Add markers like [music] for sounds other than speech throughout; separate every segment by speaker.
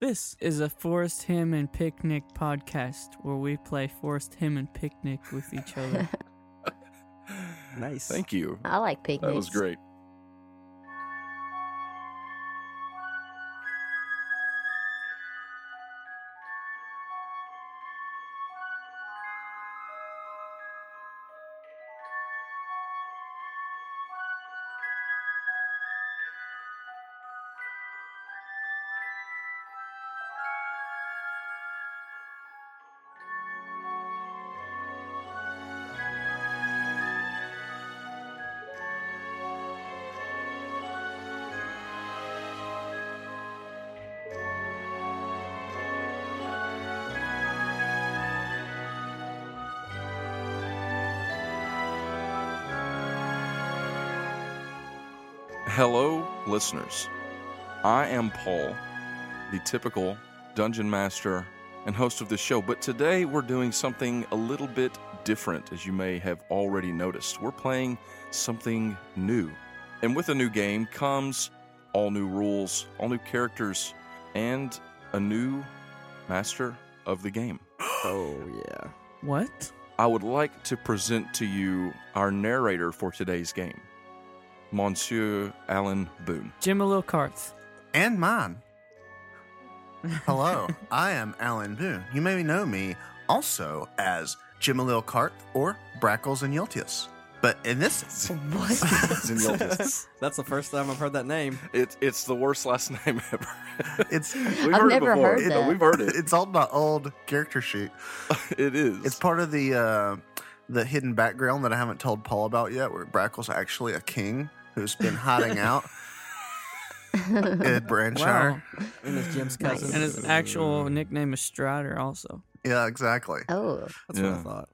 Speaker 1: This is a Forest Hymn and Picnic podcast where we play Forest Hymn and Picnic with each other.
Speaker 2: Nice.
Speaker 3: Thank you.
Speaker 4: I like picnics.
Speaker 3: That was great. Hello, listeners. I am Paul, the typical dungeon master and host of the show, but today we're doing something a little bit different, as you may have already noticed. We're playing something new. And with a new game comes all new rules, all new characters, and a new master of the game.
Speaker 2: Oh yeah.
Speaker 1: what?
Speaker 3: I would like to present to you our narrator for today's game, Monsieur Alan [laughs] Boone.
Speaker 1: Jim Carts.
Speaker 5: and mine.
Speaker 3: [laughs]
Speaker 5: Hello, I am Alan Boone. You may know me also as Jimalil Karth or Brackles and Yeltius. But in this,
Speaker 4: What?
Speaker 3: [laughs]
Speaker 2: That's the first time I've heard that name.
Speaker 3: It, it's the worst last [laughs] name ever.
Speaker 5: it's
Speaker 3: we've [laughs]
Speaker 4: I've
Speaker 3: heard
Speaker 4: never
Speaker 3: it before.
Speaker 4: heard
Speaker 3: It-
Speaker 4: that.
Speaker 3: We've heard it.
Speaker 5: it's on my old character sheet.
Speaker 3: It [laughs] is.
Speaker 5: It's part of the uh, the hidden background that I haven't told Paul about yet, where Brackles actually a king who's
Speaker 3: [laughs]
Speaker 5: been hiding out in Branshire.
Speaker 1: Wow.
Speaker 2: And it's Jim's
Speaker 4: Nice.
Speaker 2: cousin.
Speaker 1: And his actual nickname is Strider also.
Speaker 5: Yeah, exactly.
Speaker 4: [laughs] oh,
Speaker 2: That's what
Speaker 3: Yeah.
Speaker 2: I thought.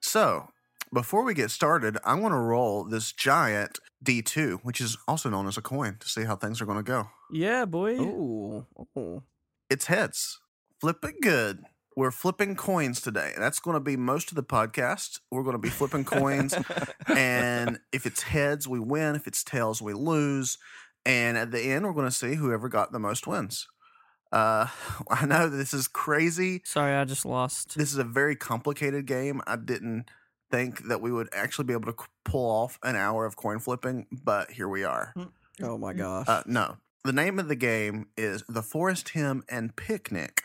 Speaker 5: So, before we get started, I'm going to roll this giant D2, which is also known as a coin, to see how things are going to go.
Speaker 1: Yeah, boy.
Speaker 2: Ooh. Ooh.
Speaker 5: It's heads. Flip it good. We're flipping coins today. and That's going to be most of the podcast. We're going to be
Speaker 3: [laughs]
Speaker 5: flipping coins. and if it's heads, we win. If it's tails, we lose. And at the end, we're going to see whoever got the most wins. Uh, [sighs] I know this is crazy.
Speaker 1: Sorry, I just lost.
Speaker 5: This is a very complicated game. I didn't think that we would actually be able to c- pull off an hour of coin flipping, but here we are.
Speaker 2: Oh my gosh. [laughs]
Speaker 5: Uh, no. The name of the game is The Forest Hymn and Picnic.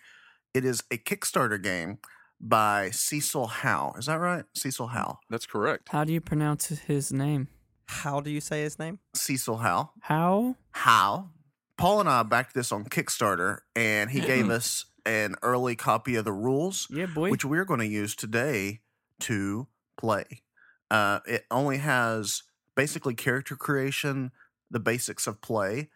Speaker 5: It is a Kickstarter game by Cecil Howe. Is that right? Cecil Howe.
Speaker 3: That's correct.
Speaker 1: How do you pronounce his name?
Speaker 2: How do you say his name?
Speaker 5: Cecil Howe.
Speaker 1: How?
Speaker 5: Howe. Paul and I backed this on Kickstarter, and he gave us an early copy of the rules,
Speaker 1: Yeah, boy.
Speaker 5: which we're going to use today to play. Uh, it only has basically character creation, the basics of play,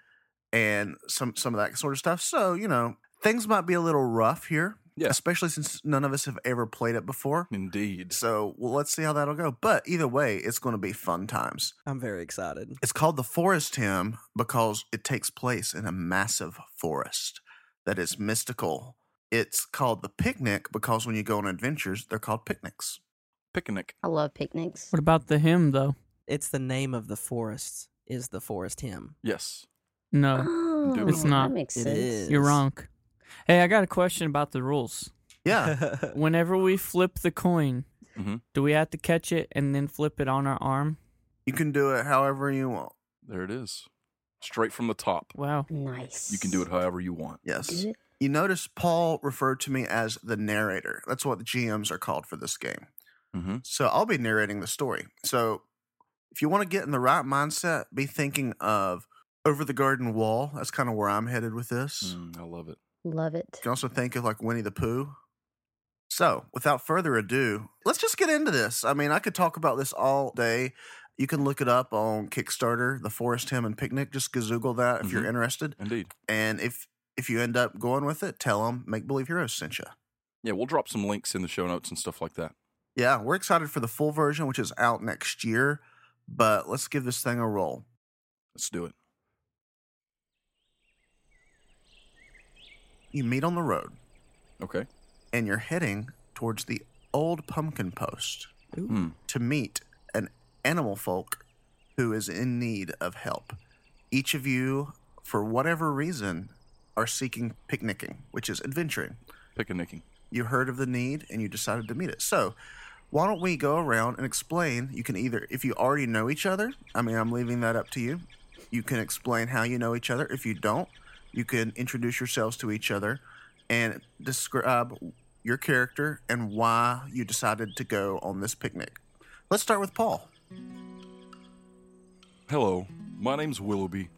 Speaker 5: and some some of that sort of stuff. So you know things might be a little rough here,
Speaker 3: Yeah.
Speaker 5: especially since none of us have ever played it before.
Speaker 3: Indeed.
Speaker 5: So well, let's see how that'll go. But either way, it's going to be fun times.
Speaker 2: I'm very excited.
Speaker 5: It's called the Forest Hymn because it takes place in a massive forest that is mystical. It's called the picnic because when you go on adventures, they're called picnics.
Speaker 3: Picnic.
Speaker 4: I love picnics.
Speaker 1: what about the hymn though?
Speaker 2: It's the name of the forest. Is the forest hymn?
Speaker 3: Yes.
Speaker 1: No,
Speaker 4: Oh,
Speaker 1: It's not.
Speaker 4: That makes
Speaker 2: It
Speaker 4: sense.
Speaker 2: is.
Speaker 1: you're wrong. Hey, I got a question about the rules.
Speaker 2: [laughs]
Speaker 5: Yeah.
Speaker 1: Whenever we flip the coin,
Speaker 3: Mhm.
Speaker 1: do we have to catch it and then flip it on our arm?
Speaker 5: You can do it however you want.
Speaker 3: There it is. Straight from the top.
Speaker 1: Wow.
Speaker 4: Nice.
Speaker 3: You can do it however you want.
Speaker 5: Yes.
Speaker 4: Do it.
Speaker 5: You notice Paul referred to me as the narrator. That's what the GMs are called for this game.
Speaker 3: Mm-hmm.
Speaker 5: So I'll be narrating the story. So if you want to get in the right mindset, be thinking of Over the Garden Wall. That's kind of where I'm headed with this.
Speaker 3: Mm, I love it.
Speaker 4: Love it.
Speaker 5: You can also think of like Winnie the Pooh. So, without further ado, let's just get into this. I mean, I could talk about this all day. You can look it up on Kickstarter, The Forest Hymn and Picnic. Just gazoogle that if you're
Speaker 3: Mhm.
Speaker 5: interested.
Speaker 3: Indeed.
Speaker 5: And if if you end up going with it, tell them Make Believe Heroes sent you.
Speaker 3: Yeah, we'll drop some links in the show notes and stuff like that.
Speaker 5: Yeah, we're excited for the full version, which is out next year. But let's give this thing a roll.
Speaker 3: Let's do it.
Speaker 5: You meet on the road,
Speaker 3: Okay.
Speaker 5: and you're heading towards the old pumpkin post.
Speaker 3: Hmm.
Speaker 5: to meet an animal folk who is in need of help. Each of you, for whatever reason, are seeking picnicking, which is adventuring.
Speaker 3: Pick a nicking.
Speaker 5: You heard of the need and you decided to meet it. So, why don't we go around and explain? You can either, if you already know each other, I mean, I'm leaving that up to you. You can explain how you know each other. If you don't, you can introduce yourselves to each other and describe your character and why you decided to go on this picnic. Let's start with Paul.
Speaker 3: Hello, my name's Willoughby.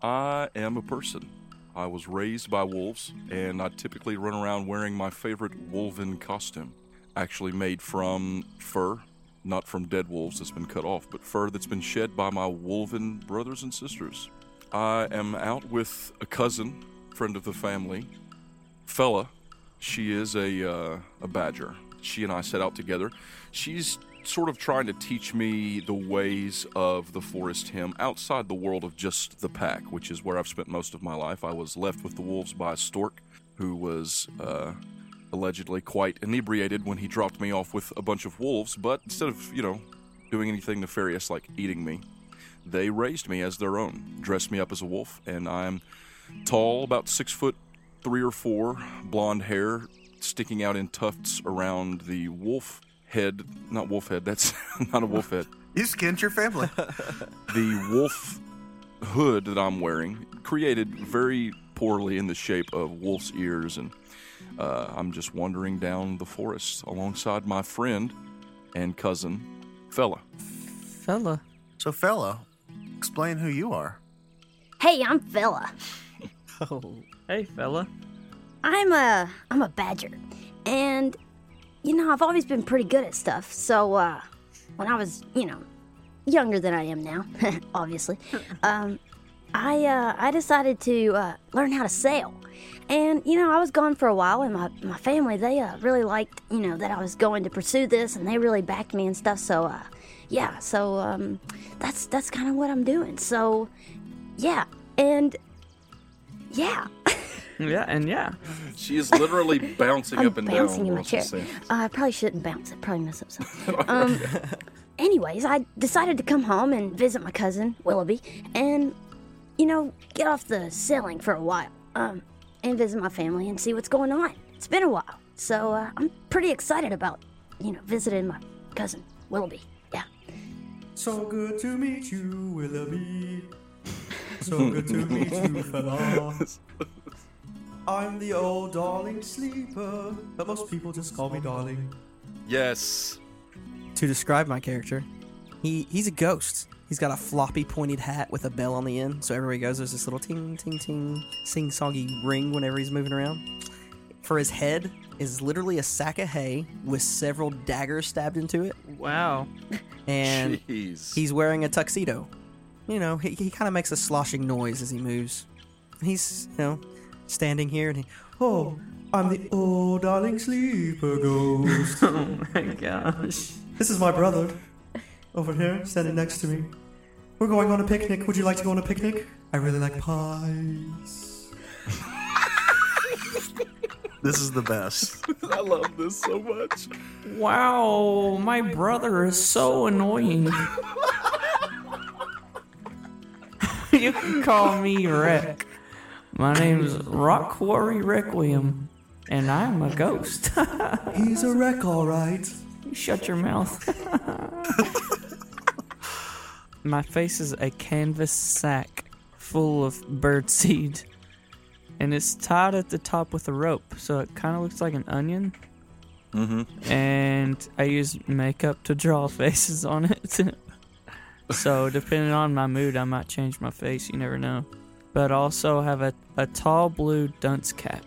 Speaker 3: I am a person. I was raised by wolves, and I typically run around wearing my favorite wolven costume, actually made from fur, not from dead wolves that's been cut off, but fur that's been shed by my wolven brothers and sisters. I am out with a cousin, friend of the family, fella. She is a uh, a badger. She and I set out together. She's sort of trying to teach me the ways of the forest hymn outside the world of just the pack, which is where I've spent most of my life. I was left with the wolves by a stork who was uh, allegedly quite inebriated when he dropped me off with a bunch of wolves. But instead of you know doing anything nefarious like eating me, they raised me as their own, dressed me up as a wolf, and I'm tall, about six foot three or four, blonde hair sticking out in tufts around the wolf head. Not wolf head, that's [laughs] not a wolf head.
Speaker 5: You skinned your [laughs] family.
Speaker 3: The wolf hood that I'm wearing, created very poorly in the shape of wolf's ears, and uh, I'm just wandering down the forest alongside my friend and cousin, Fella.
Speaker 1: Fella.
Speaker 5: so, fella, explain who you are.
Speaker 6: Hey, I'm Fella.
Speaker 1: Oh. Hey, fella.
Speaker 6: I'm a I'm a badger. And you know, I've always been pretty good at stuff. So uh when I was, you know, younger than I am now, [laughs] obviously, um I uh I decided to uh learn how to sail. And you know, I was gone for a while and my my family they uh really liked, you know, that I was going to pursue this and they really backed me and stuff. So uh yeah, so um that's that's kind of what I'm doing. So yeah, and yeah.
Speaker 1: Yeah, and yeah.
Speaker 3: She is
Speaker 6: [laughs]
Speaker 3: literally bouncing
Speaker 6: I'm
Speaker 3: up and Oh,
Speaker 6: bouncing
Speaker 3: down.
Speaker 6: in my
Speaker 3: Wilson
Speaker 6: chair.
Speaker 3: said.
Speaker 6: Uh, I probably shouldn't bounce. I probably mess up
Speaker 3: [laughs]
Speaker 6: something. um, anyways, I decided to come home and visit my cousin Willoughby, and you know, get off the sailing for a while, um, and visit my family and see what's going on. It's been a while, so uh, I'm pretty excited about you know visiting my cousin Willoughby. Yeah.
Speaker 7: So good to meet you, Willoughby. So good to meet you, fella. I'm the old darling sleeper, but most people just call me darling.
Speaker 3: Yes.
Speaker 2: To describe my character, he he's a ghost. He's got a floppy pointed hat with a bell on the end, so everywhere he goes, there's this little ting ting ting sing songy ring whenever he's moving around. For his head is literally a sack of hay with several daggers stabbed into it,
Speaker 1: Wow.
Speaker 2: and
Speaker 3: Jeez.
Speaker 2: he's wearing a tuxedo. You know, he, he kind of makes a sloshing noise as he moves. He's you know standing here and he,
Speaker 7: Oh, I'm the old darling sleeper ghost.
Speaker 1: Oh my gosh.
Speaker 7: This is my brother over here, standing next to me. We're going on a picnic. Would you like to go on a picnic? I really like pies.
Speaker 5: This is the best.
Speaker 3: I love this so much.
Speaker 1: Wow, my brother is so annoying. you can call me Rick. My name's Rock Quarry Requiem, and I'm a ghost.
Speaker 7: [laughs] He's a wreck, alright.
Speaker 1: You Shut your mouth. [laughs] My face is a canvas sack full of birdseed, and it's tied at the top with a rope, so it kind of looks like an onion. Mm-hmm. And I use makeup to draw [laughs] faces on it. [laughs] so depending on my mood, I might change my face. You never know. But I also have a, a tall blue dunce cap.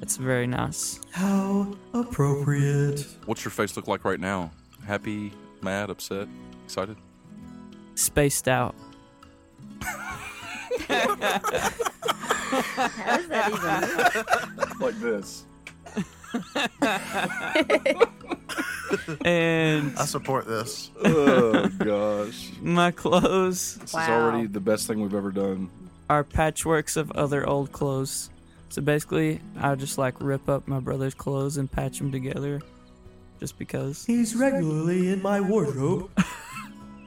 Speaker 1: It's very nice.
Speaker 7: How appropriate.
Speaker 3: What's your face look like right now? Happy, mad, upset, excited?
Speaker 1: Spaced out. [laughs]
Speaker 6: How does that even?
Speaker 3: Like
Speaker 6: [laughs]
Speaker 3: this.
Speaker 1: And
Speaker 5: I support this.
Speaker 3: Oh gosh.
Speaker 1: My clothes
Speaker 3: This
Speaker 6: Wow. already
Speaker 3: the best thing we've ever done.
Speaker 1: are patchworks of other old clothes. So basically, I just like rip up my brother's clothes and patch them together just because.
Speaker 7: He's regularly in my wardrobe.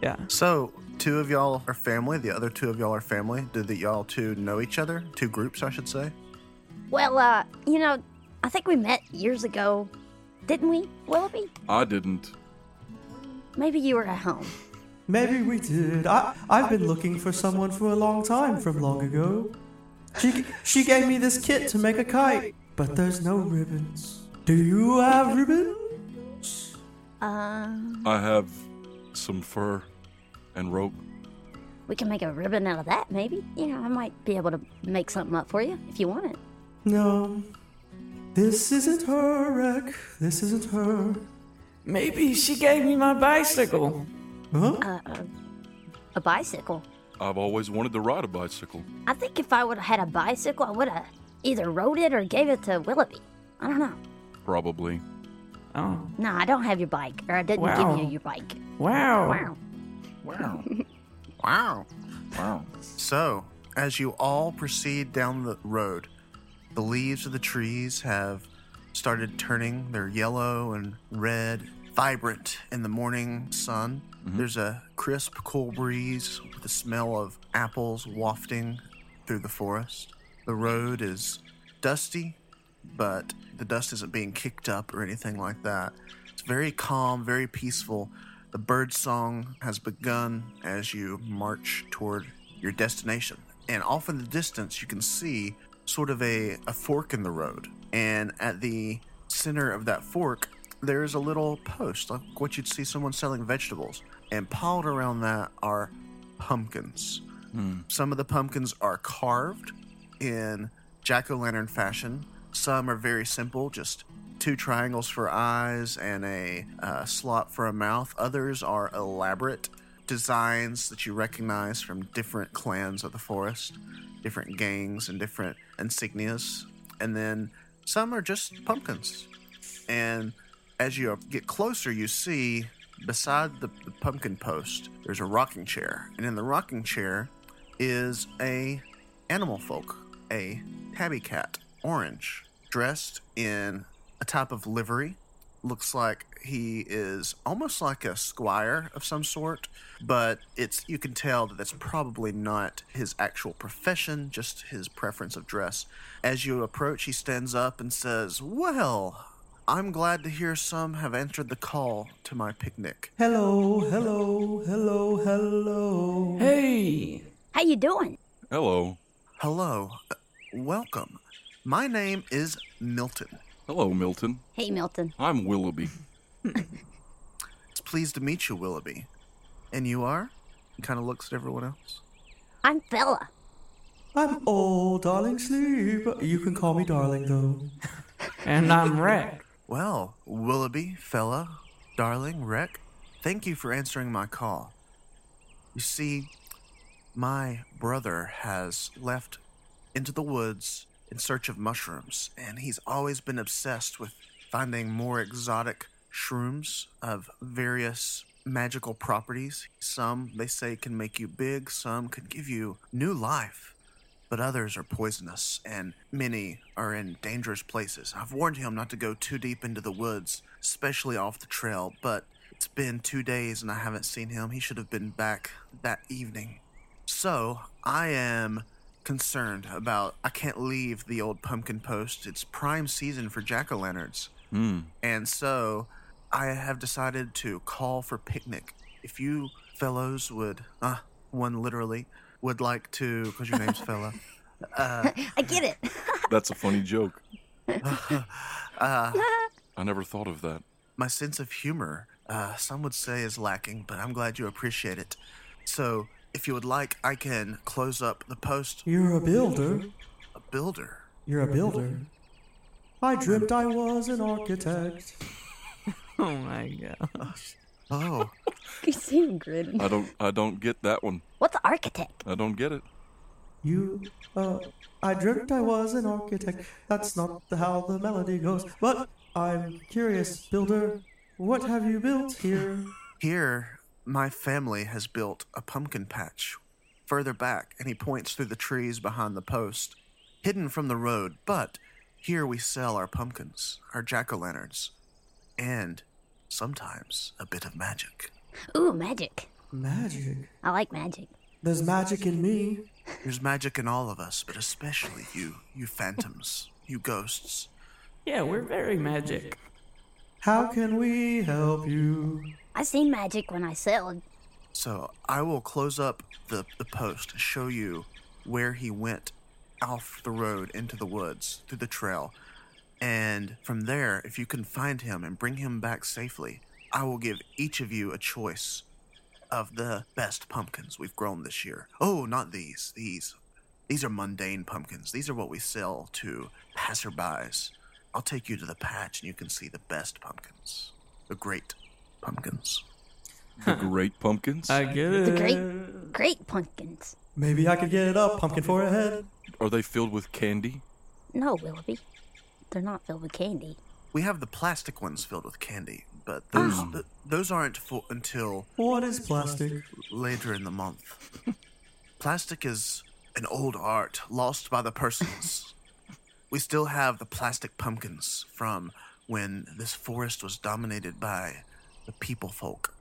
Speaker 1: Yeah.
Speaker 5: So, two of y'all are family. The other two of y'all are family. Did the y'all two know each other? Two groups, I should say.
Speaker 6: Well, uh, you know, I think we met years ago, didn't we, Willoughby?
Speaker 3: I didn't.
Speaker 6: Maybe you were at home.
Speaker 2: Maybe we did. I, I've been looking for someone for a long time from long ago. She, she gave me this kit to make a kite, but there's no ribbons. Do you have ribbons?
Speaker 6: Um,
Speaker 3: I have some fur and rope.
Speaker 6: we can make a ribbon out of that, maybe. You know, I might be able to make something up for you if you want it.
Speaker 2: No. This isn't her, Rick. This isn't her.
Speaker 1: Maybe she gave me my bicycle.
Speaker 2: Huh?
Speaker 6: A bicycle.
Speaker 3: I've always wanted to ride a bicycle.
Speaker 6: I think if I would have had a bicycle, I would have either rode it or gave it to Willoughby. I don't know.
Speaker 3: Probably.
Speaker 1: Oh,
Speaker 6: No, I don't have your bike, or I didn't
Speaker 1: Wow. Oh.
Speaker 6: give you your bike.
Speaker 1: wow.
Speaker 6: Wow.
Speaker 3: Wow.
Speaker 5: Wow.
Speaker 3: wow.
Speaker 5: So, as you all proceed down the road, the leaves of the trees have started turning. They're yellow and red, vibrant in the morning sun. There's a crisp, cool breeze with the smell of apples wafting through the forest. The road is dusty, but the dust isn't being kicked up or anything like that. It's very calm, very peaceful. The bird song has begun as you march toward your destination. And off in the distance, you can see sort of a, a fork in the road. And at the center of that fork, there's a little post, like what you'd see someone selling vegetables. And piled around that are pumpkins. Some of the pumpkins are carved in jack o' lantern fashion. Some are very simple, just two triangles for eyes and a uh, slot for a mouth. Others are elaborate designs that you recognize from different clans of the forest, different gangs, and different insignias. And then some are just pumpkins. And as you get closer, you see beside the, the pumpkin post, there's a rocking chair. And in the rocking chair is a animal folk, a tabby cat, orange, dressed in a type of livery. Looks like he is almost like a squire of some sort, but it's you can tell that that's probably not his actual profession, just his preference of dress. As you approach, he stands up and says, "Well, I'm glad to hear some have answered the call to my picnic.
Speaker 2: Hello, hello, hello, hello.
Speaker 1: Hey,
Speaker 6: How you doing?
Speaker 3: Hello.
Speaker 5: Hello, uh, welcome. My name is Milton.
Speaker 3: Hello, Milton.
Speaker 6: Hey, Milton.
Speaker 3: I'm Willoughby.
Speaker 5: It's pleased to meet you, Willoughby. And you are? He kind of looks at everyone else.
Speaker 6: I'm Bella.
Speaker 2: I'm old, darling sleeper. You can call me darling, though.
Speaker 1: and
Speaker 6: [laughs]
Speaker 1: I'm Rick.
Speaker 5: Well, Willoughby, fella, darling, wreck, thank you for answering my call. You see, my brother has left into the woods in search of mushrooms, and he's always been obsessed with finding more exotic shrooms of various magical properties. Some, they say, can make you big, some can give you new life but others are poisonous, and many are in dangerous places. I've warned him not to go too deep into the woods, especially off the trail, but it's been two days and I haven't seen him. He should have been back that evening. So, I am concerned about. I can't leave the old pumpkin post. It's prime season for jack o' lanterns. And so I have decided to call for picnic. If you fellows would, uh, one literally, would like to, because your name's fella,
Speaker 6: I get it. [laughs]
Speaker 3: That's a funny joke. I never thought of that.
Speaker 5: my sense of humor, uh, some would say is lacking, but I'm glad you appreciate it. So if you would like, I can close up the post.
Speaker 2: You're a builder.
Speaker 5: A builder.
Speaker 2: You're a builder. I dreamt I was an architect.
Speaker 1: Oh my god.
Speaker 5: Oh,
Speaker 6: you see him grinning.
Speaker 3: I don't I don't get that one.
Speaker 6: What's an architect?
Speaker 3: I don't get it.
Speaker 2: You, uh, I dreamt I was an architect. That's not the, how the melody goes. But I'm curious, builder. What have you built here?
Speaker 5: Here, my family has built a pumpkin patch further back, and he points through the trees behind the post, hidden from the road. But here we sell our pumpkins, our jack o' lanterns, and sometimes a bit of magic.
Speaker 6: Ooh, magic.
Speaker 2: Magic.
Speaker 6: I like magic.
Speaker 2: There's magic in me.
Speaker 5: There's magic in all of us, but especially you, you phantoms. you ghosts.
Speaker 1: Yeah, we're very magic.
Speaker 8: How can we help you?
Speaker 4: I seen magic when I sailed.
Speaker 5: So I will close up the, the post, show you where he went off the road into the woods through the trail. And from there, if you can find him and bring him back safely, I will give each of you a choice of the best pumpkins we've grown this year. Oh, not these. These. These are mundane pumpkins. These are what we sell to passerbys. I'll take you to the patch and you can see the best pumpkins. The great pumpkins.
Speaker 3: The great pumpkins?
Speaker 1: I get
Speaker 4: The
Speaker 1: it.
Speaker 4: great, great pumpkins.
Speaker 8: Maybe I could get it up, pumpkin for a head.
Speaker 3: Are they filled with candy?
Speaker 4: No, Willoughby. They're not filled with candy.
Speaker 5: We have the plastic ones filled with candy, but those th- those aren't for until
Speaker 8: What is plastic?
Speaker 5: later in the month. plastic is an old art lost by the persons. we still have the plastic pumpkins from when this forest was dominated by the people folk.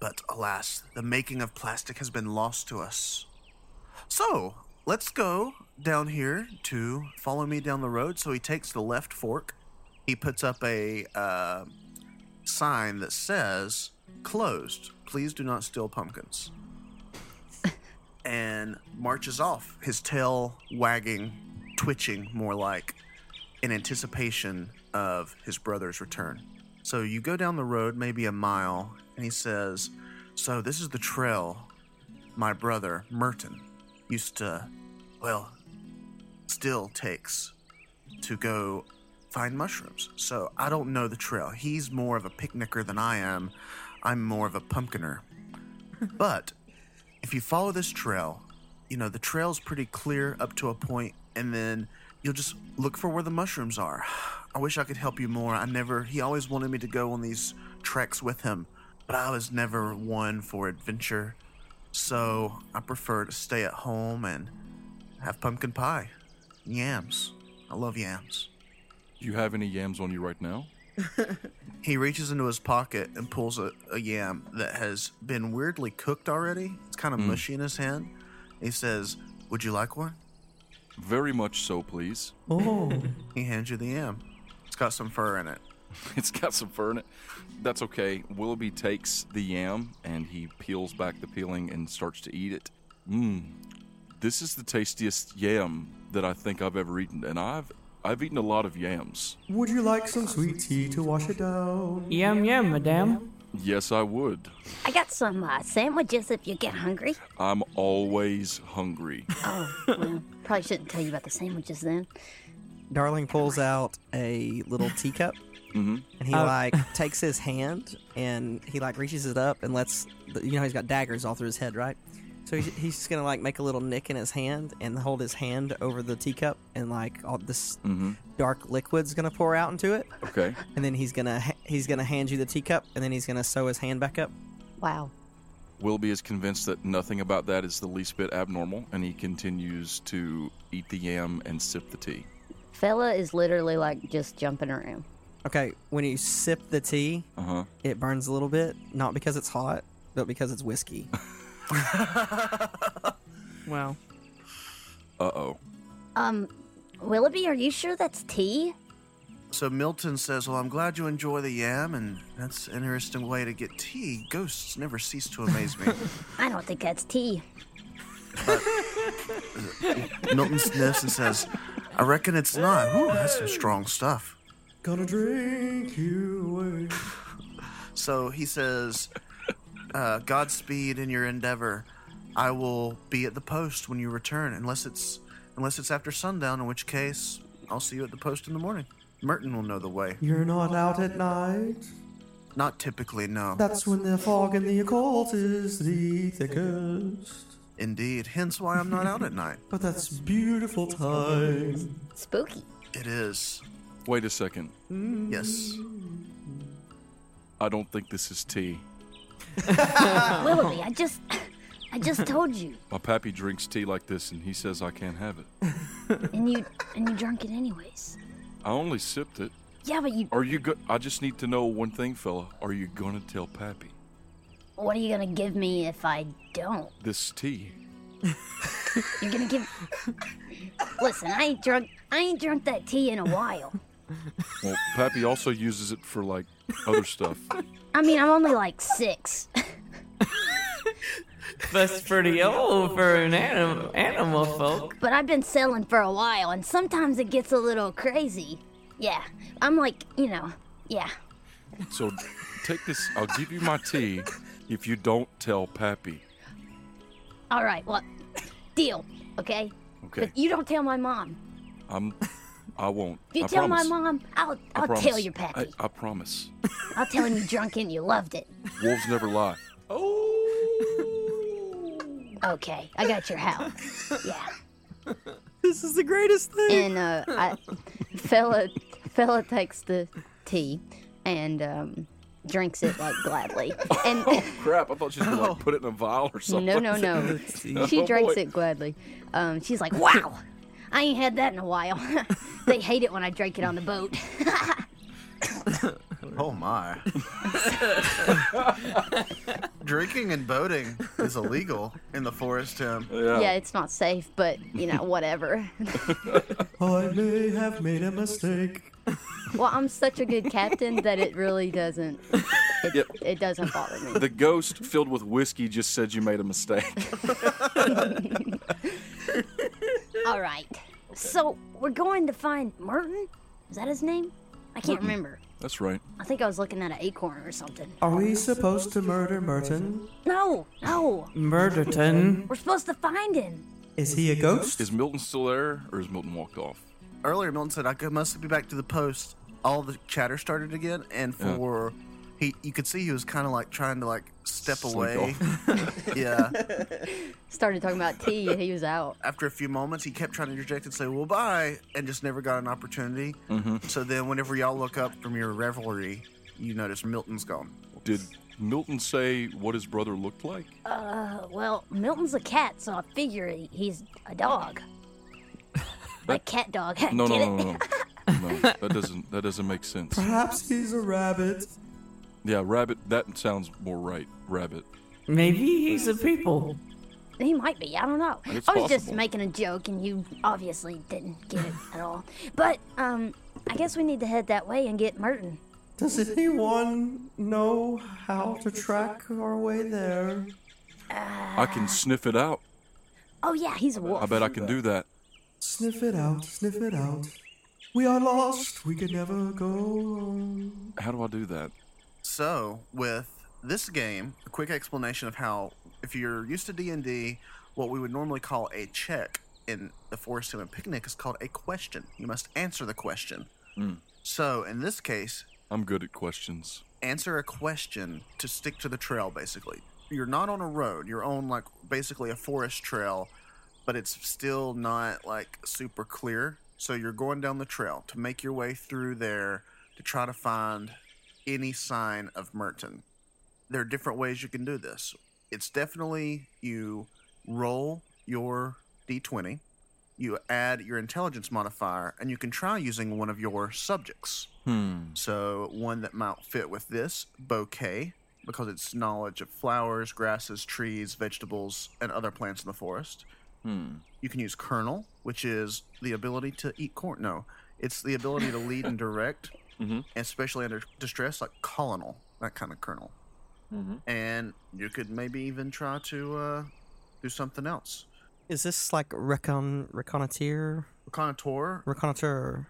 Speaker 5: But alas, the making of plastic has been lost to us. So, let's go down here to follow me down the road. So he takes the left fork. He puts up a uh, sign that says closed please do not steal pumpkins and marches off his tail wagging twitching more like in anticipation of his brother's return so you go down the road maybe a mile and he says so this is the trail my brother merton used to well still takes to go find mushrooms. So I don't know the trail. He's more of a picnicker than I am. I'm more of a pumpkiner. but if you follow this trail, you know, the trail's pretty clear up to a point, and then you'll just look for where the mushrooms are. [sighs] I wish I could help you more. I never, he always wanted me to go on these treks with him, but I was never one for adventure. So I prefer to stay at home and have pumpkin pie. Yams. I love yams.
Speaker 3: Do you have any yams on you right now?
Speaker 5: He reaches into his pocket and pulls a, a yam that has been weirdly cooked already. It's kind of mushy in his hand. He says, Would you like one?
Speaker 3: Very much so, please.
Speaker 8: Oh,
Speaker 5: He hands you the yam. It's got some fur in it.
Speaker 3: [laughs] It's got some fur in it. That's okay. Willoughby takes the yam and he peels back the peeling and starts to eat it. Mmm. This is the tastiest yam that I think I've ever eaten, and I've I've eaten a lot of yams.
Speaker 8: would you like some sweet tea to wash it down?
Speaker 1: Yum yum, madame.
Speaker 3: Yes, I would.
Speaker 4: I got some uh, sandwiches if you get hungry.
Speaker 3: I'm always hungry. [laughs]
Speaker 4: Oh, well, probably shouldn't tell you about the sandwiches then.
Speaker 2: Darling pulls out a little teacup, and he like takes his hand and he like reaches it up and lets the, you know he's got daggers all through his head, right? So he's, he's just gonna like make a little nick in his hand and hold his hand over the teacup, and like all this dark liquid's gonna pour out into it,
Speaker 3: Okay.
Speaker 2: and then he's gonna ha- he's gonna hand you the teacup, and then he's gonna sew his hand back up.
Speaker 4: Wow.
Speaker 3: Willoughby is convinced that nothing about that is the least bit abnormal, and he continues to eat the yam and sip the tea.
Speaker 4: Fella is literally like just jumping around.
Speaker 2: Okay, when you sip the tea,
Speaker 3: Uh huh.
Speaker 2: it burns a little bit, not because it's hot, but because it's whiskey.
Speaker 1: Wow.
Speaker 3: Uh oh.
Speaker 4: Um, Willoughby, are you sure that's tea?
Speaker 5: So Milton says, Well, I'm glad you enjoy the yam, and that's an interesting way to get tea. Ghosts never cease to amaze me.
Speaker 4: I don't think that's tea.
Speaker 5: Milton sniffs and says, I reckon it's not. Ooh, that's some strong stuff.
Speaker 8: Gonna drink you away.
Speaker 5: So he says, uh, "Godspeed in your endeavor. I will be at the post when you return, unless it's unless it's after sundown, in which case I'll see you at the post in the morning." Merton will know the way.
Speaker 8: [laughs] You're not out at night.
Speaker 5: Not typically, no.
Speaker 8: That's when the fog and the occult is the thickest.
Speaker 5: Indeed, hence why I'm not out at night.
Speaker 8: But that's beautiful time.
Speaker 4: Spooky.
Speaker 5: It is
Speaker 3: Wait a second.
Speaker 5: yes.
Speaker 3: I don't think this is tea.
Speaker 4: Willoughby, I just, I just told you,
Speaker 3: My pappy drinks tea like this, and he says I can't have it.
Speaker 4: and you, and you drank it anyways.
Speaker 3: I only sipped it.
Speaker 4: Yeah, but you,
Speaker 3: Are you good? I just need to know one thing, fella. Are you gonna tell pappy
Speaker 4: what are you gonna give me if I don't?
Speaker 3: this tea?
Speaker 6: You're gonna give. Listen, I ain't drunk. I ain't drunk that tea in a while.
Speaker 3: Well, Pappy also uses it for like other stuff.
Speaker 6: I mean, I'm only like six.
Speaker 1: That's pretty old for an anim- animal folk.
Speaker 6: but I've been selling for a while, and sometimes it gets a little crazy. Yeah, I'm like, you know, yeah.
Speaker 3: So take this. I'll give you my tea if you don't tell Pappy.
Speaker 6: All right, well, [coughs] deal, okay?
Speaker 3: Okay.
Speaker 6: But you don't tell my mom.
Speaker 3: I'm. I won't.
Speaker 6: If you
Speaker 3: I
Speaker 6: tell
Speaker 3: promise.
Speaker 6: my mom, I'll
Speaker 3: I
Speaker 6: I'll tell
Speaker 3: promise.
Speaker 6: your pappy.
Speaker 3: I, I promise.
Speaker 6: I... will tell him you drunk and you loved it.
Speaker 3: Wolves never lie.
Speaker 6: Okay, I got your howl. Yeah,
Speaker 9: This is the greatest thing.
Speaker 6: and uh, I, fella, fella takes the tea, and um, drinks it like gladly. And
Speaker 3: [laughs] Crap! I thought she was gonna like, put it in a vial or something.
Speaker 6: Oh. no, no, no, [laughs] she
Speaker 3: Oh,
Speaker 6: drinks
Speaker 3: boy.
Speaker 6: it gladly. Um, she's like, wow, I ain't had that in a while. [laughs] they hate it when I drink it on
Speaker 3: [laughs]
Speaker 6: the boat.
Speaker 5: Oh my. Drinking and boating is illegal in the forest, Tim.
Speaker 6: Yeah. it's not safe, but you know, whatever. [laughs]
Speaker 2: Oh, I may have made a mistake.
Speaker 6: well, I'm such a good captain that it really doesn't. It,
Speaker 3: Yep.
Speaker 6: it doesn't bother me.
Speaker 3: The ghost filled with whiskey just said you made a mistake.
Speaker 6: [laughs] All right. So we're going to find Merton. Is that his name? I can't remember.
Speaker 3: That's right.
Speaker 6: I think I was looking at an acorn or something.
Speaker 3: Oh.
Speaker 2: Are we supposed to murder Merton?
Speaker 6: No, no.
Speaker 3: Mm.
Speaker 1: Murderton.
Speaker 6: We're supposed to find him.
Speaker 2: Is he a ghost?
Speaker 3: Is Milton still there, or is Milton walked off?
Speaker 5: Earlier, Milton said I could- must be back to the post. All the chatter started again, and for he, you could see he was kind of like trying to like step
Speaker 3: Slink
Speaker 5: away. [laughs] yeah.
Speaker 6: Started talking about tea and he was out.
Speaker 5: After a few moments, he kept trying to interject and say, "Well, bye," and just never got an opportunity. So then, whenever y'all look up from your revelry, you notice Milton's gone.
Speaker 3: Did Milton say what his brother looked like?
Speaker 6: Uh, well, Milton's a cat, so I figure he- he's
Speaker 3: [laughs]
Speaker 6: a dog. Like cat dog. [laughs]
Speaker 3: No, no,
Speaker 6: Get it?
Speaker 3: no, no, no. No, that doesn't. That doesn't make sense.
Speaker 2: Perhaps he's a rabbit.
Speaker 3: Yeah, rabbit. That sounds more right. Rabbit.
Speaker 1: Maybe he's a people.
Speaker 6: He might be. I don't know. I was
Speaker 3: It's
Speaker 6: just
Speaker 3: possible.
Speaker 6: making a joke, and you obviously didn't get it at all. But um, I guess we need to head that way and get Merton.
Speaker 2: Does anyone know how to track our way there?
Speaker 3: I can sniff it out.
Speaker 6: Oh yeah, he's a wolf.
Speaker 3: I bet I can do that.
Speaker 2: Sniff it out, sniff it out. We are lost, we can never go on.
Speaker 3: How do I do that?
Speaker 5: So, with this game, a quick explanation of how, if you're used to D and D, what we would normally call a check in the Forest Sim and Picnic is called a question. You must answer the question. So, in this case,
Speaker 3: I'm good at questions.
Speaker 5: answer a question to stick to the trail. Basically, you're not on a road. You're on like basically a forest trail, but it's still not like super clear. So you're going down the trail to make your way through there to try to find any sign of Merton there are different ways you can do this. It's definitely you roll your d20, you add your intelligence modifier, and you can try using one of your subjects.
Speaker 3: Hmm.
Speaker 5: So, one that might fit with this bouquet, because it's knowledge of flowers, grasses, trees, vegetables, and other plants in the forest. You can use kernel, which is the ability to eat corn. No, it's the ability to lead and direct, especially under distress, like colonel, that kind of kernel and you could maybe even try to uh, do something else.
Speaker 9: Is this like recon reconnoitre
Speaker 5: Reconnoitre,
Speaker 9: reconnoitre?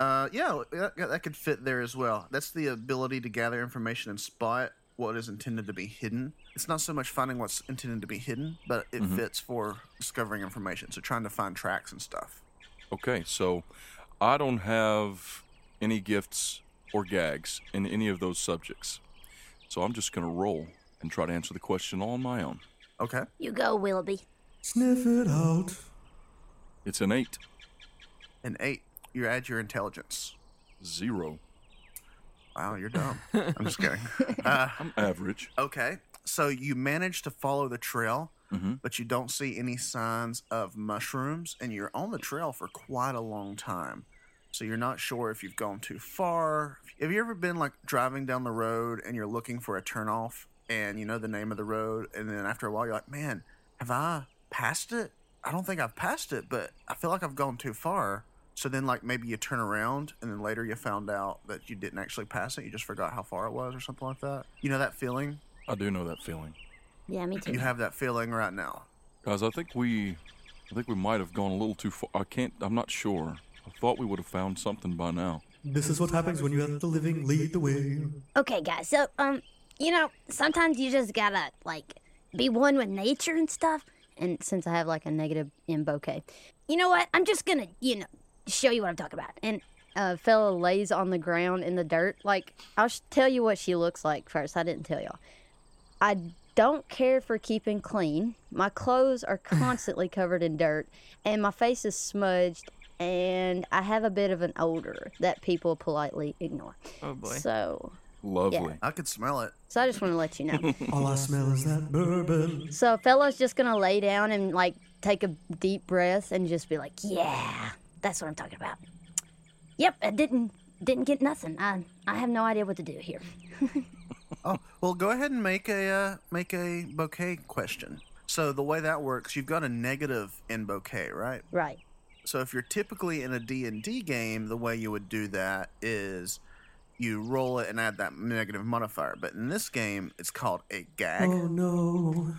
Speaker 5: uh, yeah, that, that could fit there as well. That's the ability to gather information and spot what is intended to be hidden. It's not so much finding what's intended to be hidden, but it fits for discovering information. So trying to find tracks and stuff.
Speaker 3: Okay, so I don't have any gifts or gags in any of those subjects. So I'm just going to roll and try to answer the question all on my own.
Speaker 5: Okay,
Speaker 6: You go, Willoughby.
Speaker 2: Sniff it out.
Speaker 3: It's an eight,
Speaker 5: and eight, you add your intelligence.
Speaker 3: zero.
Speaker 5: Wow, you're dumb. I'm just kidding. Uh,
Speaker 3: I'm average.
Speaker 5: Okay. So you manage to follow the trail, but you don't see any signs of mushrooms, and you're on the trail for quite a long time. So you're not sure if you've gone too far. Have you ever been like driving down the road and you're looking for a turnoff and you know the name of the road, and then after a while you're like, man, have I passed it. I don't think I've passed it, but I feel like I've gone too far. So then, like maybe you turn around, and then later you found out that you didn't actually pass it. You just forgot how far it was, or something like that. You know that feeling.
Speaker 3: I do know that feeling.
Speaker 6: Yeah, me too.
Speaker 5: You have that feeling right now.
Speaker 3: Guys, I think we, I think we might have gone a little too far. I can't. I'm not sure. I thought we would have found something by now.
Speaker 10: This is what happens when you let the living lead the way.
Speaker 6: Okay, guys. So, um, you know, sometimes you just gotta like be one with nature and stuff. And since I have like a negative in bouquet, you know what? I'm just gonna, you know, show you what I'm talking about. And uh, fella lays on the ground in the dirt. Like, I'll sh- tell you what she looks like first. I didn't tell y'all. I don't care for keeping clean. My clothes
Speaker 1: [laughs]
Speaker 6: are constantly covered in dirt, and my face is smudged. And I have a bit of an odor that people politely ignore.
Speaker 1: Oh boy.
Speaker 6: So,
Speaker 3: Lovely.
Speaker 5: I could smell it.
Speaker 6: so I just want to let you know.
Speaker 10: [laughs] All I smell is that bourbon.
Speaker 6: so, a fella's just gonna lay down and like take a deep breath and just be like, "Yeah, that's what I'm talking about." Yep, I didn't didn't get nothing. I I have no idea what to do here.
Speaker 5: Oh, well, go ahead and make a uh, make a bouquet question. So the way that works, you've got a negative in bouquet, right?
Speaker 6: Right.
Speaker 5: So if you're typically in a D&D game, the way you would do that is you roll it and add that negative modifier. But in this game, it's called a gag.
Speaker 10: Oh no.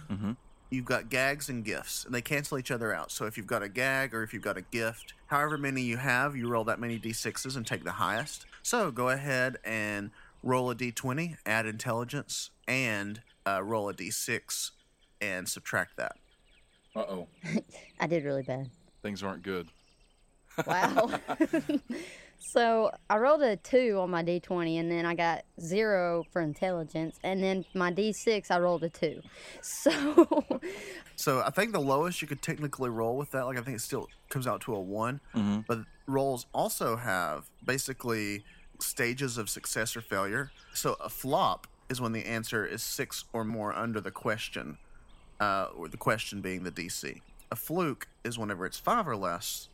Speaker 5: You've got gags and gifts, and they cancel each other out. So if you've got a gag or if you've got a gift, however many you have, you roll that many D6s and take the highest. So go ahead and roll a D20, add intelligence, and uh, roll a D6 and subtract that.
Speaker 3: Uh oh.
Speaker 6: I did really bad.
Speaker 3: Things aren't good.
Speaker 6: Wow. [laughs] so I rolled a two on my d20, and then I got zero for intelligence, and then my d6 I rolled a two. [laughs] So [laughs]
Speaker 5: So I think the lowest you could technically roll with that, like I think it still comes out to a one. But rolls also have basically stages of success or failure. So a flop is when the answer is six or more under the question, uh, or the question being the DC. A fluke is whenever it's five or less.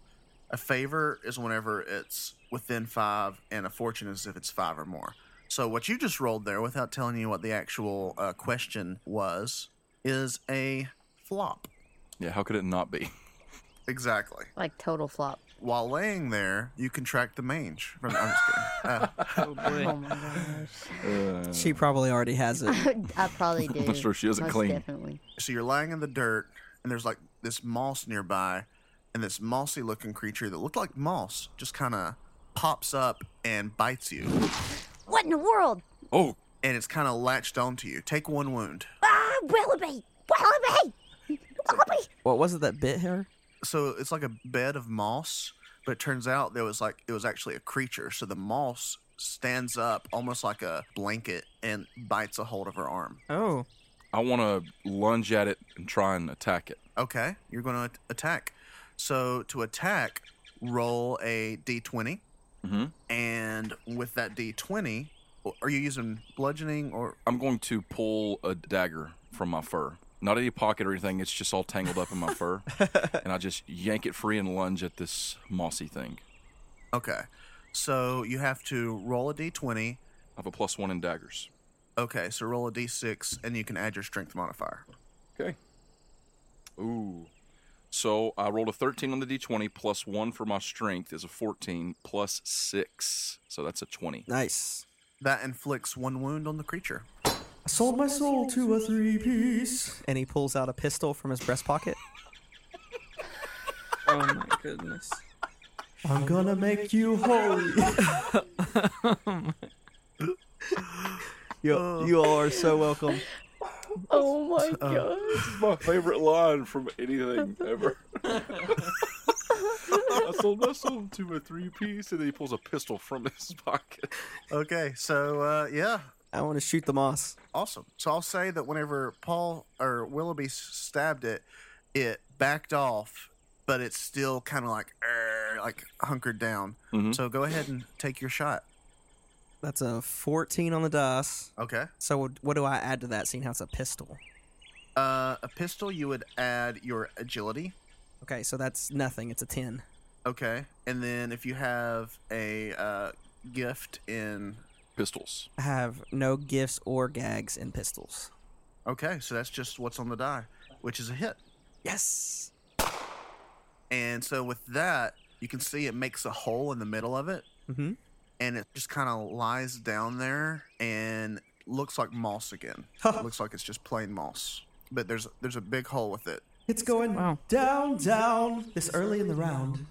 Speaker 5: A favor is whenever it's within five, and a fortune is if it's five or more. So what you just rolled there, without telling you what the actual uh, question was, is a flop.
Speaker 3: Yeah. How could it not be? [laughs]
Speaker 5: Exactly.
Speaker 6: like total flop.
Speaker 5: While laying there, you contract the mange. From, I'm just kidding. Uh,
Speaker 1: Oh boy.
Speaker 6: my gosh.
Speaker 2: She probably already has it.
Speaker 6: [laughs] I
Speaker 3: [laughs]
Speaker 6: probably do.
Speaker 3: sure she isn't
Speaker 6: Most
Speaker 3: clean.
Speaker 6: Definitely.
Speaker 5: so you're lying in the dirt, and there's like this moss nearby, and this mossy looking creature that looked like moss just kind of pops up and bites you,
Speaker 6: What in the world?
Speaker 3: Oh.
Speaker 5: and it's kind of latched onto you. Take one wound.
Speaker 6: Ah, Willoughby! Willoughby! Willoughby!
Speaker 2: What was it that bit her?
Speaker 5: So it's like a bed of moss, but it turns out there was like it was actually a creature. So the moss stands up almost like a blanket and bites a hold of her arm.
Speaker 1: Oh.
Speaker 3: I want to lunge at it and try and attack it.
Speaker 5: Okay, you're going to attack. So to attack, roll a d20,
Speaker 3: Mhm.
Speaker 5: and with that d20, are you using bludgeoning or?
Speaker 3: I'm going to pull a dagger from my fur. Not any pocket or anything. It's just all tangled up in my [laughs] fur, and I just yank it free and lunge at this mossy thing.
Speaker 5: Okay, so you have to roll a d20.
Speaker 3: I have a plus one in daggers.
Speaker 5: Okay, so roll a d6, and you can add your strength modifier.
Speaker 3: Okay. Ooh. So I rolled a 13 on the d20, plus one for my strength is a 14, plus six. So that's a 20.
Speaker 2: Nice.
Speaker 5: That inflicts one wound on the creature.
Speaker 10: I sold my soul to a three piece.
Speaker 2: And he pulls out a pistol from his breast pocket.
Speaker 1: Oh my goodness.
Speaker 10: I'm gonna make you holy.
Speaker 2: You,
Speaker 8: Oh.
Speaker 2: you all are so welcome.
Speaker 6: Oh my god.
Speaker 3: My favorite line from anything ever. I sold my soul to a three piece, and then he pulls a pistol from his [laughs] pocket.
Speaker 5: Okay, so uh, yeah,
Speaker 2: I want to shoot the moss.
Speaker 5: awesome. So I'll say that whenever Paul or Willoughby s- stabbed it, it backed off, but it's still kind of like "Arr," like hunkered down. So go ahead and take your shot.
Speaker 2: That's a 14 on the dice.
Speaker 5: Okay.
Speaker 2: So what do I add to that? Seeing how it's a pistol.
Speaker 5: Uh, a pistol, you would add your agility.
Speaker 2: Okay, so that's nothing. It's a 10.
Speaker 5: Okay, and then if you have a uh, gift in,
Speaker 3: Pistols.
Speaker 2: I have no gifts or gags in pistols.
Speaker 5: okay, so that's just what's on the die, which is a hit.
Speaker 2: Yes.
Speaker 5: And so with that, you can see it makes a hole in the middle of it.
Speaker 2: Mm-hmm.
Speaker 5: and it just kind of lies down there and looks like moss again. it looks like it's just plain moss, but there's there's a big hole with it.
Speaker 8: It's going
Speaker 1: Wow.
Speaker 8: down, down this early in the round.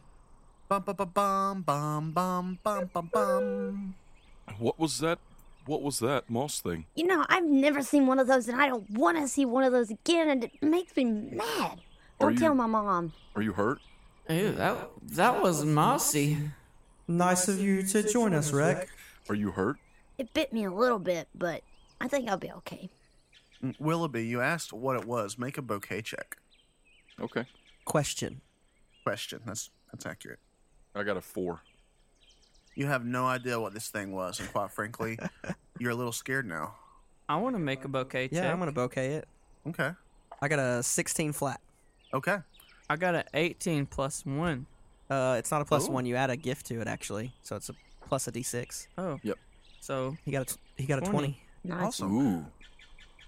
Speaker 5: Bum bum bum bum bum bum bum bum bum.
Speaker 3: What was that? What was that moss thing?
Speaker 4: You know, I've never seen one of those, and I don't want to see one of those again, and it makes me mad.
Speaker 3: Are
Speaker 4: Or
Speaker 3: you-
Speaker 4: tell my mom.
Speaker 3: Are you hurt?
Speaker 1: Ew, that that was mossy.
Speaker 8: Nice of you to join us, Rec.
Speaker 3: Are you hurt?
Speaker 4: It bit me a little bit, but I think I'll be okay.
Speaker 5: Mm, Willoughby, you asked what it was. Make a bouquet check.
Speaker 3: Okay.
Speaker 2: Question.
Speaker 5: Question. That's that's accurate.
Speaker 3: I got a four.
Speaker 5: You have no idea what this thing was, and quite frankly, you're a little scared now.
Speaker 1: I want to make a bouquet
Speaker 2: Yeah,
Speaker 1: check.
Speaker 2: I'm gonna bouquet it.
Speaker 5: Okay.
Speaker 2: I got a 16 flat.
Speaker 5: Okay.
Speaker 1: I got an 18 plus one.
Speaker 2: Uh, it's not a plus one. You add a gift to it actually, so it's a plus a d6.
Speaker 1: Oh.
Speaker 3: Yep.
Speaker 1: So
Speaker 2: He got a t- he got a
Speaker 1: 20.
Speaker 2: 20.
Speaker 4: Nice.
Speaker 5: Awesome.
Speaker 3: Ooh.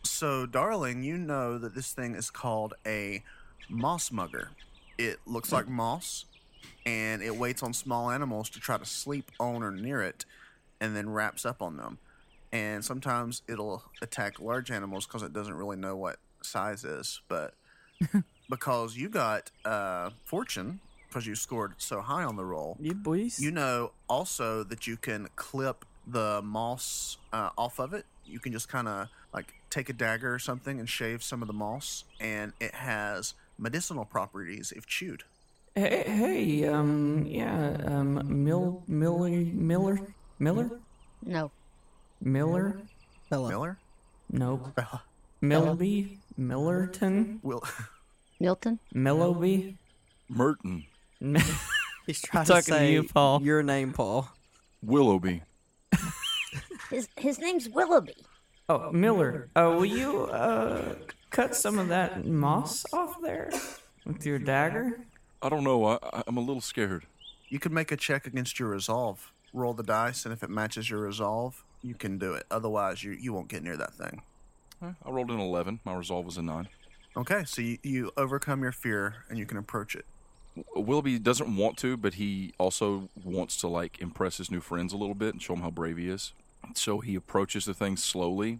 Speaker 5: So, darling, you know that this thing is called a moss mugger. It looks like moss, and it waits on small animals to try to sleep on or near it, and then wraps up on them. And sometimes it'll attack large animals because it doesn't really know what size is. But because you got uh, fortune, because you scored so high on the roll,
Speaker 1: you boys.
Speaker 5: you know also that you can clip the moss uh, off of it. You can just kind of like take a dagger or something and shave some of the moss, and it has medicinal properties if chewed.
Speaker 1: hey, hey, um, yeah, um, Mill, Miller, Miller, Miller,
Speaker 4: No.
Speaker 1: Miller.
Speaker 2: Hello.
Speaker 5: Miller,
Speaker 1: Nope.
Speaker 5: [laughs]
Speaker 1: Millaby, Millerton,
Speaker 5: will
Speaker 4: Milton?
Speaker 1: Millowby.
Speaker 3: Merton.
Speaker 2: He's trying to
Speaker 1: Talking to
Speaker 2: say
Speaker 1: you, Paul.
Speaker 2: your name, Paul.
Speaker 3: Willoughby.
Speaker 4: His, his name's Willoughby.
Speaker 1: Oh, Miller. Uh, will you uh cut some of that moss off there with your dagger?
Speaker 3: I don't know. I, I- I'm a little scared.
Speaker 5: [laughs] you can make a check against your resolve. Roll the dice, and if it matches your resolve, you can do it. Otherwise, you you won't get near that thing.
Speaker 3: Eh, I rolled an 11. My resolve was a 9.
Speaker 5: Okay, so you, you overcome your fear and you can approach it.
Speaker 3: W- Willoughby doesn't want to, but he also wants to like impress his new friends a little bit and show them how brave he is. So he approaches the thing slowly,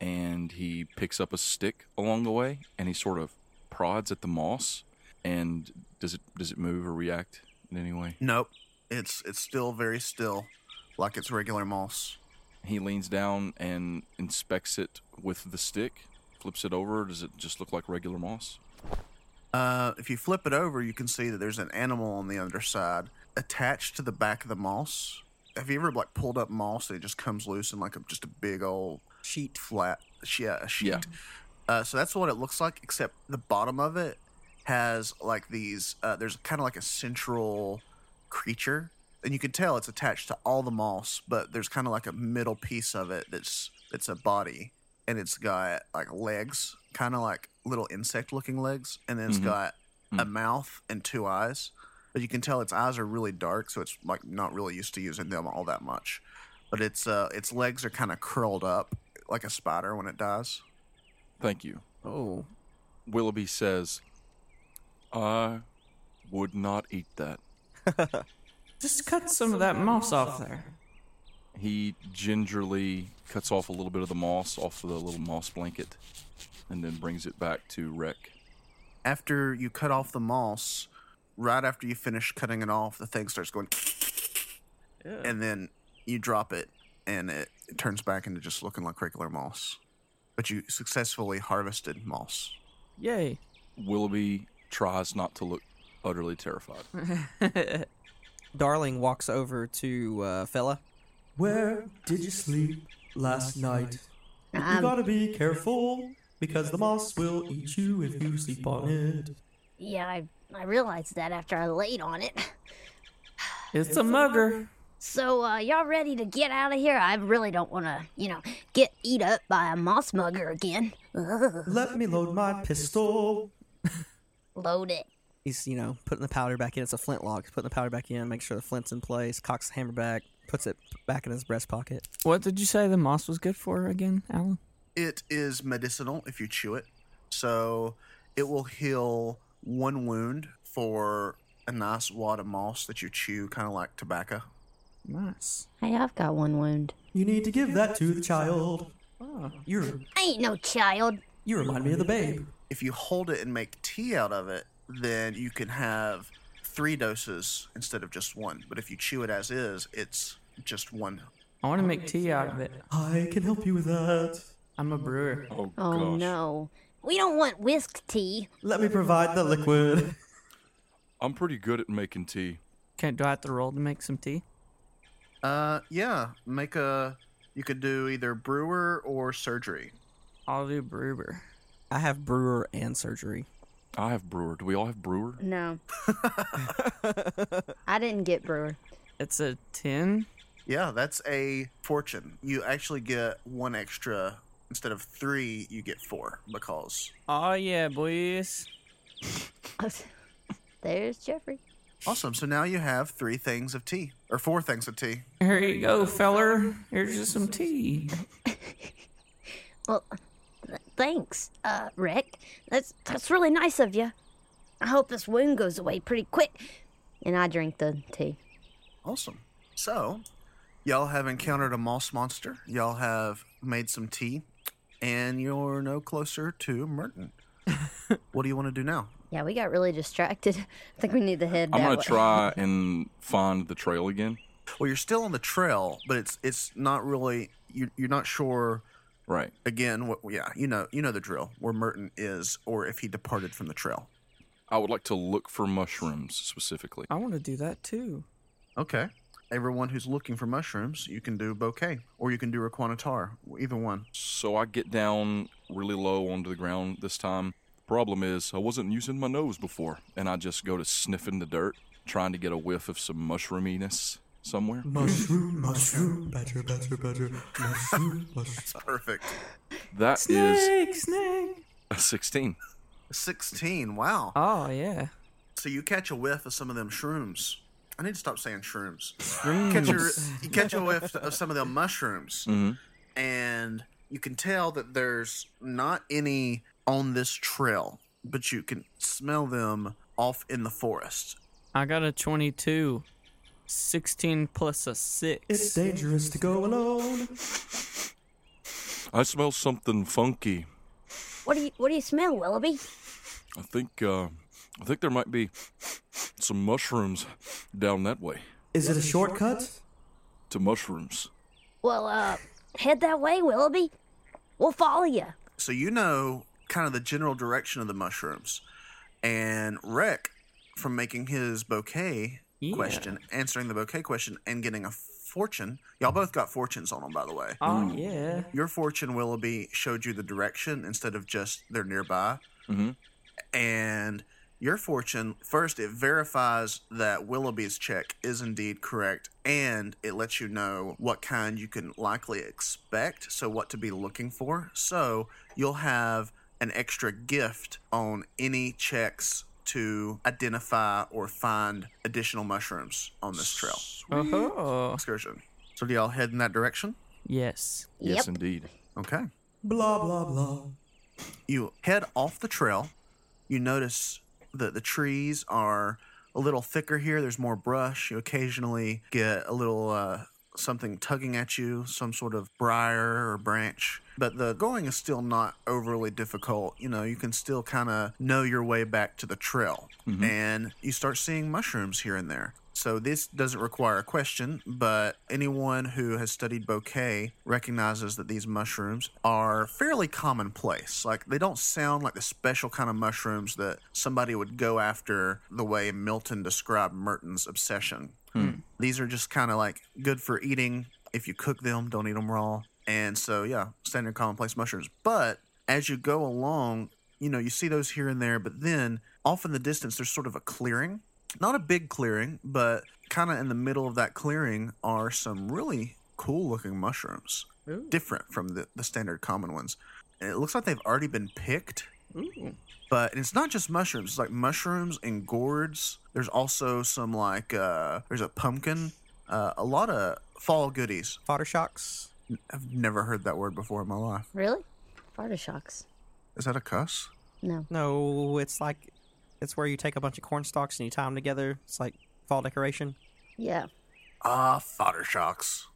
Speaker 3: and he picks up a stick along the way, and he sort of prods at the moss. And does it does it move or react in any way?
Speaker 5: Nope, it's it's still very still, like it's regular moss.
Speaker 3: He leans down and inspects it with the stick, flips it over. Does it just look like regular moss?
Speaker 5: Uh, if you flip it over, you can see that there's an animal on the underside attached to the back of the moss. Have you ever like pulled up moss and it just comes loose and like a, just a big old
Speaker 2: Sheet.
Speaker 5: flat she- yeah, a sheet?
Speaker 3: Yeah.
Speaker 5: Uh, so that's what it looks like, except the bottom of it has like these. Uh, there's kind of like a central creature, and you can tell it's attached to all the moss, but there's kind of like a middle piece of it that's that's a body, and it's got like legs, kind of like little insect-looking legs, and then it's
Speaker 3: Mhm.
Speaker 5: got a
Speaker 3: Mm.
Speaker 5: mouth and two eyes. But you can tell its eyes are really dark, so it's like not really used to using them all that much. But its uh, its legs are kind of curled up like a spider when it dies.
Speaker 3: Thank you.
Speaker 2: Oh.
Speaker 3: Willoughby says, I would not eat that.
Speaker 1: Just cut some of that moss off there.
Speaker 3: He gingerly cuts off a little bit of the moss off of the little moss blanket and then brings it back to Rec.
Speaker 5: after you cut off the moss, right after you finish cutting it off, the thing starts going, and then you drop it, and it, it turns back into just looking like regular moss. But you successfully harvested moss.
Speaker 1: Yay.
Speaker 3: Willoughby tries not to look utterly terrified.
Speaker 2: Darling walks over to uh, Fella.
Speaker 8: Where did you sleep last night? You
Speaker 4: Um,
Speaker 8: gotta be careful because the moss will eat you if you sleep on it.
Speaker 4: yeah, I, I realized that after I laid on it. [laughs]
Speaker 1: It's a mugger.
Speaker 4: So, uh, y'all ready to get out of here? I really don't want to, you know, get eat up by a moss mugger again. Ugh.
Speaker 8: Let me load my pistol.
Speaker 4: Load it.
Speaker 2: He's you know putting the powder back in. It's a flintlock. He's putting the powder back in. Make sure the flint's in place. Cocks the hammer back. Puts it back in his breast pocket.
Speaker 1: What did you say the moss was good for again, Alan?
Speaker 5: It is medicinal if you chew it. So It will heal one wound for a nice wad of moss that you chew, kind of like tobacco.
Speaker 1: Nice.
Speaker 4: Hey, I've got one wound.
Speaker 8: You need to give that to the child.
Speaker 2: You're,
Speaker 4: I ain't no child.
Speaker 2: you remind me of the babe.
Speaker 5: If you hold it and make tea out of it, then you can have three doses instead of just one. But if you chew it as is, it's just one.
Speaker 1: I want to make tea out of it.
Speaker 8: I can help you with that.
Speaker 1: I'm a brewer.
Speaker 3: Oh,
Speaker 4: Oh
Speaker 3: gosh.
Speaker 4: no. We don't want whisk tea.
Speaker 8: Let me provide the liquid.
Speaker 3: I'm pretty good at making tea.
Speaker 1: Can do I have to roll to make some tea?
Speaker 5: Uh, yeah, make a. You could do either brewer or surgery.
Speaker 1: [laughs] I'll do brewer.
Speaker 2: I have brewer and surgery.
Speaker 3: I have brewer. Do we all have brewer? [laughs]
Speaker 4: No. I didn't get brewer. [laughs]
Speaker 1: It's a ten.
Speaker 5: Yeah, that's a fortune. You actually get one extra instead of three. You get four because
Speaker 1: Oh yeah, boys.
Speaker 4: There's Jeffrey.
Speaker 5: awesome. So now you have three things of tea or four things of tea.
Speaker 1: Here you go, feller. Here's just some tea.
Speaker 4: Well, th- thanks, uh, Rick. That's that's really nice of you. I hope this wound goes away pretty quick. And I drink the tea.
Speaker 5: Awesome. So, y'all have encountered a moss monster. Y'all have made some tea, and you're no closer to Merton. what do you want to do now?
Speaker 4: Yeah, we got really distracted. [laughs] I think we need to head.
Speaker 3: I'm
Speaker 4: that
Speaker 3: gonna
Speaker 4: way.
Speaker 3: try and find the trail again.
Speaker 5: Well, you're still on the trail, but it's it's not really you you're not sure
Speaker 3: Right.
Speaker 5: again. What yeah you know you know the drill where Merton is or if he departed from the trail.
Speaker 3: I would like to look for mushrooms specifically.
Speaker 1: I want to do that too.
Speaker 5: Okay. Everyone who's looking for mushrooms, you can do bouquet or you can do requinatar, either one.
Speaker 3: So I get down really low onto the ground this time. Problem is, I wasn't using my nose before, and I just go to sniffing the dirt, trying to get a whiff of some mushroominess somewhere.
Speaker 8: Mushroom, mushroom, badger, badger, badger. Mushroom, mushroom.
Speaker 5: Perfect.
Speaker 3: That is
Speaker 1: Snake, snake.
Speaker 3: a 16.
Speaker 5: 16. Wow.
Speaker 1: Oh yeah.
Speaker 5: So you catch a whiff of some of them shrooms. I need to stop saying shrooms. You catch, a, you catch a whiff of some of them mushrooms, and you can tell that there's not any on this trail, but you can smell them off in the forest.
Speaker 1: I got a 22. 16 plus a 6.
Speaker 8: It's dangerous to go alone.
Speaker 3: I smell something funky.
Speaker 4: What do you What do you smell, Willoughby?
Speaker 3: I think uh, I think there might be some mushrooms down that way.
Speaker 8: Is it a shortcut?
Speaker 3: To mushrooms.
Speaker 4: Well, uh, head that way, Willoughby. We'll follow you.
Speaker 5: So you know kind of the general direction of the mushrooms. And Rec, from making his bouquet
Speaker 1: Yeah.
Speaker 5: question, answering the bouquet question, and getting a fortune, y'all both got fortunes on them, by the way.
Speaker 1: Oh, yeah.
Speaker 5: Your fortune, Willoughby, showed you the direction instead of just they're nearby.
Speaker 3: Mhm.
Speaker 5: And your fortune, first, it verifies that Willoughby's check is indeed correct, and it lets you know what kind you can likely expect, so what to be looking for. So you'll have an extra gift on any checks to identify or find additional mushrooms on this trail
Speaker 1: Oh,
Speaker 5: excursion. So do y'all head in that direction?
Speaker 1: yes.
Speaker 3: Yes,
Speaker 4: Yep.
Speaker 3: indeed.
Speaker 5: Okay.
Speaker 8: Blah, blah, blah.
Speaker 5: you head off the trail. You notice that the trees are a little thicker here. There's more brush. You occasionally get a little uh, something tugging at you, some sort of briar or branch. But the going is still not overly difficult. You know, you can still kind of know your way back to the trail. And you start seeing mushrooms here and there. So this doesn't require a question, but anyone who has studied bouquet recognizes that these mushrooms are fairly commonplace. Like they don't sound like the special kind of mushrooms that somebody would go after the way Milton described Merton's obsession. These are just kind of like good for eating. If you cook them, don't eat them raw. And so, yeah, standard commonplace mushrooms. But as you go along, you know, you see those here and there, but then off in the distance, there's sort of a clearing. Not a big clearing, but kind of in the middle of that clearing are some really cool looking mushrooms, different from the, the standard common ones. And it looks like they've already been picked but and it's not just mushrooms it's like mushrooms and gourds there's also some like uh there's a pumpkin uh, a lot of fall goodies
Speaker 2: Fodder shocks.
Speaker 5: i've never heard that word before in my life
Speaker 4: Really? Barter shocks.
Speaker 5: is that a cuss
Speaker 4: No.
Speaker 2: No, it's like it's where you take a bunch of corn stalks and you tie them together. It's like fall decoration.
Speaker 4: Yeah.
Speaker 5: Ah, fodder shocks.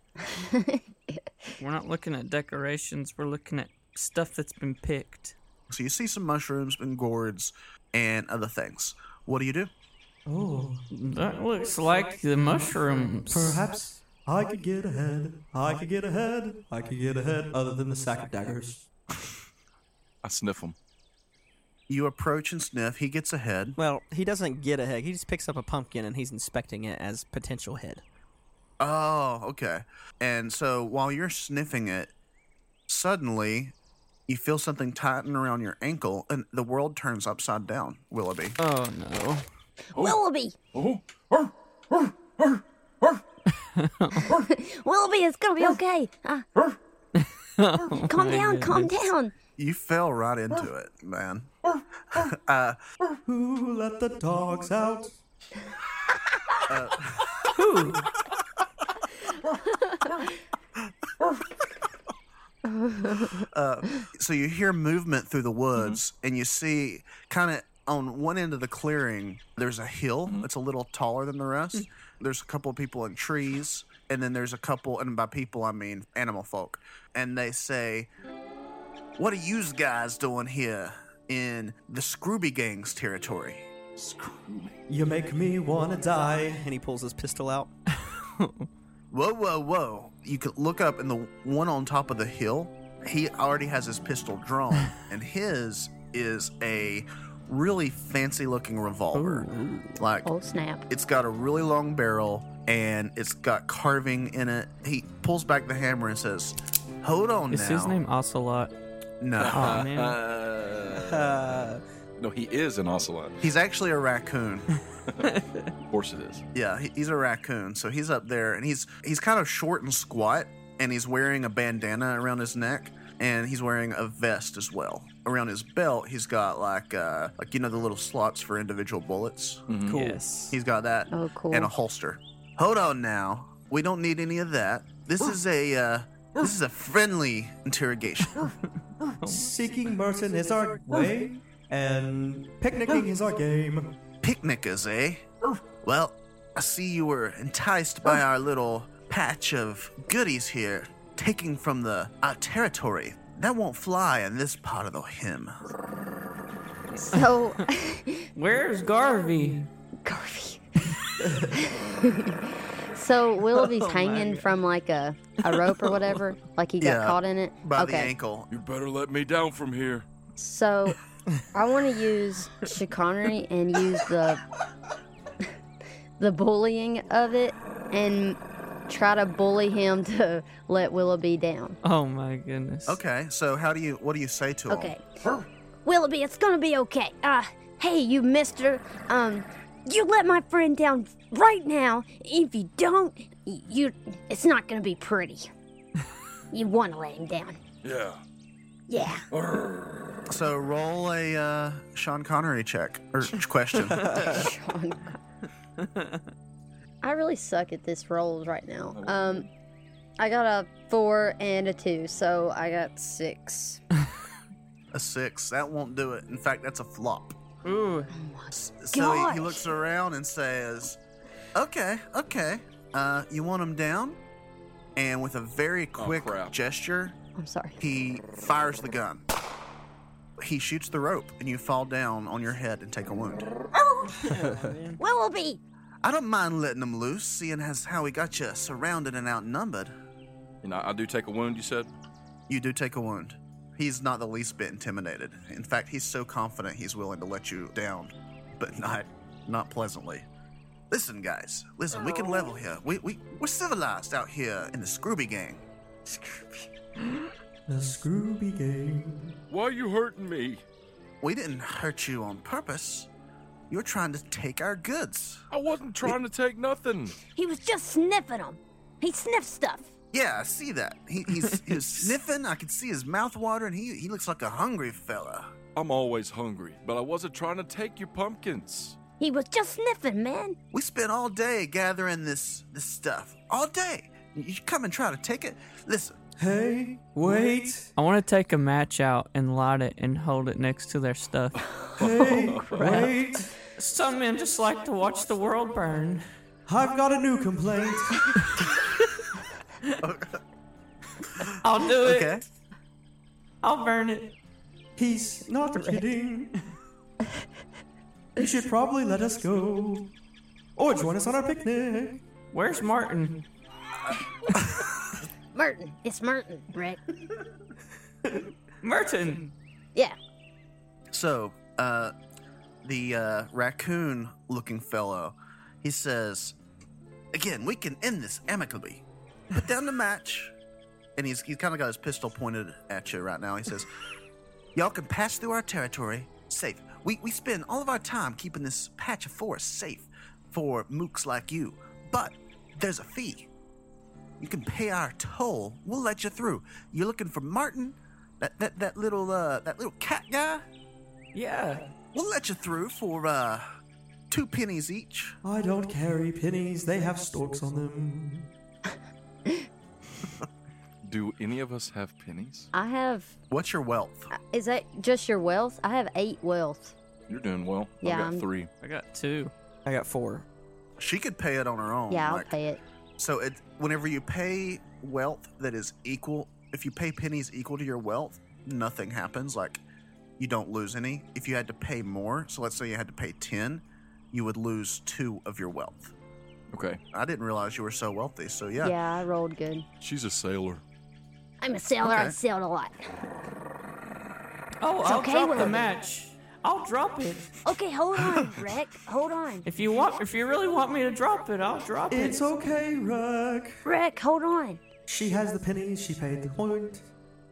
Speaker 1: We're not looking at decorations. We're looking at stuff that's been picked.
Speaker 5: So you see some mushrooms and gourds and other things. What do you do?
Speaker 8: Oh,
Speaker 1: That looks like the mushrooms.
Speaker 8: perhaps I could get ahead. I could get ahead. I could get ahead. Other than the sack of daggers.
Speaker 3: I sniff them.
Speaker 5: You approach and sniff. He gets ahead.
Speaker 2: Well, he doesn't get a head. He just picks up a pumpkin and he's inspecting it as potential head.
Speaker 5: Oh, okay. And so while you're sniffing it, suddenly you feel something tighten around your ankle, and the world turns upside down. Willoughby,
Speaker 1: Oh no.
Speaker 4: Willoughby! [laughs] Willoughby, it's gonna be okay. Ah. [laughs] calm down, calm down.
Speaker 5: you fell right into it, man.
Speaker 8: Who let the dogs out?
Speaker 5: So you hear movement through the woods, and you see kind of on one end of the clearing, there's a hill that's a little taller than the rest. There's a couple of people in trees, and then there's a couple, and by people, I mean animal folk. And they say, What are you guys doing here in the Scrooby Gang's territory?
Speaker 8: You make me wanna die.
Speaker 2: And he pulls his pistol out.
Speaker 5: Whoa, whoa, whoa. You could look up, and the one on top of the hill, he already has his pistol drawn,
Speaker 1: [laughs]
Speaker 5: and his is a really fancy looking revolver. Like,
Speaker 4: Oh snap.
Speaker 5: it's got a really long barrel and it's got carving in it. He pulls back the hammer and says, Hold on
Speaker 1: Is
Speaker 5: now.
Speaker 1: his name Ocelot?
Speaker 5: No.
Speaker 1: Oh
Speaker 3: ah,
Speaker 1: man.
Speaker 3: Uh, [laughs] no, he is an ocelot.
Speaker 5: He's actually a raccoon.
Speaker 3: Of course it is.
Speaker 5: Yeah, he- he's a raccoon. So he's up there and he's he's kind of short and squat and he's wearing a bandana around his neck and he's wearing a vest as well. Around his belt, he's got like uh like you know the little slots for individual bullets.
Speaker 2: Mm-hmm.
Speaker 1: Cool. Yes.
Speaker 5: He's got that
Speaker 4: Oh, cool.
Speaker 5: and a holster. Hold on now. We don't need any of that. This is a uh, this is a friendly interrogation.
Speaker 8: Seeking Merton is our way, and picnicking is our game.
Speaker 5: Picnickers, eh?
Speaker 4: Oh.
Speaker 5: Well, I see you were enticed by our little patch of goodies here, taking from the our territory. That won't fly in this part of the hymn.
Speaker 4: So [laughs]
Speaker 1: Where's Garvey?
Speaker 4: Garvey. [laughs]
Speaker 5: [laughs]
Speaker 4: so Willoughby's
Speaker 5: Oh
Speaker 4: hanging from like a, a rope or whatever. Like he got
Speaker 5: Yeah,
Speaker 4: caught in it.
Speaker 5: By
Speaker 4: okay.
Speaker 5: the ankle.
Speaker 3: You better let me down from here.
Speaker 4: So I want to use chicanery and use the the bullying of it and try to bully him to let Willoughby down.
Speaker 1: Oh my goodness.
Speaker 5: Okay, so how do you what do you say to
Speaker 4: Okay. [laughs]
Speaker 5: him?
Speaker 4: Willoughby, it's gonna be okay. Uh, hey, you mister. Um, you let my friend down right now. If you don't, y- you, it's not gonna be pretty. you wanna let him down.
Speaker 3: Yeah.
Speaker 4: Yeah.
Speaker 5: So roll a uh, Sean Connery check
Speaker 4: [laughs]
Speaker 5: or question.
Speaker 4: Sean. I really suck at this rolls right now. Um, I got a four and a two, so I got six.
Speaker 5: A six. That won't do it. In fact, that's a flop.
Speaker 1: Ooh.
Speaker 5: So he,
Speaker 4: Gosh.
Speaker 5: he looks around and says, "Okay, okay. Uh, you want him down?" And with a very quick
Speaker 3: crap.
Speaker 5: gesture,
Speaker 4: I'm sorry.
Speaker 5: he fires the gun. He shoots the rope, and you fall down on your head and take a wound.
Speaker 4: Willoughby,
Speaker 5: I don't mind letting him loose, seeing as how he got you surrounded and outnumbered.
Speaker 3: And I, I do take a wound, you said?
Speaker 5: You do take a wound. He's not the least bit intimidated. In fact, he's so confident he's willing to let you down, but not not pleasantly. Listen, guys. Listen, we can level here. We we we're civilized out here in the Scrooby gang.
Speaker 8: The Scrooby game.
Speaker 3: Why are you hurting me?
Speaker 5: We didn't hurt you on purpose. You're trying to take our goods.
Speaker 3: I wasn't trying to take nothing.
Speaker 4: he was just sniffing him. He sniffed stuff.
Speaker 5: Yeah, I see that. He, he's, he's sniffing. I can see his mouth watering. He he looks like a hungry fella.
Speaker 3: I'm always hungry, but I wasn't trying to take your pumpkins.
Speaker 4: He was just sniffing, man.
Speaker 5: We spent all day gathering this this stuff. All day. You come and try to take it. Listen,
Speaker 8: Hey, wait.
Speaker 1: I want to take a match out and light it and hold it next to
Speaker 8: [laughs]
Speaker 1: their stuff.
Speaker 8: Hey, wait.
Speaker 1: Some men just like to watch the world burn.
Speaker 8: I've got a new complaint.
Speaker 1: [laughs] I'll do it.
Speaker 5: Okay.
Speaker 1: I'll burn it.
Speaker 8: He's not
Speaker 1: [laughs]
Speaker 8: kidding. You should probably let us go. Or join us on our picnic.
Speaker 1: Where's Martin?
Speaker 4: Merton. It's Merton, right?
Speaker 1: Merton.
Speaker 4: [laughs] Yeah.
Speaker 5: So, uh, the uh, raccoon looking fellow, he says, Again, we can end this amicably. Put down the match. And he's, he's kind of got his pistol pointed at you right now. He says, [laughs] Y'all can pass through our territory safe. We, we spend all of our time keeping this patch of forest safe for mooks like you. But there's a fee. You can pay our toll. We'll let you through. You're looking for Martin, that, that, that little uh, that little cat guy.
Speaker 1: Yeah.
Speaker 5: We'll let you through for uh two pennies each.
Speaker 8: I don't carry pennies, they have storks on them.
Speaker 3: Do any of us have pennies?
Speaker 4: I have.
Speaker 5: What's your wealth?
Speaker 4: Is that just your wealth? I have eight wealth.
Speaker 3: You're doing well.
Speaker 4: Yeah,
Speaker 3: I've got
Speaker 4: I'm-
Speaker 3: three.
Speaker 1: I got two.
Speaker 2: I got four.
Speaker 5: She could pay it on her own.
Speaker 4: yeah, I'll
Speaker 5: like-
Speaker 4: pay it.
Speaker 5: So it whenever you pay wealth that is equal, if you pay pennies equal to your wealth, nothing happens. Like you don't lose any. If you had to pay more, so let's say you had to pay ten, you would lose two of your wealth.
Speaker 3: Okay.
Speaker 5: I didn't realize you were so wealthy. So yeah,
Speaker 4: Yeah. I rolled good.
Speaker 3: She's a sailor.
Speaker 4: I'm a sailor. I
Speaker 5: Okay.
Speaker 4: sailed a lot.
Speaker 1: Oh,
Speaker 4: It's
Speaker 1: I'll
Speaker 4: okay,
Speaker 1: drop the
Speaker 4: Willoughby.
Speaker 1: match. I'll drop it.
Speaker 4: Okay, hold on, Rick. Hold on.
Speaker 1: If you want, if you really want me to drop it, I'll drop it.
Speaker 8: It's okay, Rick.
Speaker 4: Rick, hold on.
Speaker 8: She has the pennies, she paid the point.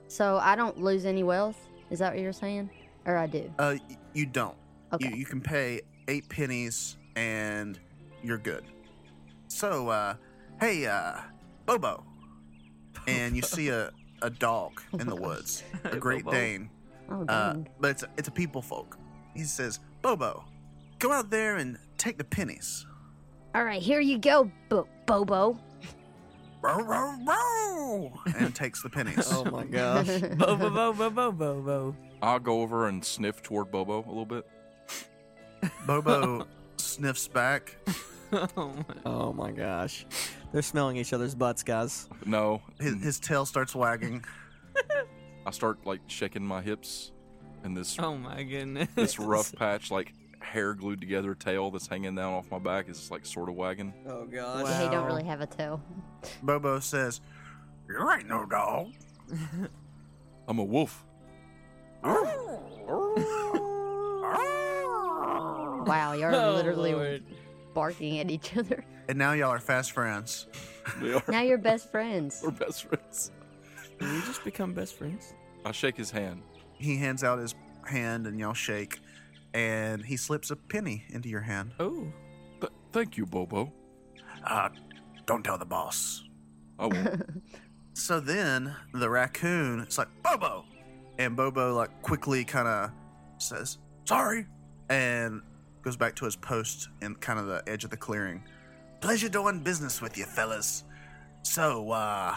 Speaker 4: So I don't lose any wealth? Is that what you're saying? Or I do?
Speaker 5: uh, y- you don't.
Speaker 4: Okay.
Speaker 5: You, you can pay eight pennies and you're good. So, uh, hey, uh, Bobo. And you see
Speaker 4: [laughs]
Speaker 5: a, a dog in the woods, a Great
Speaker 1: Bobo.
Speaker 5: Dane.
Speaker 4: Oh,
Speaker 5: Uh,
Speaker 4: dang.
Speaker 5: but it's, it's a people folk. He says, Bobo, go out there and take the pennies.
Speaker 4: All right, here you go, Bo- Bobo.
Speaker 5: Row, row, row, and takes the
Speaker 4: [laughs]
Speaker 5: pennies.
Speaker 2: Oh my gosh.
Speaker 8: [laughs]
Speaker 1: bo bo bo bo bo bo bo.
Speaker 3: I'll go over and sniff toward Bobo a little bit.
Speaker 4: [laughs]
Speaker 5: Bobo sniffs back.
Speaker 2: Oh my gosh. They're smelling each other's butts, guys.
Speaker 3: No.
Speaker 5: His, his tail starts wagging.
Speaker 3: I start like shaking my hips and this
Speaker 1: Oh my goodness.
Speaker 8: [laughs]
Speaker 3: this rough patch, like hair glued together tail that's hanging down off my back is like sort of wagging.
Speaker 2: Oh gosh.
Speaker 4: Yeah, he don't really have a tail.
Speaker 5: Bobo says, You ain't no dog.
Speaker 3: I'm a wolf. [laughs]
Speaker 4: Wow, y'all are
Speaker 1: Oh,
Speaker 4: literally
Speaker 1: Lord.
Speaker 4: barking at each other. [laughs]
Speaker 5: And now y'all are fast friends.
Speaker 3: We are
Speaker 4: Now you're best friends.
Speaker 3: we're best friends.
Speaker 1: Did we just become best friends?
Speaker 3: I shake his hand.
Speaker 5: He hands out his hand and y'all shake, and he slips a penny into your hand.
Speaker 1: Oh.
Speaker 3: Th- thank you, Bobo.
Speaker 5: Uh, don't tell the boss.
Speaker 3: I won't.
Speaker 5: So then the raccoon is like, Bobo! And Bobo, like, quickly kind of says, Sorry! And goes back to his post in kind of the edge of the clearing. Pleasure doing business with you, fellas. So, uh,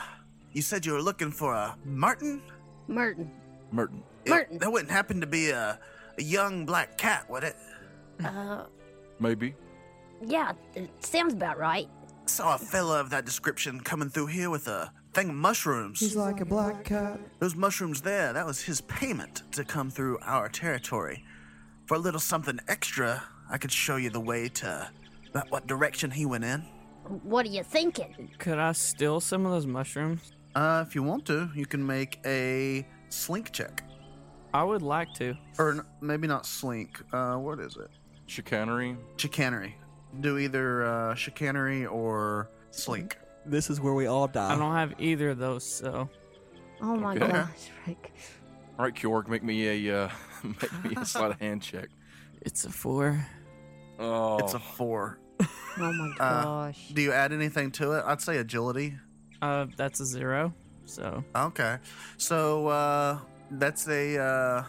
Speaker 5: you said you were looking for a Martin?
Speaker 4: Merton.
Speaker 3: Merton.
Speaker 5: It-
Speaker 4: Martin.
Speaker 5: that wouldn't happen to be a, a young black cat, would it?
Speaker 4: Uh,
Speaker 3: Maybe.
Speaker 4: yeah, it sounds about right.
Speaker 5: saw a fella of that description coming through here with a thing of
Speaker 8: He's
Speaker 5: mushrooms.
Speaker 8: like a black cat.
Speaker 5: Those mushrooms there, that was his payment to come through our territory. For a little something extra, I could show you the way to that, what direction he went in.
Speaker 4: What are you thinking?
Speaker 1: Could I steal some of those mushrooms?
Speaker 5: Uh, if you want to, you can make a slink check.
Speaker 1: I would like to.
Speaker 5: Or n- maybe not slink. Uh, what is it?
Speaker 3: Chicanery.
Speaker 5: Chicanery. Do either uh, chicanery or slink.
Speaker 2: This is where we all die.
Speaker 1: I don't have either of those, so
Speaker 4: Oh my
Speaker 3: Okay.
Speaker 4: gosh, Rick.
Speaker 3: All right, Kjorg, make me a uh, [laughs] make me a sleight of hand check.
Speaker 1: it's a four.
Speaker 3: [laughs] Oh,
Speaker 5: It's a four.
Speaker 4: Oh my
Speaker 5: Uh,
Speaker 4: gosh.
Speaker 5: Do you add anything to it? I'd say agility.
Speaker 1: Uh, that's a zero. So
Speaker 5: Okay. So uh that's a uh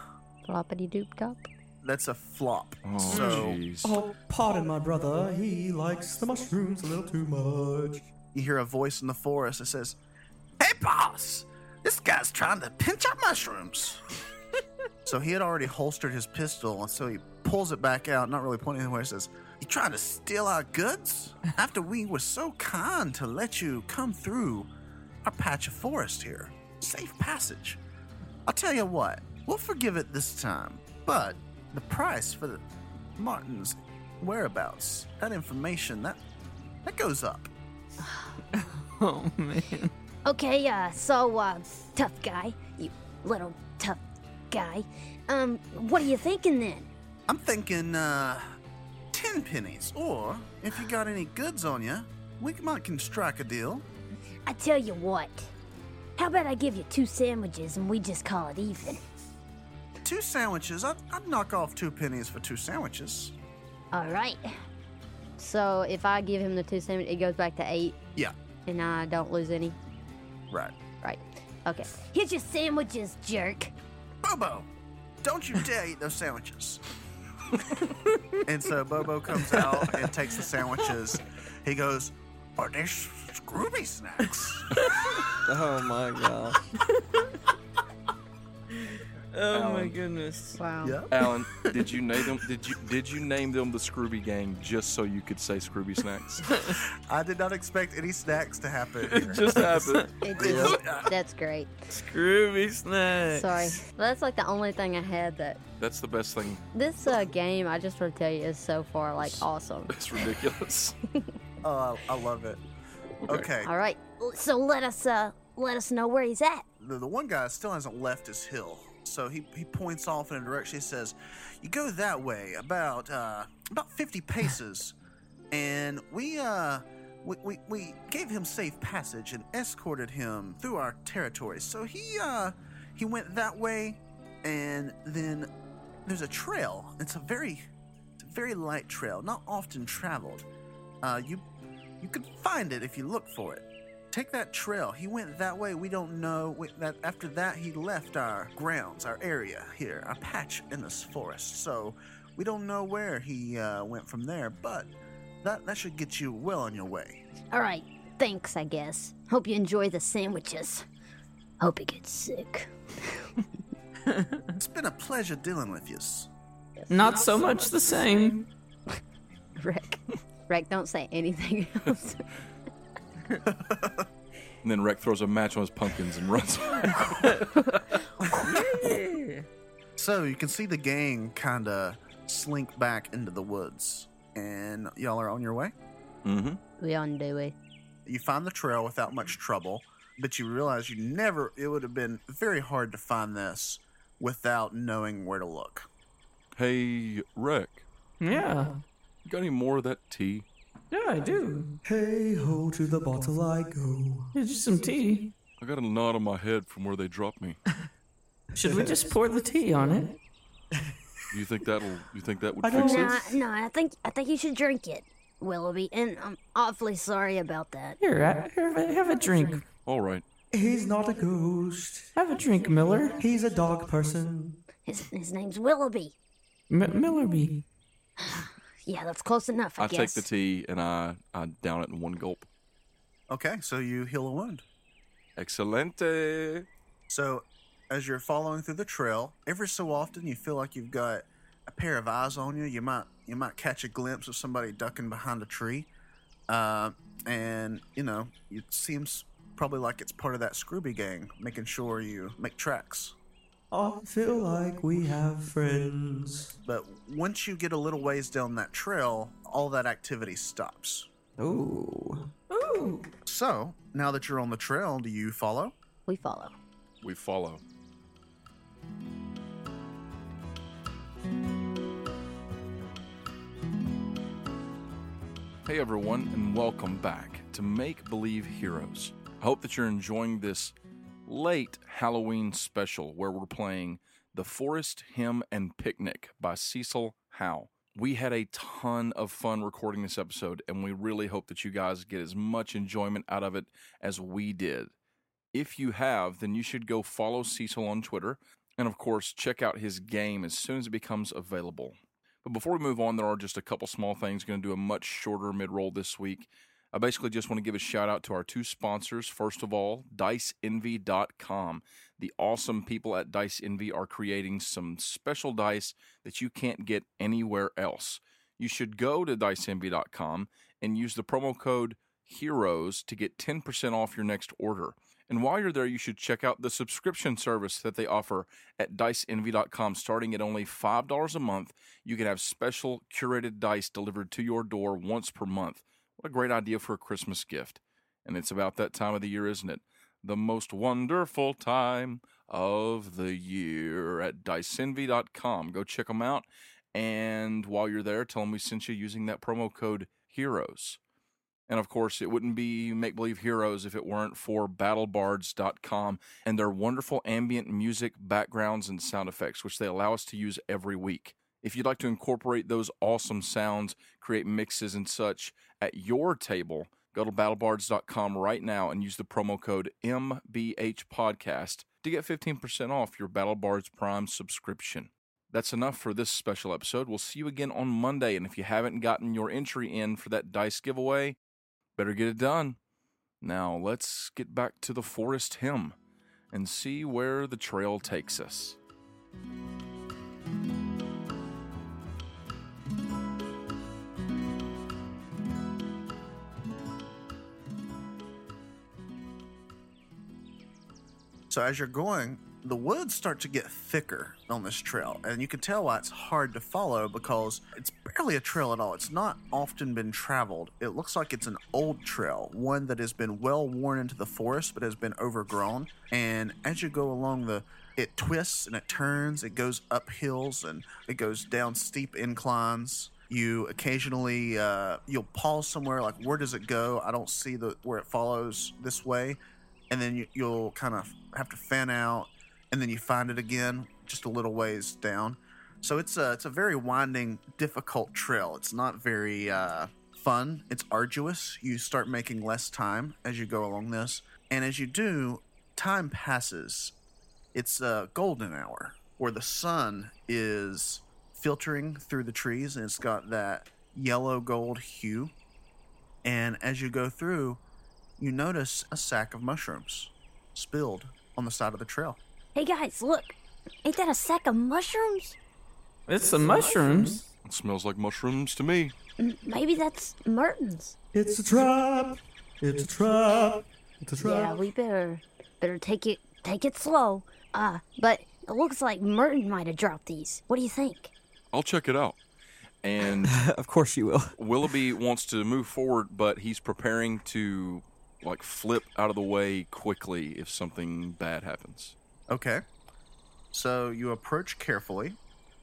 Speaker 4: Floppity doop dop.
Speaker 5: that's a flop.
Speaker 3: oh,
Speaker 5: so
Speaker 3: jeez.
Speaker 8: Oh, pardon my brother, he likes the mushrooms a little too much.
Speaker 5: you hear a voice in the forest that says, "Hey boss, This guy's trying to pinch our mushrooms. so he had already holstered his pistol, and so he pulls it back out, not really pointing anywhere, says, You trying to steal our goods? After we were so kind to let you come through our patch of forest here. Safe passage. I'll tell you what, we'll forgive it this time, but the price for the Martin's whereabouts, that information, that that goes up.
Speaker 1: Oh man.
Speaker 4: Okay, uh, so, uh, tough guy, you little tough guy. Um, what are you thinking then?
Speaker 5: I'm thinking uh, ten pennies, or if you got any goods on you, we might can strike a deal.
Speaker 4: I tell you what. How about I give you two sandwiches and we just call it even?
Speaker 5: Two sandwiches, I'd, I'd knock off two pennies for two sandwiches.
Speaker 4: All right.
Speaker 6: So if I give him the two sandwich, it goes back to eight,
Speaker 5: Yeah,
Speaker 6: and I don't lose any.
Speaker 5: right.
Speaker 6: Right. Okay.
Speaker 4: Here's your sandwiches, jerk.
Speaker 5: Bobo, don't you dare eat those sandwiches. and so Bobo comes out and takes the sandwiches. He goes, Are they sh- Scrooby snacks?
Speaker 2: Oh my god.
Speaker 8: [laughs]
Speaker 1: Oh my goodness.
Speaker 6: Wow.
Speaker 5: yeah.
Speaker 3: Alan, did [laughs] you name them? Did you did you name them the Scrooby Gang just so you could say Scrooby [laughs] Snacks?
Speaker 5: I did not expect any snacks to happen. Here.
Speaker 1: Just happened.
Speaker 6: It just, that's great.
Speaker 1: Scrooby snacks.
Speaker 6: Sorry. That's like the only thing I had that
Speaker 3: That's the best thing.
Speaker 6: this uh, game. I just want to tell you is so far like awesome.
Speaker 3: That's ridiculous. [laughs]
Speaker 5: oh, I, I love it. Okay.
Speaker 6: All right.
Speaker 4: L- So let us, uh, let us know where he's at.
Speaker 5: The, the one guy still hasn't left his hill. So he, he points off in a direction. He says, You go that way about uh, about 50 paces. and we, uh, we, we, we gave him safe passage and escorted him through our territory. So he, uh, he went that way. And then there's a trail. It's a very, it's a very light trail, not often traveled. Uh, you, you can find it if you look for it. Take that trail. He went that way. We don't know we, that after that he left our grounds, our area here, our patch in this forest. So we don't know where he uh, went from there, but that that should get you well on your way.
Speaker 4: All right. Thanks, I guess. Hope you enjoy the sandwiches. Hope he gets sick. [laughs]
Speaker 5: It's been a pleasure dealing with you.
Speaker 1: Not so much the same.
Speaker 6: Rick. Rick, don't say
Speaker 4: [laughs]
Speaker 6: anything else.
Speaker 3: and then Rick throws a match on his pumpkins and [laughs] runs. away.
Speaker 5: So you can see the gang kind of slink back into the woods, and y'all are on your way.
Speaker 3: Mm-hmm.
Speaker 6: we undo it.
Speaker 5: You find the trail without much trouble, but you realize you never. It would have been very hard to find this without knowing where to look.
Speaker 3: hey, Rick,
Speaker 1: Yeah.
Speaker 3: you got any more of that tea?
Speaker 1: Yeah, I do.
Speaker 8: Hey ho, to the bottle I go.
Speaker 1: Here's just some tea.
Speaker 3: I got a knot on my head from where they dropped me.
Speaker 1: Should we just pour the tea on it?
Speaker 3: You think that'll? You think that would
Speaker 8: I don't
Speaker 3: fix
Speaker 4: No,
Speaker 3: it?
Speaker 8: Yes.
Speaker 4: Uh, no, I think I think you should drink it, Willoughby. And I'm awfully sorry about that.
Speaker 1: Here, I- here, have a- have a drink.
Speaker 3: All right.
Speaker 8: He's not a ghost.
Speaker 1: Have a drink, Miller.
Speaker 8: He's a dog person.
Speaker 4: His his name's Willoughby.
Speaker 1: M- Millerby.
Speaker 4: Yeah, that's close enough. I,
Speaker 3: I take
Speaker 4: guess.
Speaker 3: the tea and I I down it in one gulp.
Speaker 5: Okay, so you heal a wound.
Speaker 3: Excelente.
Speaker 5: So, as you're following through the trail, every so often you feel like you've got a pair of eyes on you. You might you might catch a glimpse of somebody ducking behind a tree, uh, and you know it seems probably like it's part of that Scrooby gang, making sure you make tracks.
Speaker 8: I feel like we have friends.
Speaker 5: But once you get a little ways down that trail, all that activity stops.
Speaker 2: Ooh. [laughs]
Speaker 1: Ooh.
Speaker 5: So now that you're on the trail, do you follow?
Speaker 6: We follow.
Speaker 3: We follow. Hey everyone, and welcome back to Make Believe Heroes. I hope that you're enjoying this late Halloween special where we're playing The Forest Hymn and Picnic by Cecil Howe. We had a ton of fun recording this episode, and we really hope that you guys get as much enjoyment out of it as we did. If you have, then you should go follow Cecil on Twitter and, of course, check out his game as soon as it becomes available. But before we move on, there are just a couple small things. Going to do a much shorter mid roll this week. I basically just want to give a shout out to our two sponsors. First of all, diceenvy.com. The awesome people at Dice Envy are creating some special dice that you can't get anywhere else. You should go to diceenvy.com and use the promo code HEROES to get 10% off your next order. And while you're there, you should check out the subscription service that they offer at diceenvy.com. Starting at only $5 a month, you can have special curated dice delivered to your door once per month. What a great idea for a Christmas gift. And it's about that time of the year, isn't it? The most wonderful time of the year at diceenvy.com. Go check them out. And while you're there, tell them we sent you using that promo code HEROES. And of course, it wouldn't be Make Believe Heroes if it weren't for battlebards.com and their wonderful ambient music, backgrounds, and sound effects, which they allow us to use every week. If you'd like to incorporate those awesome sounds, create mixes and such at your table, go to battlebards.com right now and use the promo code MBHPodcast to get 15% off your BattleBards Prime subscription. That's enough for this special episode. We'll see you again on Monday. And if you haven't gotten your entry in for that dice giveaway, better get it done. Now let's get back to the forest hymn and see where the trail takes us.
Speaker 5: So as you're going, the woods start to get thicker on this trail, and you can tell why it's hard to follow because it's barely a trail at all. It's not often been traveled. It looks like it's an old trail, one that has been well worn into the forest but has been overgrown. And as you go along the it twists and it turns, it goes up hills and it goes down steep inclines. You occasionally uh, you'll pause somewhere like where does it go? I don't see the where it follows this way. And then you, you'll kind of have to fan out and then you find it again just a little ways down. So it's a it's a very winding, difficult trail. It's not very uh, fun. It's arduous. You start making less time as you go along this, and as you do, time passes. It's uh, golden hour where the sun is filtering through the trees, and it's got that yellow gold hue. And as you go through, you notice a sack of mushrooms spilled on the side of the trail.
Speaker 4: Hey guys, look. Ain't that a sack of mushrooms?
Speaker 1: It's some mushrooms.
Speaker 3: It smells like mushrooms to me.
Speaker 4: M- Maybe that's Merton's.
Speaker 8: It's a trap. It's a trap. It's a
Speaker 4: Yeah,
Speaker 8: trap.
Speaker 4: we better better take it take it slow. Uh, but it looks like Merton might have dropped these. What do you think?
Speaker 3: I'll check it out. [laughs] And
Speaker 2: of course you will.
Speaker 3: Willoughby wants to move forward, but he's preparing to like flip out of the way quickly if something bad happens.
Speaker 5: Okay. So you approach carefully.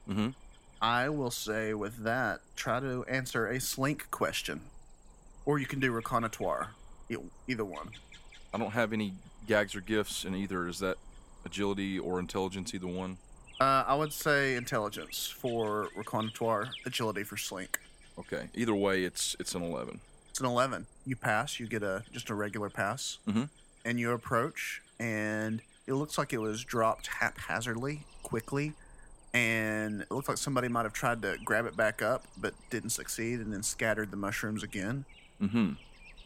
Speaker 3: Mhm.
Speaker 5: I will say with that, try to answer a slink question, or you can do reconnatoire. E- Either one.
Speaker 3: I don't have any gags or gifts in either. Is that agility or intelligence? Either one.
Speaker 5: Uh, I would say intelligence for reconnatoire, agility for slink.
Speaker 3: Okay. Either way, it's it's an eleven.
Speaker 5: It's an eleven. You pass. You get a just a regular pass,
Speaker 3: Mhm.
Speaker 5: and you approach, and it looks like it was dropped haphazardly, quickly, and it looked like somebody might have tried to grab it back up, but didn't succeed, and then scattered the mushrooms again.
Speaker 3: Mm-hmm.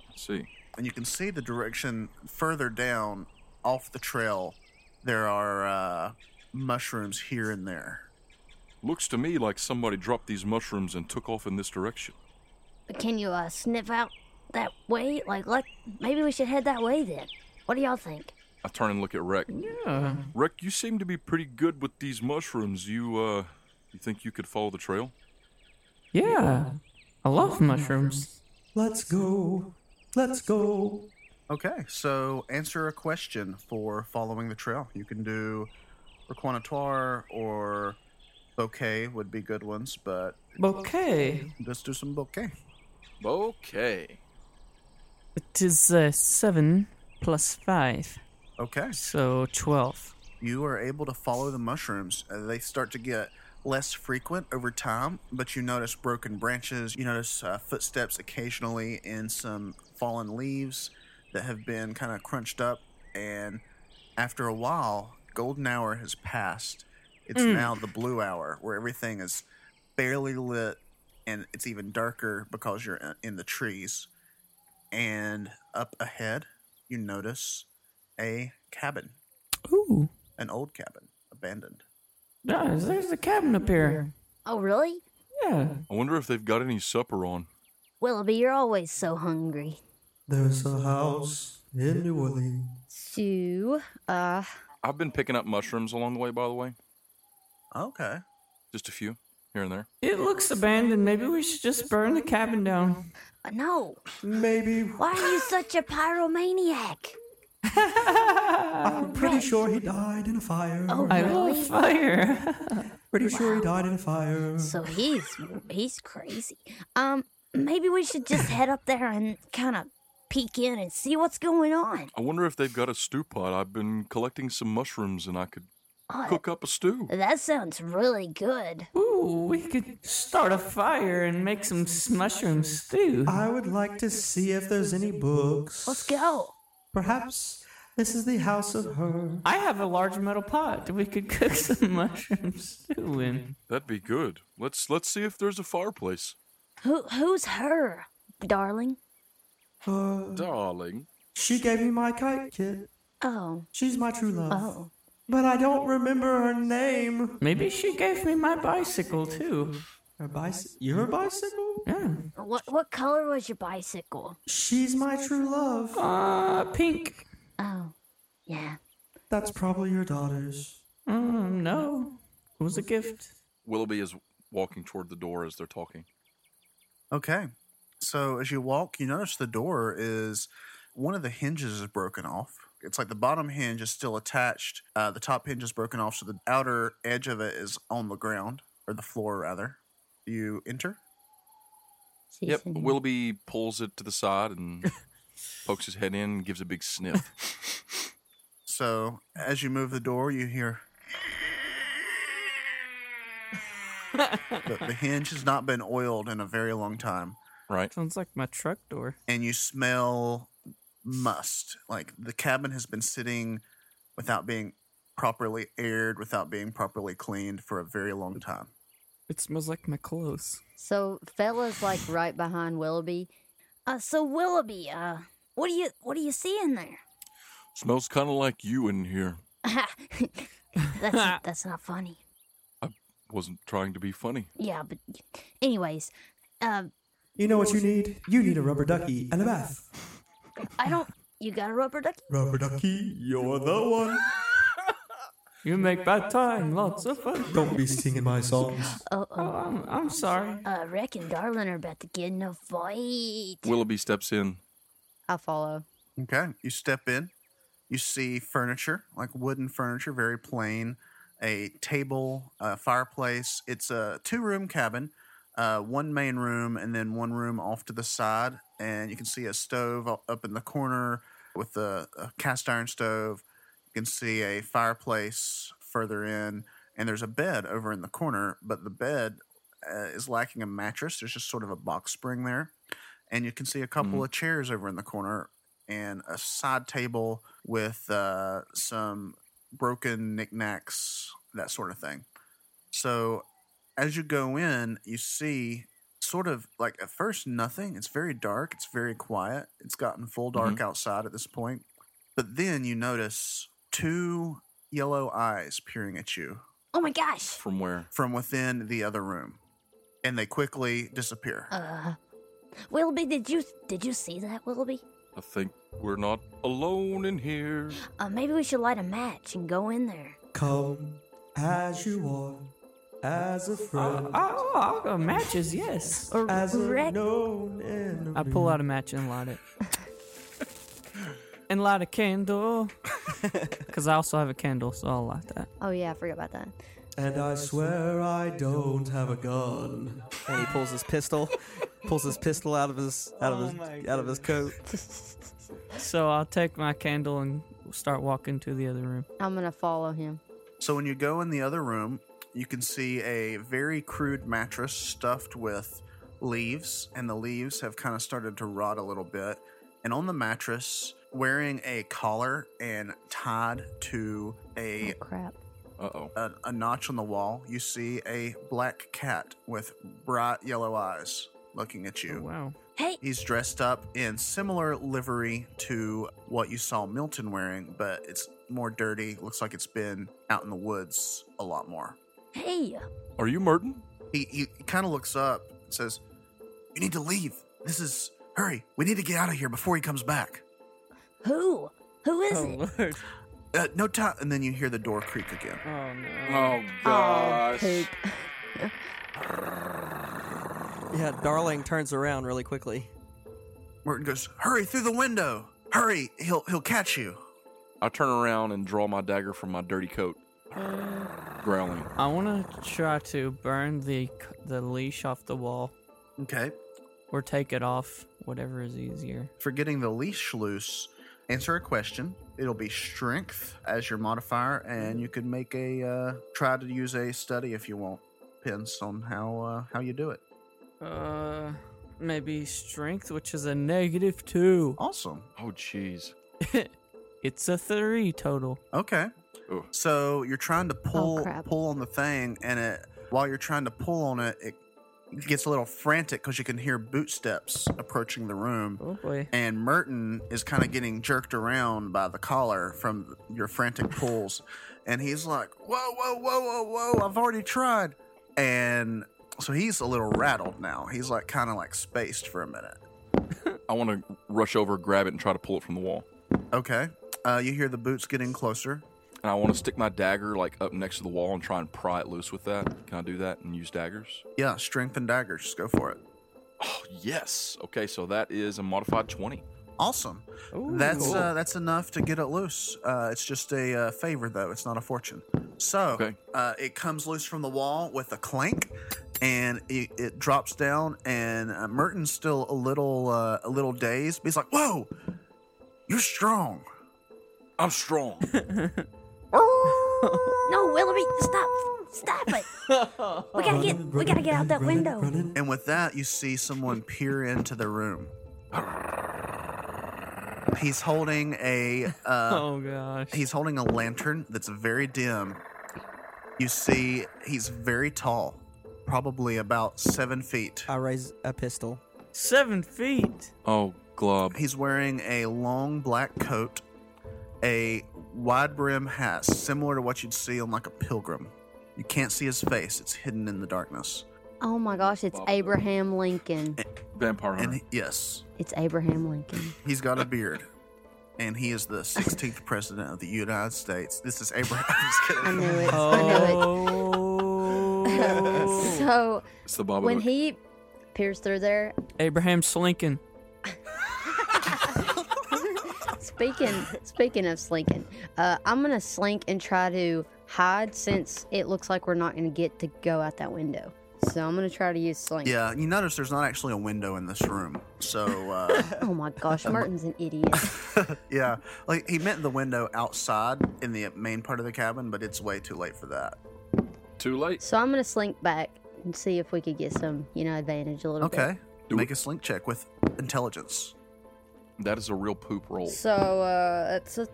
Speaker 3: Let's see.
Speaker 5: and you can see the direction further down off the trail. There are uh, mushrooms here and there.
Speaker 3: Looks to me like somebody dropped these mushrooms and took off in this direction.
Speaker 4: Can you uh sniff out that way? Like let maybe we should head that way then. What do y'all think?
Speaker 3: I turn and look at Rec.
Speaker 1: Yeah.
Speaker 3: Rec, you seem to be pretty good with these mushrooms. You uh, you think you could follow the trail?
Speaker 1: Yeah. I love mushrooms.
Speaker 8: Let's go. Let's go.
Speaker 5: Okay, so answer a question for following the trail. You can do reconnatoire or bouquet would be good ones, but
Speaker 1: Bouquet.
Speaker 5: let's do some bouquet.
Speaker 3: Okay.
Speaker 1: It is uh, 7 plus 5,
Speaker 5: Okay,
Speaker 1: so 12.
Speaker 5: you are able to follow the mushrooms. Uh, they start to get less frequent over time, but you notice broken branches. You notice uh, footsteps occasionally in some fallen leaves that have been kind of crunched up. And after a while, golden hour has passed. It's now the blue hour where everything is barely lit and it's even darker because you're in- in the uh, trees. and up ahead you notice a cabin,
Speaker 1: Ooh.
Speaker 5: an old cabin, abandoned.
Speaker 1: No, there's the cabin up here.
Speaker 4: Oh, really?
Speaker 1: Yeah.
Speaker 3: I wonder if they've got any supper on.
Speaker 4: Willoughby, you're always so hungry.
Speaker 8: There's a house in New Orleans.
Speaker 6: So, uh,
Speaker 3: I've been picking up mushrooms along the way, by the way.
Speaker 5: Okay.
Speaker 3: Just a few here and there.
Speaker 1: It looks abandoned. Maybe we should just burn the cabin down.
Speaker 4: Uh, no.
Speaker 8: Maybe
Speaker 4: Why are you such a pyromaniac?
Speaker 8: [laughs] I'm pretty sure he died in a fire.
Speaker 4: Oh,
Speaker 1: I
Speaker 4: really?
Speaker 1: love fire. [laughs]
Speaker 8: pretty sure he died in a fire.
Speaker 4: So he's he's crazy. Um, maybe we should just head up there and kind of peek in and see what's going on.
Speaker 3: I wonder if they've got a stew pot. I've been collecting some mushrooms and I could
Speaker 4: Oh,
Speaker 3: cook up a stew.
Speaker 4: That sounds really good.
Speaker 1: Ooh, we could start a fire and make some s- mushroom stew.
Speaker 8: I would like to see if there's any books.
Speaker 4: Let's go.
Speaker 8: Perhaps this is the house of her.
Speaker 1: I have a large metal pot that we could [laughs] cook some mushroom stew in.
Speaker 3: That'd be good. Let's let's see if there's a fireplace.
Speaker 4: Who who's her, darling?
Speaker 8: Uh,
Speaker 3: Darling.
Speaker 8: she gave me my kite kit.
Speaker 4: Oh,
Speaker 8: She's my true love.
Speaker 4: oh.
Speaker 8: But I don't remember her name.
Speaker 1: Maybe she gave me my bicycle too.
Speaker 8: Her bicycle. Your bicycle?
Speaker 1: Yeah.
Speaker 4: What what color was your bicycle?
Speaker 8: She's my true love.
Speaker 1: Uh, pink.
Speaker 4: Oh, yeah.
Speaker 8: That's probably your daughter's.
Speaker 1: Um, no. It was a gift.
Speaker 3: Willoughby is walking toward the door as they're talking.
Speaker 5: Okay. So as you walk, you notice the door is one of the hinges is broken off. It's like the bottom hinge is still attached. Uh, the top hinge is broken off, so the outer edge of it is on the ground or the floor rather. You enter.
Speaker 6: she's
Speaker 3: yep.
Speaker 6: in-
Speaker 3: Willoughby pulls it to the side and pokes his head in and gives a big sniff.
Speaker 5: So as you move the door, you hear [laughs] the, the hinge has not been oiled in a very long time,
Speaker 3: right?
Speaker 1: Sounds like my truck door.
Speaker 5: and you smell must. Like the cabin has been sitting without being properly aired, without being properly cleaned for a very long time.
Speaker 1: It smells like my clothes.
Speaker 6: so fella's like right behind Willoughby.
Speaker 4: Uh, so Willoughby, uh, what do you what do you see in there?
Speaker 3: Smells kind of like you in here.
Speaker 4: [laughs] that's that's not funny.
Speaker 3: Wasn't trying to be funny.
Speaker 4: Yeah, but anyways, uh,
Speaker 8: You know what you need? You need a rubber ducky and a bath.
Speaker 4: I don't. You got a rubber ducky?
Speaker 8: Rubber ducky, you're the one.
Speaker 1: You make bad time lots of fun.
Speaker 8: Don't be singing my songs.
Speaker 4: Oh,
Speaker 1: Oh,
Speaker 4: oh.
Speaker 1: I'm, I'm sorry.
Speaker 4: Uh, Rick and Darlin are about to get in a fight.
Speaker 3: Willoughby steps in.
Speaker 6: I follow.
Speaker 5: Okay. You step in. You see furniture, like wooden furniture, very plain. A table, a fireplace. It's a two room cabin, uh, one main room, and then one room off to the side. And you can see a stove u- up in the corner with a, a cast iron stove. You can see a fireplace further in, and there's a bed over in the corner, but the bed uh, is lacking a mattress. There's just sort of a box spring there. And you can see a couple of chairs over in the corner and a side table with uh, some broken knickknacks, that sort of thing. So as you go in, you see sort of like at first nothing. It's very dark, it's very quiet. It's gotten full dark outside at this point. But then you notice two yellow eyes peering at you
Speaker 4: Oh my gosh!
Speaker 3: From where?
Speaker 5: from within the other room. And they quickly disappear.
Speaker 4: Uh, Willoughby, did you did you see that, Willoughby?
Speaker 3: I think we're not alone in here.
Speaker 4: Uh, maybe we should light a match and go in there.
Speaker 8: Come as you are, as a
Speaker 1: Oh,
Speaker 8: friend,
Speaker 1: oh, I'll go matches, yes.
Speaker 4: Or
Speaker 1: [laughs]
Speaker 8: as a
Speaker 4: Rick,
Speaker 8: known enemy.
Speaker 1: I pull out a match and light it. [laughs] and light a [laughs] candle. Because I also have a candle, so I'll light that.
Speaker 6: Oh yeah, I forgot about that.
Speaker 8: And I swear I don't have a gun.
Speaker 2: And he pulls his pistol, pulls his pistol out of his out
Speaker 1: Oh
Speaker 2: of his out of his coat.
Speaker 1: So I'll take my candle and start walking to the other room.
Speaker 6: I'm gonna follow him.
Speaker 5: So when you go in the other room, you can see a very crude mattress stuffed with leaves, and the leaves have kind of started to rot a little bit. And on the mattress, wearing a collar and tied to a
Speaker 6: Crap.
Speaker 3: Uh oh.
Speaker 5: a, a notch on the wall, you see a black cat with bright yellow eyes. looking at you.
Speaker 1: Oh, wow.
Speaker 4: Hey,
Speaker 5: He's dressed up in similar livery to what you saw Milton wearing, but it's more dirty. Looks like it's been out in the woods a lot more.
Speaker 4: hey,
Speaker 3: Are you Merton?
Speaker 5: He, he kind of looks up and says, You need to leave. This is, hurry, we need to get out of here before he comes back.
Speaker 4: who? Who is it?
Speaker 1: Oh, Lord.
Speaker 5: Uh, no time. And then you hear the door creak again.
Speaker 1: Oh, no.
Speaker 3: Oh
Speaker 6: Oh,
Speaker 3: gosh.
Speaker 6: poop.
Speaker 2: Yeah, darling turns around really quickly.
Speaker 5: Merton goes, Hurry through the window. Hurry, he'll he'll catch you.
Speaker 3: I turn around and draw my dagger from my dirty coat, growling.
Speaker 1: I want to try to burn the c- the leash off the wall
Speaker 5: Okay.
Speaker 1: or take it off, whatever is easier.
Speaker 5: For getting the leash loose, answer a question. It'll be strength as your modifier, and you could make a uh, try to use a study if you want. Depends on how uh, how you do it.
Speaker 1: Uh, maybe strength, which is a negative two. [laughs]
Speaker 5: Awesome.
Speaker 3: Oh jeez.
Speaker 1: It's a three total.
Speaker 5: Okay.
Speaker 3: Ooh.
Speaker 5: So you're trying to pull
Speaker 6: crap.
Speaker 5: pull on the thing, and it while you're trying to pull on it, it gets a little frantic because you can hear boot steps approaching the room.
Speaker 1: Oh boy.
Speaker 5: and Merton is kind of getting jerked around by the collar from your frantic pulls, and he's like, "Whoa, whoa, whoa, whoa, whoa! I've already tried," and so he's a little rattled now. He's like kind of like spaced for a minute.
Speaker 3: I want to rush over, grab it, and try to pull it from the wall.
Speaker 5: Okay, uh, you hear the boots getting closer.
Speaker 3: And I want to stick my dagger like up next to the wall and try and pry it loose with that. Can I do that and use daggers?
Speaker 5: Yeah, strength and daggers. Go for it.
Speaker 3: Oh yes. Okay, so that is a modified twenty.
Speaker 5: Awesome. that's uh, that's enough to get it loose. Uh, it's just a uh, favor though. It's not a fortune. So
Speaker 3: Okay.
Speaker 5: uh, it comes loose from the wall with a clank, and it, it drops down. And uh, Merton's still a little uh, a little dazed. But he's like, "Whoa, you're strong."
Speaker 3: I'm
Speaker 5: [laughs]
Speaker 3: strong.
Speaker 4: No, Willoughby, stop! Stop it! We gotta get, we gotta get out that window.
Speaker 5: And with that, you see someone peer into the room. He's holding a uh,
Speaker 1: Oh gosh.
Speaker 5: He's holding a lantern that's very dim. You see, he's very tall, probably about seven feet.
Speaker 2: I raise a pistol.
Speaker 1: Seven feet.
Speaker 3: oh glub.
Speaker 5: He's wearing a long black coat, a wide brim hat, similar to what you'd see on like a pilgrim. You can't see his face, it's hidden in the darkness.
Speaker 6: Oh my gosh, it's Abraham Lincoln.
Speaker 3: Vampire hunter.
Speaker 5: And he- yes,
Speaker 6: It's Abraham Lincoln.
Speaker 5: he's got a beard. And he is the 16th president of the United States. This is Abraham. I'm just
Speaker 6: [laughs]
Speaker 5: kidding.
Speaker 6: I knew it. I [laughs] knew
Speaker 1: Oh.
Speaker 6: it. so
Speaker 3: it's the Baba.
Speaker 6: when he peers through there,
Speaker 1: Abraham Slinkin.
Speaker 6: speaking speaking of slinking, uh, I'm gonna slink and try to hide since it looks like we're not gonna get to go out that window. So I'm gonna try to use slink.
Speaker 5: Yeah, you notice there's not actually a window in this room. So uh,
Speaker 6: Oh my gosh, Martin's an idiot.
Speaker 5: Yeah, like he meant the window outside in the main part of the cabin, but it's way too late for that.
Speaker 3: Too late.
Speaker 6: So I'm gonna slink back and see if we could get some, you know, advantage a little
Speaker 5: Okay,
Speaker 3: Do
Speaker 5: make a slink check with intelligence.
Speaker 3: That is a real poop roll.
Speaker 6: bit. So uh that's a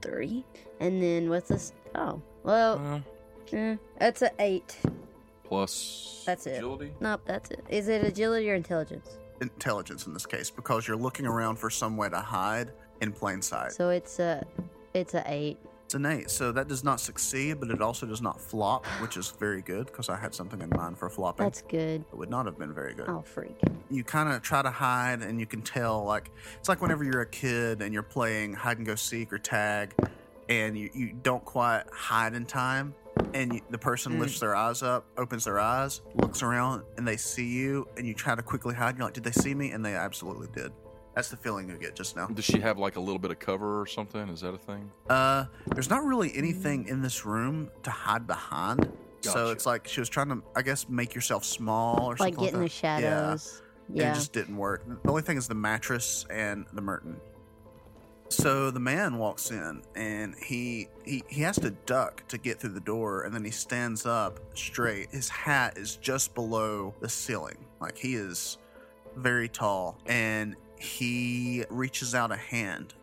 Speaker 6: three. And then what's this oh. Well
Speaker 3: Well,
Speaker 6: eh, that's a eight.
Speaker 3: plus
Speaker 6: That's it.
Speaker 3: agility.
Speaker 6: Nope, that's it. Is it agility or intelligence?
Speaker 5: Intelligence in this case, because you're looking around for some way to hide in plain sight.
Speaker 6: So it's a it's a eight.
Speaker 5: It's an eight, so that does not succeed, but it also does not flop, which is very good because I had something in mind for flopping.
Speaker 6: That's good.
Speaker 5: it would not have been very good.
Speaker 6: Oh freak.
Speaker 5: you kind of try to hide and you can tell like it's like whenever you're a kid and you're playing hide and go seek or tag and you, you don't quite hide in time and you, the
Speaker 6: Mm.
Speaker 5: person lifts their eyes up opens their eyes looks around and they see you and you try to quickly hide and you're like did they see me and they absolutely did that's the feeling you get just now
Speaker 3: Does she have like a little bit of cover or something? Is that a thing?
Speaker 5: uh there's not really
Speaker 6: Mm.
Speaker 5: anything in this room to hide behind so
Speaker 3: Gotcha.
Speaker 5: it's like she was trying to i guess make yourself small or
Speaker 6: Like
Speaker 5: something
Speaker 6: get in the
Speaker 5: like that. Yeah.
Speaker 6: shadows.
Speaker 5: And
Speaker 6: Yeah.
Speaker 5: it just didn't work. The only thing is the mattress and the Merton. So the man walks in and he, he he has to duck to get through the door and then he stands up straight. His hat is just below the ceiling. Like he is very tall and he reaches out a hand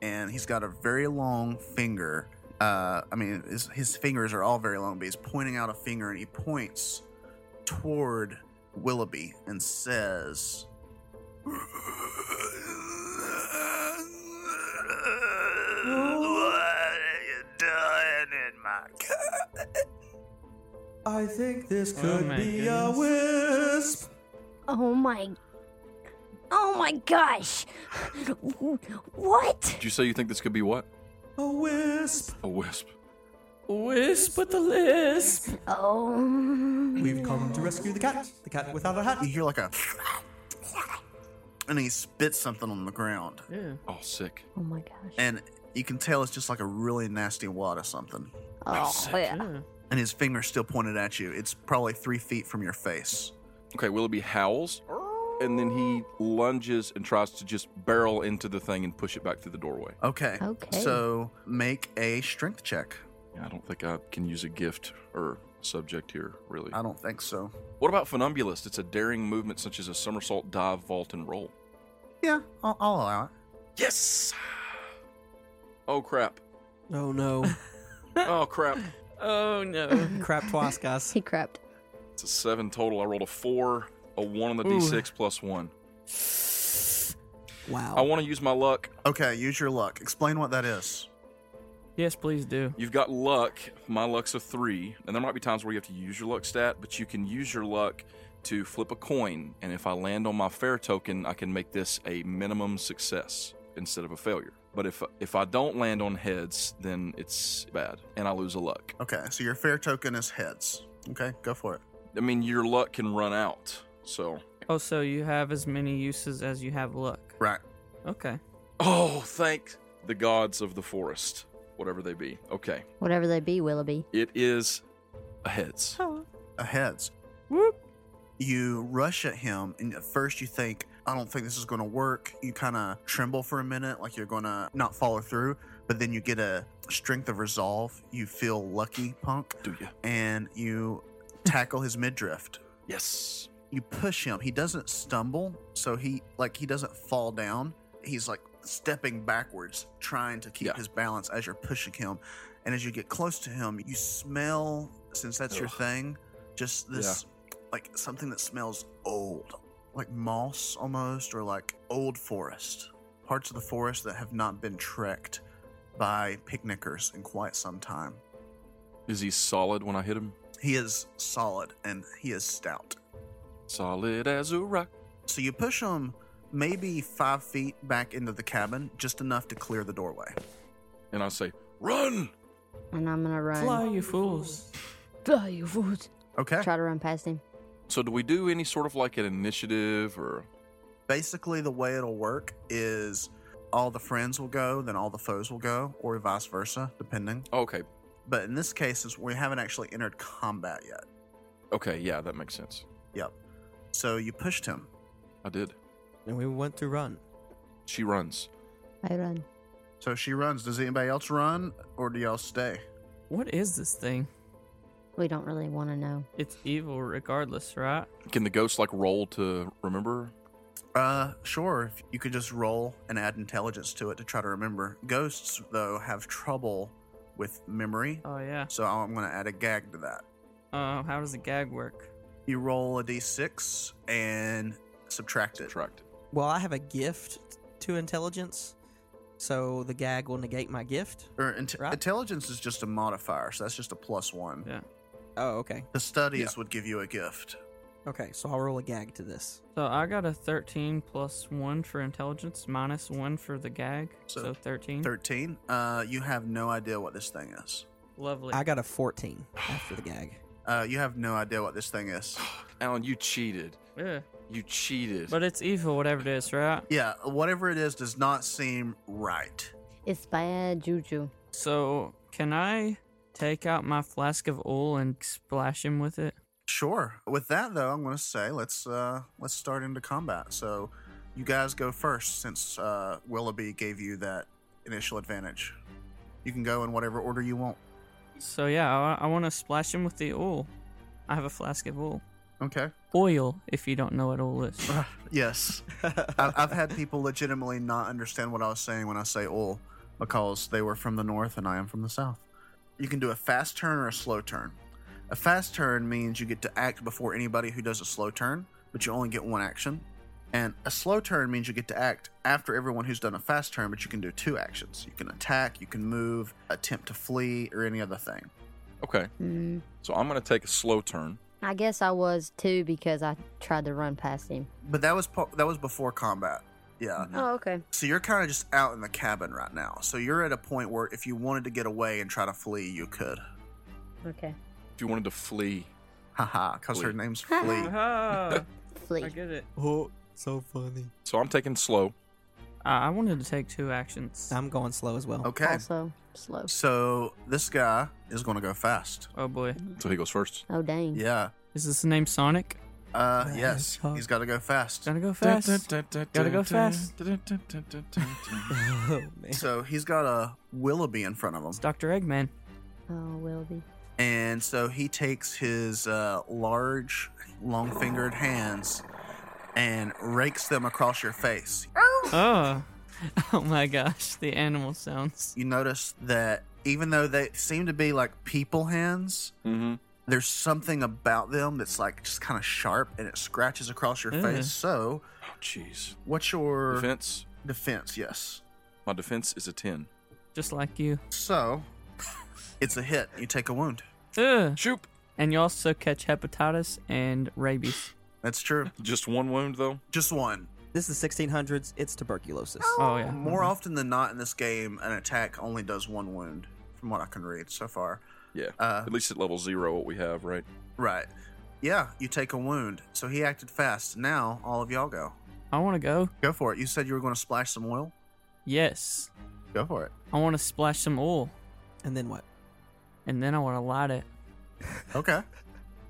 Speaker 5: and he's got a very long finger. Uh, I mean, his, his fingers are all very long, but he's pointing out a finger and he points toward Willoughby
Speaker 8: [gasps]
Speaker 5: and says,
Speaker 8: I think this
Speaker 1: Oh
Speaker 8: could
Speaker 1: my
Speaker 8: be
Speaker 1: goodness.
Speaker 8: a wisp.
Speaker 4: Oh my. Oh my gosh. What?
Speaker 3: Did you say you think this could be what?
Speaker 8: A wisp.
Speaker 3: A wisp.
Speaker 1: Wisp with a lisp.
Speaker 4: Oh.
Speaker 8: We've come to rescue the cat. The cat without a hat.
Speaker 5: You hear like a. And he spits something on the ground.
Speaker 1: Yeah.
Speaker 3: Oh, sick.
Speaker 6: Oh my gosh.
Speaker 5: And you can tell it's just like a really nasty wad of something.
Speaker 6: Oh, yeah.
Speaker 1: yeah.
Speaker 5: And his finger's still pointed at you. It's probably three feet from your face.
Speaker 3: Okay, Willoughby howls, and then he lunges and tries to just barrel into the thing and push it back through the doorway.
Speaker 5: Okay.
Speaker 6: Okay.
Speaker 5: So make a strength check.
Speaker 3: Yeah, I don't think I can use a gift or subject here, really.
Speaker 5: I don't think so.
Speaker 3: What about Funambulist? It's a daring movement such as a somersault, dive, vault, and roll.
Speaker 5: Yeah, I'll, I'll allow it.
Speaker 3: Yes! Oh, crap.
Speaker 2: Oh no.
Speaker 3: Oh, crap.
Speaker 1: Oh no.
Speaker 2: [laughs] Crap twice, guys.
Speaker 6: He crapped.
Speaker 3: It's a seven total. I rolled a four, a one on the
Speaker 1: Ooh.
Speaker 3: d6 plus one.
Speaker 2: Wow.
Speaker 3: I want to use my luck.
Speaker 5: Okay, use your luck. Explain what that is.
Speaker 1: yes, please do.
Speaker 3: You've got luck. My luck's a three, and there might be times where you have to use your luck stat, but you can use your luck to flip a coin. And if I land on my fair token, I can make this a minimum success instead of a failure. But if if I don't land on heads, then it's bad, and I lose a luck.
Speaker 5: Okay, so your fair token is heads. Okay, go for it.
Speaker 3: I mean, your luck can run out. So,
Speaker 1: Oh, so you have as many uses as you have luck.
Speaker 5: Right.
Speaker 1: Okay.
Speaker 3: oh, thank the gods of the forest, whatever they be. Okay,
Speaker 6: Whatever they be, Willoughby.
Speaker 3: it is a heads.
Speaker 5: A heads.
Speaker 1: Whoop.
Speaker 5: You rush at him, and at first you think, I don't think this is going to work. You kind of tremble for a minute, like you're going to not follow through, but then you get a strength of resolve. You feel lucky, punk,
Speaker 3: Do you?
Speaker 5: and you tackle his midriff.
Speaker 3: Yes.
Speaker 5: you push him he doesn't stumble so he like he doesn't fall down he's like stepping backwards trying to keep
Speaker 3: Yeah.
Speaker 5: his balance as you're pushing him and as you get close to him you smell since that's your
Speaker 3: Ugh.
Speaker 5: thing just this like something that smells old like moss almost or like old forest parts of the forest that have not been trekked by picnickers in quite some time
Speaker 3: Is he solid when I hit him?
Speaker 5: he is solid and he is stout
Speaker 3: Solid as a rock.
Speaker 5: So you push him maybe five feet back into the cabin, just enough to clear the doorway.
Speaker 3: and I say, "Run!"
Speaker 6: And I'm gonna run.
Speaker 1: Fly, you fools.
Speaker 6: Fly, you fools.
Speaker 5: Okay.
Speaker 6: Try to run past him.
Speaker 3: So, do we do any sort of like an initiative or?
Speaker 5: Basically, the way it'll work is all the friends will go, then all the foes will go, or vice versa, depending.
Speaker 3: Oh, okay,
Speaker 5: But in this case, is we haven't actually entered combat yet.
Speaker 3: okay, yeah, that makes sense.
Speaker 5: Yep. So you pushed him.
Speaker 3: I did.
Speaker 2: and we want to run.
Speaker 3: She runs.
Speaker 6: I run.
Speaker 5: So she runs. Does anybody else run, or do y'all stay?
Speaker 1: What is this thing?
Speaker 6: We don't really want to know.
Speaker 1: It's evil, regardless, right?
Speaker 3: Can the ghost like roll to remember?
Speaker 5: Uh, sure. If you could just roll and add intelligence to it to try to remember. Ghosts, though, have trouble with memory,
Speaker 1: Oh yeah.
Speaker 5: so I'm going to add a gag to that.
Speaker 1: Um, how does the gag work?
Speaker 5: You roll a d6 and subtract it.
Speaker 3: Subtract.
Speaker 2: Well, I have a gift to intelligence, so the gag will negate my gift.
Speaker 5: Or int-
Speaker 2: Right.
Speaker 5: Intelligence is just a modifier, so that's just a plus one.
Speaker 1: Yeah.
Speaker 2: Oh, okay.
Speaker 5: The studies
Speaker 3: Yeah.
Speaker 5: would give you a gift.
Speaker 2: Okay, so I'll roll a gag to this.
Speaker 1: So I got a 13 plus 1 for intelligence, minus 1 for the gag.
Speaker 5: So,
Speaker 1: So, 13.
Speaker 5: 13. Uh, you have no idea what this thing is.
Speaker 1: Lovely.
Speaker 2: I got a 14 after
Speaker 1: [laughs]
Speaker 2: the gag.
Speaker 5: Uh, you have no idea what this thing is.
Speaker 3: Alan, you cheated.
Speaker 1: yeah.
Speaker 3: You cheated.
Speaker 1: But it's evil, whatever it is, right?
Speaker 5: Yeah, whatever it is does not seem right.
Speaker 6: It's bad juju.
Speaker 1: So can I take out my flask of oil and splash him with it?
Speaker 5: Sure. With that though, I'm going to say let's uh, let's start into combat. So, you guys go first since uh, Willoughby gave you that initial advantage. You can go in whatever order you want.
Speaker 1: So yeah, I, I want to splash him with the oil. I have a flask of oil.
Speaker 5: Okay.
Speaker 1: Oil, if you don't know what oil is.
Speaker 5: Yes. I- I've had people legitimately not understand what I was saying when I say "Oh, oil because they were from the north and I am from the south. You can do a fast turn or a slow turn. A fast turn means you get to act before anybody who does a slow turn, but you only get one action. And a slow turn means you get to act after everyone who's done a fast turn, but you can do two actions. You can attack, you can move, attempt to flee, or any other thing.
Speaker 3: Okay.
Speaker 6: Mm,
Speaker 3: So I'm going to take a slow turn.
Speaker 6: I guess I was too because I tried to run past him.
Speaker 5: But that was part, that was before combat. Yeah.
Speaker 6: Oh, okay.
Speaker 5: So you're kind of just out in the cabin right now. So you're at a point where if you wanted to get away and try to flee, you could.
Speaker 6: Okay.
Speaker 3: If you wanted to flee,
Speaker 5: Haha, [laughs] because her
Speaker 3: Flee.
Speaker 5: name's Flee.
Speaker 1: Ah,
Speaker 6: Flee.
Speaker 1: I get it.
Speaker 2: [laughs] Oh, so funny.
Speaker 3: so I'm taking slow.
Speaker 1: Uh, I I wanted to take two actions.
Speaker 2: I'm going slow as well.
Speaker 5: Okay.
Speaker 6: Also slow.
Speaker 5: So this guy is going to go fast.
Speaker 1: Oh boy,
Speaker 3: So he goes first.
Speaker 6: Oh dang.
Speaker 5: Yeah.
Speaker 1: is this the name Sonic?
Speaker 5: Uh,
Speaker 2: Man,
Speaker 5: yes.
Speaker 2: it's hard.
Speaker 5: He's got to go fast.
Speaker 1: Gotta go fast. Gotta go fast.
Speaker 2: [laughs] Oh man.
Speaker 5: So he's got a Willoughby in front of him.
Speaker 1: It's Doctor Eggman.
Speaker 6: Oh will be.
Speaker 5: And so he takes his uh, large, long fingered hands and rakes them across your face.
Speaker 1: Oh, [laughs] oh my gosh, the animal sounds.
Speaker 5: You notice that even though they seem to be like people hands,
Speaker 3: Mm-hmm.
Speaker 5: there's something about them that's like just kind of sharp and it scratches across your
Speaker 1: Ew.
Speaker 5: face. So,
Speaker 3: Jeez.
Speaker 5: what's your
Speaker 3: Defense.
Speaker 5: defense? Yes.
Speaker 3: My defense is a 10.
Speaker 1: Just like you.
Speaker 5: So, [laughs] it's a hit. You take a wound.
Speaker 1: Ugh.
Speaker 3: Shoop.
Speaker 1: And you also catch hepatitis and rabies.
Speaker 5: That's true.
Speaker 3: Just one wound, though.
Speaker 5: Just one.
Speaker 2: This is the 1600s. It's tuberculosis.
Speaker 1: Oh yeah.
Speaker 5: More often than not in this game, an attack only does one wound, from what I can read so far.
Speaker 3: Yeah.
Speaker 5: Uh,
Speaker 3: At least at level zero, what we have, right?
Speaker 5: right. Yeah, you take a wound. So he acted fast. Now all of y'all go.
Speaker 1: I want to go.
Speaker 5: Go for it. You said you were going to splash some oil.
Speaker 1: Yes.
Speaker 5: Go for it.
Speaker 1: I want to splash some oil,
Speaker 2: And then what?
Speaker 1: and then I want to light it.
Speaker 5: Okay.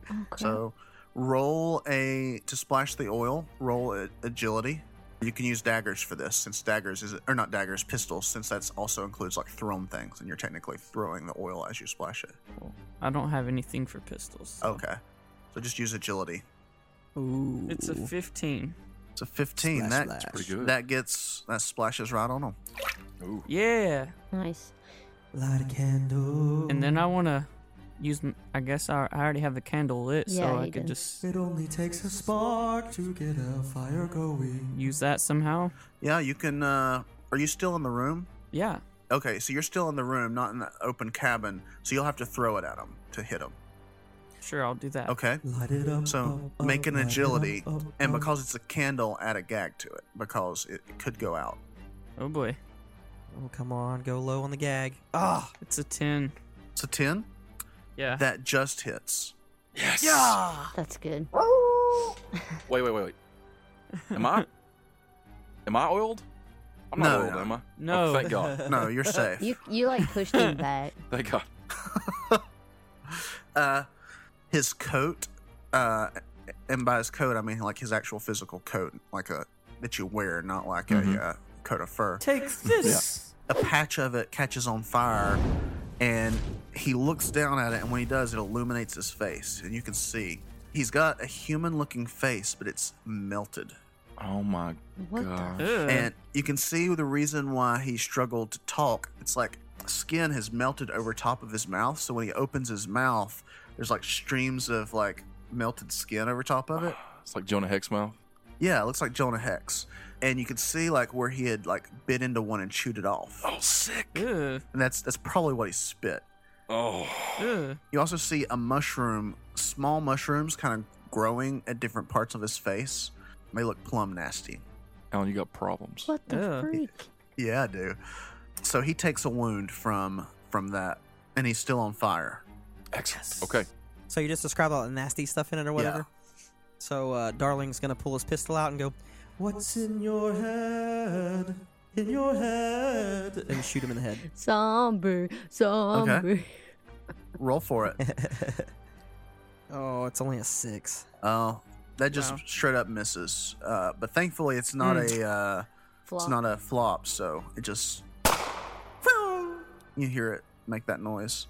Speaker 6: Oh, crap.
Speaker 5: So roll a to splash the oil. Roll a, agility. You can use daggers for this, since daggers is or not daggers, pistols, since that's also includes like thrown things, and you're technically throwing the oil as you splash it.
Speaker 1: I don't have anything for pistols. so-
Speaker 5: Okay. So just use agility.
Speaker 2: Ooh.
Speaker 1: It's a 15.
Speaker 5: It's a 15.
Speaker 2: Splash,
Speaker 5: that
Speaker 2: splash.
Speaker 3: Pretty good.
Speaker 5: That gets that splashes right on him.
Speaker 3: Ooh.
Speaker 1: Yeah.
Speaker 6: nice.
Speaker 2: Light a candle.
Speaker 1: And then I want to use. m- I guess I, I already have the candle lit,
Speaker 6: Yeah,
Speaker 1: so I
Speaker 6: you
Speaker 1: could
Speaker 6: do.
Speaker 1: just
Speaker 8: It only takes a spark to get a fire going.
Speaker 1: use that somehow.
Speaker 5: Yeah, you can. Uh, are you still in the room?
Speaker 1: Yeah.
Speaker 5: Okay, so you're still in the room, not in the open cabin. So you'll have to throw it at him to hit him.
Speaker 1: Sure, I'll do that.
Speaker 5: Okay.
Speaker 8: Light it up.
Speaker 5: So
Speaker 8: up,
Speaker 5: make an
Speaker 8: light it up,
Speaker 5: agility,
Speaker 8: up,
Speaker 5: and
Speaker 8: up.
Speaker 5: because it's a candle, add a gag to it because it, it could go out.
Speaker 1: Oh boy.
Speaker 2: Oh, come on. Go low on the gag. Ah.
Speaker 1: It's a 10.
Speaker 5: It's a ten.
Speaker 1: Yeah.
Speaker 5: That just hits.
Speaker 3: Yes.
Speaker 2: [laughs]
Speaker 6: That's good.
Speaker 5: Oh.
Speaker 3: Wait, wait, wait, wait. Am I? am I oiled? I'm
Speaker 5: No,
Speaker 3: not oiled,
Speaker 5: no.
Speaker 3: am I?
Speaker 1: No.
Speaker 3: Oh, thank God.
Speaker 5: No, you're safe.
Speaker 6: You you like pushed
Speaker 5: [laughs]
Speaker 6: him back.
Speaker 3: Thank God.
Speaker 5: uh, his coat, uh, and by his coat I mean like his actual physical coat, like a that you wear, not like a uh, coat of fur.
Speaker 1: Take this.
Speaker 5: a patch of it catches on fire and he looks down at it and when he does it illuminates his face and you can see he's got a human looking face but it's melted
Speaker 3: Oh my
Speaker 6: What
Speaker 3: God.
Speaker 6: the?
Speaker 1: Ugh.
Speaker 5: and you can see the reason why he struggled to talk it's like skin has melted over top of his mouth so when he opens his mouth there's like streams of like melted skin over top of it
Speaker 3: It's like Jonah Hex mouth.
Speaker 5: yeah it looks like jonah hex and you can see like where he had like bit into one and chewed it off
Speaker 3: Oh, sick.
Speaker 1: Ugh.
Speaker 5: and that's that's probably what he spit
Speaker 3: Oh.
Speaker 1: Ugh.
Speaker 5: You also see a mushroom, small mushrooms kind of growing at different parts of his face. May look plum nasty.
Speaker 3: Alan, you got problems.
Speaker 6: What the
Speaker 1: Yeah.
Speaker 6: freak?
Speaker 5: Yeah, I do. So he takes a wound from from that and he's still on fire.
Speaker 3: Excellent. Okay.
Speaker 2: So you just described all the nasty stuff in it or whatever. So uh, Darling's gonna pull his pistol out and go
Speaker 8: What's in your head? In your head.
Speaker 2: and shoot him in the head.
Speaker 6: Somber, somber.
Speaker 5: Roll
Speaker 2: [laughs]
Speaker 5: for it.
Speaker 2: Oh, it's only a six.
Speaker 5: Oh, that just
Speaker 1: Wow.
Speaker 5: straight up misses. Uh, but thankfully it's not a uh,
Speaker 6: Flop.
Speaker 5: it's not a flop, so it just [laughs] you hear it make that noise.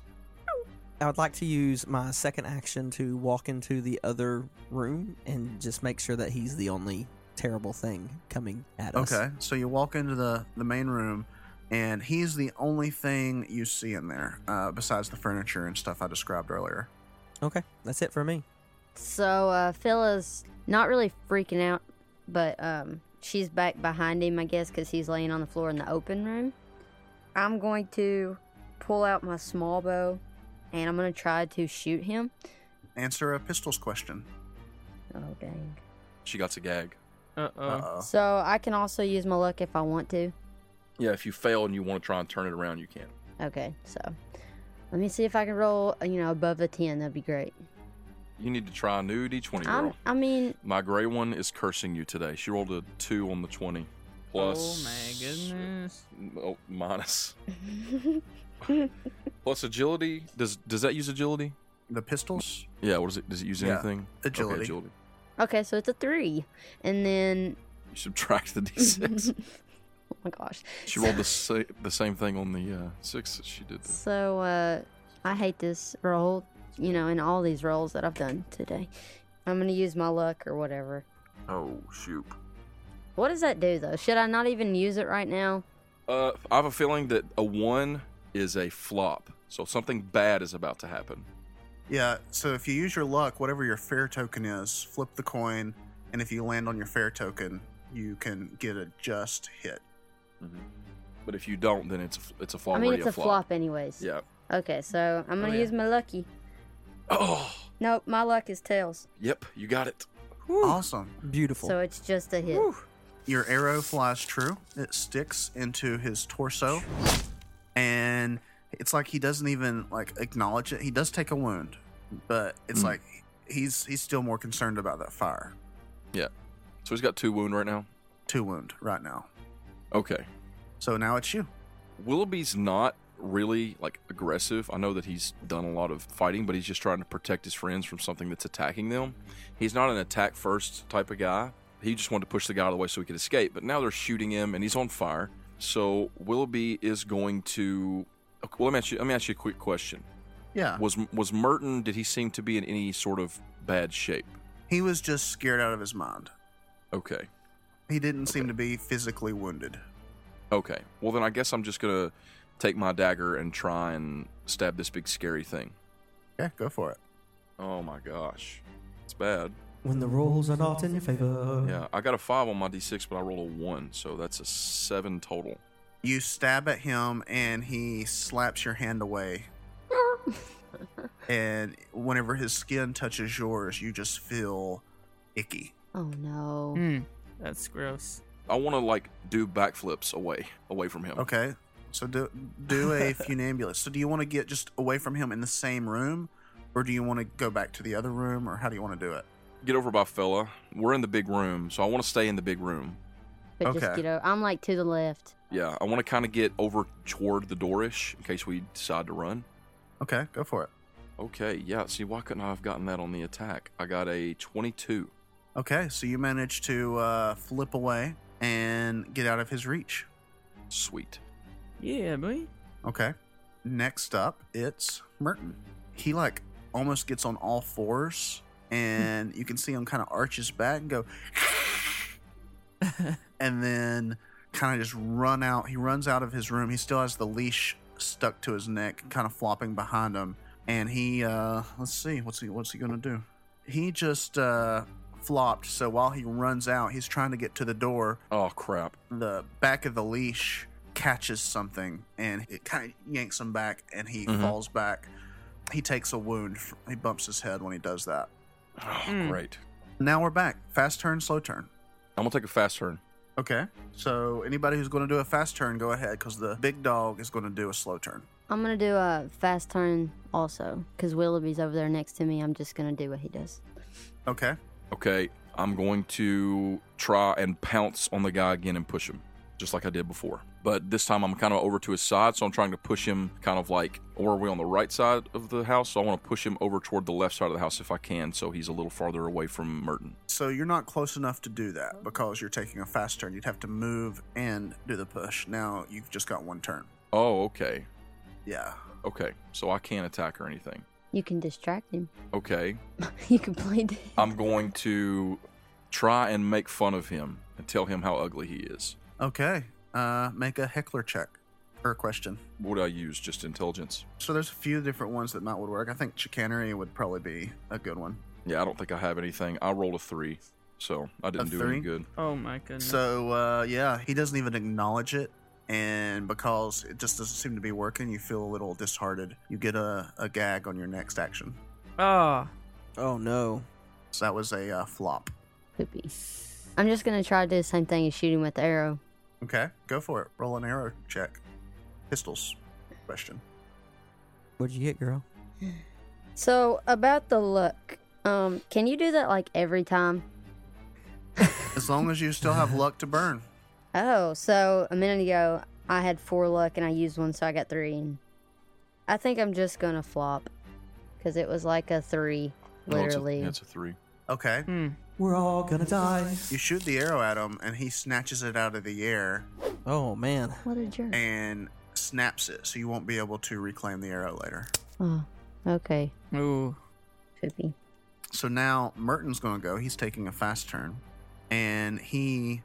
Speaker 2: I would like to use my second action to walk into the other room and just make sure that he's the only terrible thing coming at us.
Speaker 5: Okay, so you walk into the the main room, and he's the only thing you see in there, uh, besides the furniture and stuff I described earlier.
Speaker 2: Okay, that's it for me.
Speaker 6: So uh, Phyllis not really freaking out, but um, she's back behind him, I guess, because he's laying on the floor in the open room. I'm going to pull out my small bow, and I'm gonna try to shoot him.
Speaker 5: Answer a pistols question.
Speaker 6: Oh dang!
Speaker 3: She got a gag.
Speaker 1: Uh
Speaker 5: Uh
Speaker 1: oh.
Speaker 5: oh.
Speaker 6: So I can also use my luck if I want to.
Speaker 3: Yeah, if you fail and you want to try and turn it around, you can.
Speaker 6: Okay, so let me see if I can roll. uh, You know, above a ten, that'd be great.
Speaker 3: You need to try a new d20
Speaker 6: I'm,
Speaker 3: roll.
Speaker 6: I mean, [laughs]
Speaker 3: My gray one is cursing you today. She rolled a two on the 20.
Speaker 1: Oh
Speaker 3: Plus.
Speaker 1: my goodness.
Speaker 3: Oh, minus. plus agility. Does does that use agility?
Speaker 5: The pistols?
Speaker 3: Yeah, what does it does it use
Speaker 5: Yeah,
Speaker 3: anything?
Speaker 5: agility.
Speaker 3: Okay, agility.
Speaker 6: okay, so it's a three, and then
Speaker 3: You subtract the d6.
Speaker 6: [laughs] oh my gosh,
Speaker 3: she rolled the sa- the same thing on the uh, six that she did. The-
Speaker 6: So uh, I hate this roll, you know, and all these rolls that I've done today. I'm gonna use my luck or whatever.
Speaker 3: oh shoot.
Speaker 6: What does that do though? Should I not even use it right now?
Speaker 3: Uh, I have a feeling that a one is a flop, so something bad is about to happen.
Speaker 5: Yeah. So if you use your luck, whatever your fair token is, flip the coin, and if you land on your fair token, you can get a just hit.
Speaker 3: But if you don't, then it's a, f- it's a flop.
Speaker 6: I mean,
Speaker 3: or
Speaker 6: it's a flop, anyways.
Speaker 3: Yeah.
Speaker 6: Okay, so I'm gonna
Speaker 1: yeah.
Speaker 6: use my lucky.
Speaker 3: Oh,
Speaker 6: Nope, my luck is tails,
Speaker 3: yep, you got it.
Speaker 5: Awesome.
Speaker 2: Beautiful.
Speaker 6: so it's just a hit.
Speaker 5: Your arrow flies true. It sticks into his torso, and it's like he doesn't even like acknowledge it. He does take a wound, but it's
Speaker 3: Hmm.
Speaker 5: like he's he's still more concerned about that fire.
Speaker 3: So he's got two wound right now.
Speaker 5: Two wound right now.
Speaker 3: Okay.
Speaker 5: So now it's you.
Speaker 3: Willoughby's not really like aggressive. I know that he's done a lot of fighting, but he's just trying to protect his friends from something that's attacking them. He's not an attack first type of guy. He just wanted to push the guy out of the way so he could escape. But now they're shooting him and he's on fire. So Willoughby is going to. okay, Well, let me ask you. Let me ask you a quick question.
Speaker 5: Yeah.
Speaker 3: Was was Merton? Did he seem to be in any sort of bad shape?
Speaker 5: He was just scared out of his mind.
Speaker 3: Okay.
Speaker 5: He didn't seem to be physically wounded.
Speaker 3: Okay. Well, then I guess I'm just gonna take my dagger and try and stab this big scary thing.
Speaker 5: Yeah, go for it.
Speaker 3: Oh my gosh, it's bad.
Speaker 8: When the rolls are not in your favor.
Speaker 3: Yeah, I got a five on my d6, but I rolled a one, so that's a seven total.
Speaker 5: You stab at him, and he slaps your hand away. and whenever his skin touches yours, you just feel icky.
Speaker 6: [laughs] Oh no.
Speaker 1: Hmm. That's gross.
Speaker 3: I want to like do backflips away, away from him.
Speaker 5: Okay, so do do a funambulist. So do you want to get just away from him in the same room, or do you want to go back to the other room, or how do you want to do it?
Speaker 3: Get over by fella. We're in the big room, so I want to stay in the big room.
Speaker 6: But just
Speaker 5: okay.
Speaker 6: you know, I'm like to the left.
Speaker 3: Yeah, I want to kind of get over toward the doorish in case we decide to run.
Speaker 5: Okay, go for it.
Speaker 3: Okay, yeah. See, why couldn't I have gotten that on the attack? I got a twenty-two.
Speaker 5: Okay, so you manage to uh, flip away and get out of his reach.
Speaker 3: Sweet.
Speaker 1: Yeah, boy.
Speaker 5: Okay. Next up, it's Merton. He like almost gets on all fours, and you can see him kind of arch his back and go, [laughs] and then kind of just run out. He runs out of his room. He still has the leash stuck to his neck, kind of flopping behind him. And he, uh, let's see, what's he, what's he gonna do? He just uh, flopped. So while he runs out, he's trying to get to the door
Speaker 3: Oh crap.
Speaker 5: the back of the leash catches something and it kind of yanks him back and he
Speaker 3: Mhm.
Speaker 5: falls back. He takes a wound. He bumps his head when he does that.
Speaker 3: Oh,
Speaker 1: Mm.
Speaker 3: Great.
Speaker 5: Now we're back. Fast turn, slow turn.
Speaker 3: I'm gonna take a fast turn.
Speaker 5: Okay. So anybody who's going to do a fast turn, go ahead because the big dog is going to do a slow turn.
Speaker 6: I'm gonna do a fast turn also, because Willoughby's over there next to me. I'm just gonna do what he does.
Speaker 5: Okay.
Speaker 3: Okay, I'm going to try and pounce on the guy again and push him, just like I did before. But this time I'm kind of over to his side, so I'm trying to push him kind of like, or are we on the right side of the house? So I want to push him over toward the left side of the house if I can, so he's a little farther away from Merton.
Speaker 5: So you're not close enough to do that because you're taking a fast turn. You'd have to move and do the push. Now you've just got one turn.
Speaker 3: Oh, okay.
Speaker 5: Yeah.
Speaker 3: Okay, so I can't attack or anything.
Speaker 6: You can distract him. [laughs]
Speaker 3: Okay,
Speaker 6: you can play dead.
Speaker 3: I'm going to try and make fun of him and tell him how ugly he is.
Speaker 5: Okay. Uh, make a heckler check. or a question?
Speaker 3: What do I use? Just intelligence.
Speaker 5: So there's a few different ones that might would work. I think chicanery would probably be a good one.
Speaker 3: Yeah, I don't think I have anything. I rolled a three, so I didn't do
Speaker 5: three?
Speaker 3: any good.
Speaker 1: Oh my goodness.
Speaker 5: So uh, yeah, he doesn't even acknowledge it, and because it just doesn't seem to be working, you feel a little disheartened. You get a, a gag on your next action.
Speaker 1: oh,
Speaker 2: Oh no.
Speaker 5: So that was a uh, flop.
Speaker 6: Poopy. I'm just gonna try to do the same thing as shooting with the arrow.
Speaker 5: Okay, go for it. Roll an arrow check. Pistols. Question.
Speaker 2: What'd you get, girl?
Speaker 6: So about the luck, um, can you do that like every time?
Speaker 5: As long as you still have luck to burn.
Speaker 6: Oh, so a minute ago I had four luck and I used one, so I got three. And I think I'm just gonna flop because it was like a three,
Speaker 3: No, it's a-
Speaker 6: literally.
Speaker 3: yeah, it's a three.
Speaker 5: Okay.
Speaker 1: hmm.
Speaker 2: We're all gonna die.
Speaker 5: You shoot the arrow at him, and he snatches it out of the air
Speaker 2: Oh man.
Speaker 6: what a jerk!
Speaker 5: and snaps it, so you won't be able to reclaim the arrow later.
Speaker 6: Oh, okay,
Speaker 1: Ooh.
Speaker 6: poopy.
Speaker 5: So now Merton's going to go. He's taking a fast turn, and he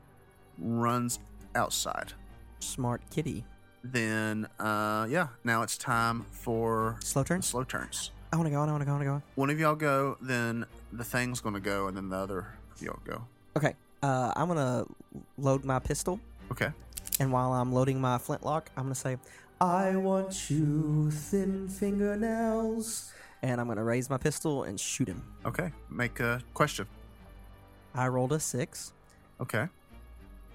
Speaker 5: runs outside.
Speaker 2: Smart kitty.
Speaker 5: Then, uh, yeah, now it's time for
Speaker 2: Slow
Speaker 5: the
Speaker 2: turn.
Speaker 5: slow turns.
Speaker 2: I wanna go on, I wanna go, I wanna go on.
Speaker 5: One of y'all go, then the thing's going to go, and then the other of y'all go.
Speaker 2: Okay. Uh, I'm gonna load my pistol,
Speaker 5: Okay.
Speaker 2: and while I'm loading my flintlock, I'm gonna say, "I want you thin fingernails," and I'm gonna raise my pistol and shoot him.
Speaker 5: Okay. Make a question.
Speaker 2: I rolled a six,
Speaker 5: Okay.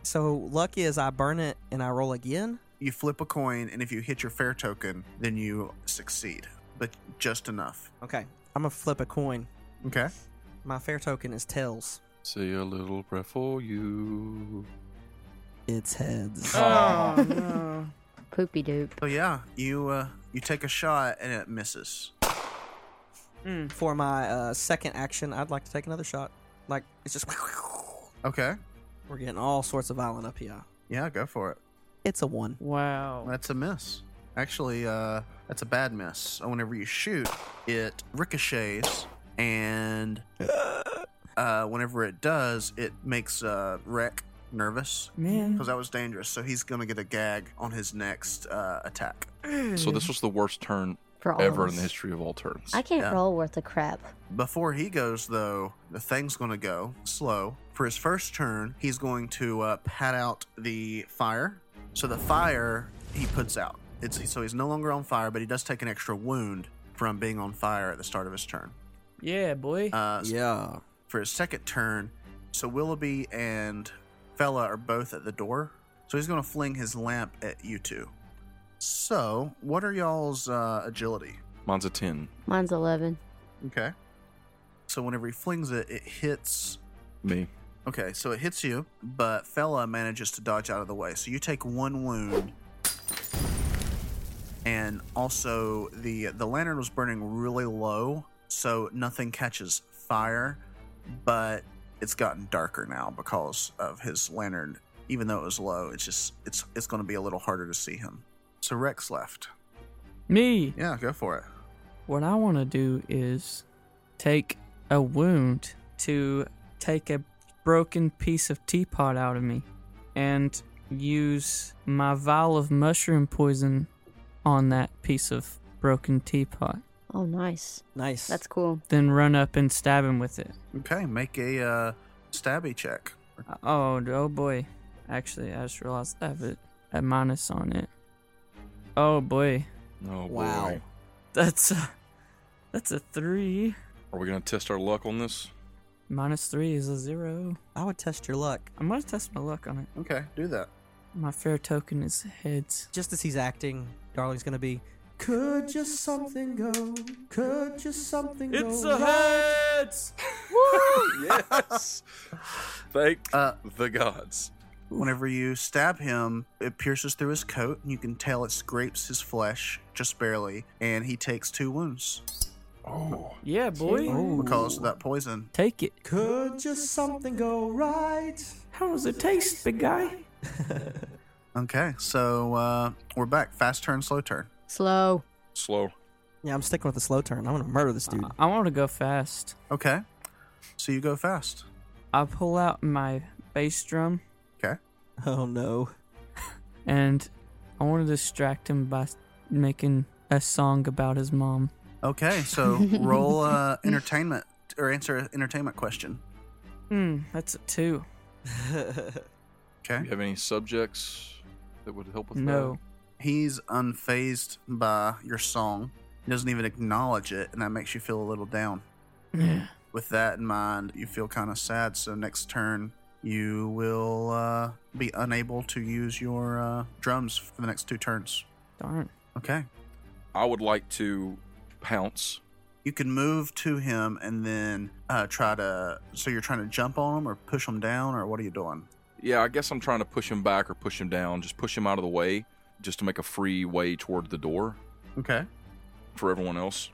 Speaker 2: so lucky is I burn it and I roll again.
Speaker 5: You flip a coin, and if you hit your fair token, then you succeed, but just enough.
Speaker 2: Okay. I'm gonna flip a coin.
Speaker 5: Okay.
Speaker 2: My fair token is tails.
Speaker 3: Say a little prayer for you.
Speaker 2: It's heads.
Speaker 1: Oh no.
Speaker 6: [laughs] Poopy doop.
Speaker 5: So yeah, you uh, you take a shot and it misses.
Speaker 1: Mm.
Speaker 2: For my uh, second action, I'd like to take another shot. Like it's just [laughs]
Speaker 5: Okay.
Speaker 2: we're getting all sorts of violent up here.
Speaker 5: Yeah, go for it.
Speaker 2: It's a one.
Speaker 1: Wow.
Speaker 5: That's a miss. Actually, uh, that's a bad miss. So whenever you shoot, it ricochets, and uh, whenever it does, it makes uh, Rec nervous
Speaker 1: Man.
Speaker 5: because that was dangerous. So he's gonna get a gag on his next uh, attack.
Speaker 3: So this was the worst turn
Speaker 6: For Hmm. all
Speaker 3: ever
Speaker 6: of
Speaker 3: in the
Speaker 6: us.
Speaker 3: history of all turns.
Speaker 6: I can't
Speaker 5: Yeah.
Speaker 6: roll worth a crap.
Speaker 5: Before he goes, though, the thing's going to go slow. For his first turn, he's going to uh, pat out the fire. So the fire he puts out. It's so he's no longer on fire, but he does take an extra wound from being on fire at the start of his turn.
Speaker 1: Yeah, boy.
Speaker 5: Uh, so
Speaker 2: Yeah.
Speaker 5: For his second turn, so Willoughby and Fella are both at the door. So he's going to fling his lamp at you two. So, what are y'all's uh, agility?
Speaker 3: Mine's a ten.
Speaker 6: Mine's eleven.
Speaker 5: Okay. So whenever he flings it, it hits
Speaker 3: Me.
Speaker 5: Okay, so it hits you, but Fella manages to dodge out of the way. So you take one wound. And also the the lantern was burning really low, so nothing catches fire, but it's gotten darker now because of his lantern. Even though it was low, it's just it's it's going to be a little harder to see him. So Rex left.
Speaker 1: Me.
Speaker 5: Yeah, go for it.
Speaker 1: What I want to do is take a wound to take a broken piece of teapot out of me and use my vial of mushroom poison on that piece of broken teapot.
Speaker 6: Oh, nice.
Speaker 2: Nice.
Speaker 6: That's cool.
Speaker 1: Then run up and stab him with it.
Speaker 5: Okay, make a uh, stabby check.
Speaker 1: Oh, oh boy. Actually, I just realized I have it a minus on it. Oh boy.
Speaker 3: Oh
Speaker 2: Wow.
Speaker 3: boy.
Speaker 1: That's a, that's a three.
Speaker 3: Are we gonna test our luck on this?
Speaker 1: Minus three is a zero.
Speaker 2: I would test your luck.
Speaker 1: I'm gonna test my luck on it.
Speaker 5: Okay, do that.
Speaker 1: My fair token is heads.
Speaker 2: Just as he's acting, Darling's gonna be. Could just something go? Could just something go?
Speaker 1: It's a heads!
Speaker 3: yes. [laughs] Thank
Speaker 5: [laughs] Uh,
Speaker 3: the gods.
Speaker 5: Whenever you stab him, it pierces through his coat, and you can tell it scrapes his flesh just barely, and he takes two wounds
Speaker 3: Oh.
Speaker 1: Yeah, boy.
Speaker 5: because of that poison.
Speaker 1: Take it.
Speaker 2: Could just something go right?
Speaker 1: How does it taste, big guy?
Speaker 5: Okay, so uh, we're back. Fast turn, slow turn.
Speaker 6: Slow.
Speaker 3: Slow.
Speaker 2: Yeah, I'm sticking with the slow turn. I'm gonna murder this dude.
Speaker 1: I want to go fast.
Speaker 5: Okay, so you go fast.
Speaker 1: I pull out my bass drum
Speaker 5: Okay,
Speaker 2: Oh no.
Speaker 1: and I want to distract him by s- making a song about his mom.
Speaker 5: Okay, so roll uh, entertainment or answer an entertainment question.
Speaker 1: Hmm, that's a two.
Speaker 3: Do you have any subjects that would help with
Speaker 1: No.
Speaker 5: He's unfazed by your song. He doesn't even acknowledge it, and that makes you feel a little down. With that in mind, you feel kind of sad. So next turn, you will uh, be unable to use your uh, drums for the next two turns.
Speaker 1: [sighs] Darn.
Speaker 3: that?
Speaker 5: Okay.
Speaker 3: I would like to pounce.
Speaker 5: You can move to him and then uh, try to. So you're trying to jump on him or push him down, or what are you doing?
Speaker 3: Yeah, I guess I'm trying to push him back or push him down, just push him out of the way, just to make a free way toward the door
Speaker 5: Okay.
Speaker 3: for everyone else.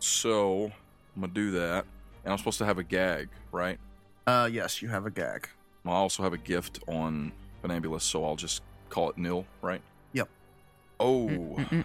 Speaker 3: So I'm gonna do that, and I'm supposed to have a gag, right?
Speaker 5: Uh, yes, you have a gag.
Speaker 3: I also have a gift on Funambulus, so I'll just call it nil, right?
Speaker 5: Yep.
Speaker 1: Mm,
Speaker 6: [laughs]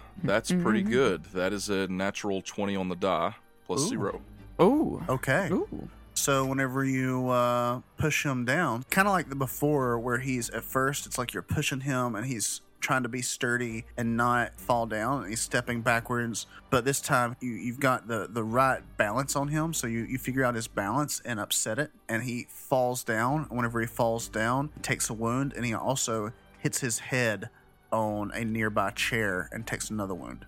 Speaker 3: Oh, that's
Speaker 6: Mm-hmm.
Speaker 3: pretty good. That is a natural 20 on the die, plus
Speaker 5: Ooh.
Speaker 3: zero.
Speaker 1: Ooh.
Speaker 5: Okay.
Speaker 1: Ooh.
Speaker 5: So whenever you uh, push him down, kind of like the before, where he's at first, it's like you're pushing him and he's trying to be sturdy and not fall down, and he's stepping backwards. But this time, you, you've got the the right balance on him, so you you figure out his balance and upset it, and he falls down. And whenever he falls down, he takes a wound, and he also hits his head on a nearby chair and takes another wound.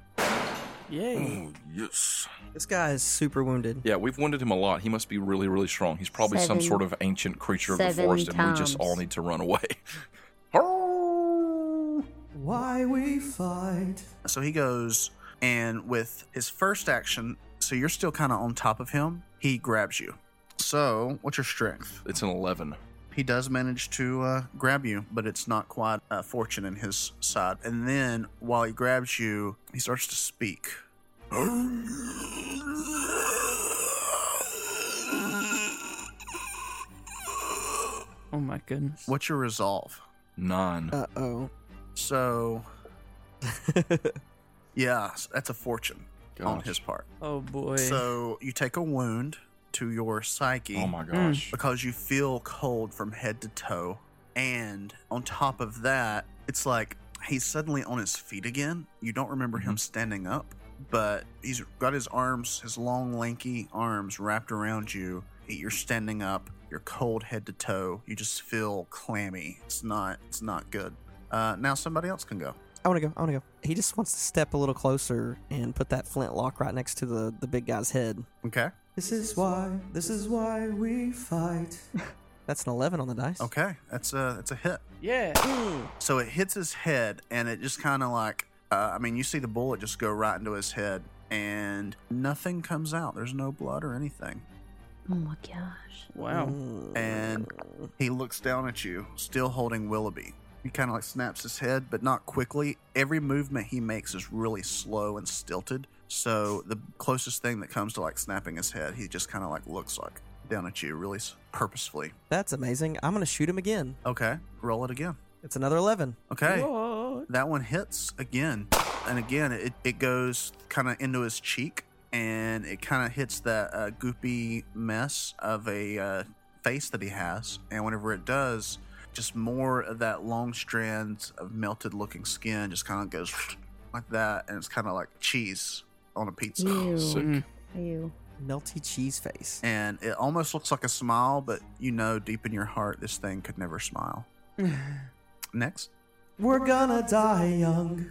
Speaker 1: Yay.
Speaker 3: Oh, yes.
Speaker 2: [laughs] This guy is super wounded.
Speaker 3: Yeah, we've wounded him a lot. He must be really, really strong. He's probably some
Speaker 6: Seven-
Speaker 3: sort of ancient creature of the
Speaker 6: seven
Speaker 3: forest, and we just
Speaker 6: times.
Speaker 3: all need to run away. [laughs] Oh.
Speaker 8: Why we fight?
Speaker 5: So he goes and with his first action, so you're still kind of on top of him, he grabs you. So, what's your strength?
Speaker 3: it's an 11.
Speaker 5: He does manage to uh, grab you, but it's not quite a fortune in his side. And then while he grabs you, he starts to speak.
Speaker 1: Oh my goodness.
Speaker 5: What's your resolve?
Speaker 3: Nine.
Speaker 2: Uh [laughs] oh.
Speaker 5: So, yeah, that's a fortune on
Speaker 3: Gosh.
Speaker 5: his part.
Speaker 1: Oh boy.
Speaker 5: So, you take a wound to your psyche.
Speaker 3: oh my
Speaker 6: Mm.
Speaker 3: gosh.
Speaker 5: because you feel cold from head to toe. And on top of that, it's like he's suddenly on his feet again. You don't remember him standing up, but he's got his arms, his long, lanky arms wrapped around you. You're standing up. You're cold head to toe. You just feel clammy. It's not. It's not good. Uh, now somebody else can go.
Speaker 2: I want to go. I want to go. He just wants to step a little closer and put that flintlock right next to the, the big guy's head.
Speaker 5: Okay.
Speaker 8: This is why, this is why we fight.
Speaker 2: [laughs] That's an 11 on the dice.
Speaker 5: Okay. That's a. That's a hit.
Speaker 1: yeah.
Speaker 5: So it hits his head, and it just kind of like, uh, I mean, you see the bullet just go right into his head, and nothing comes out. There's no blood or anything.
Speaker 6: Oh my gosh.
Speaker 1: Wow.
Speaker 2: Mm.
Speaker 5: And he looks down at you, still holding Willoughby. He kind of like snaps his head, but not quickly. Every movement he makes is really slow and stilted. So the closest thing that comes to like snapping his head, he just kind of like looks like down at you, really s- purposefully.
Speaker 2: That's amazing. I'm going to shoot him again.
Speaker 5: Okay, roll it again.
Speaker 2: It's another 11.
Speaker 5: Okay.
Speaker 1: [laughs] What?
Speaker 5: That one hits again. And again, it, it goes kind of into his cheek and it kind of hits that uh, goopy mess of a uh, face that he has. And whenever it does, just more of that long strands of melted looking skin just kind of goes like that. And it's kind of like cheese on a pizza.
Speaker 6: Ew.
Speaker 3: Sick.
Speaker 6: Ew.
Speaker 2: Melty cheese face.
Speaker 5: And it almost looks like a smile, but you know deep in your heart, this thing could never smile. Next.
Speaker 8: We're gonna die young.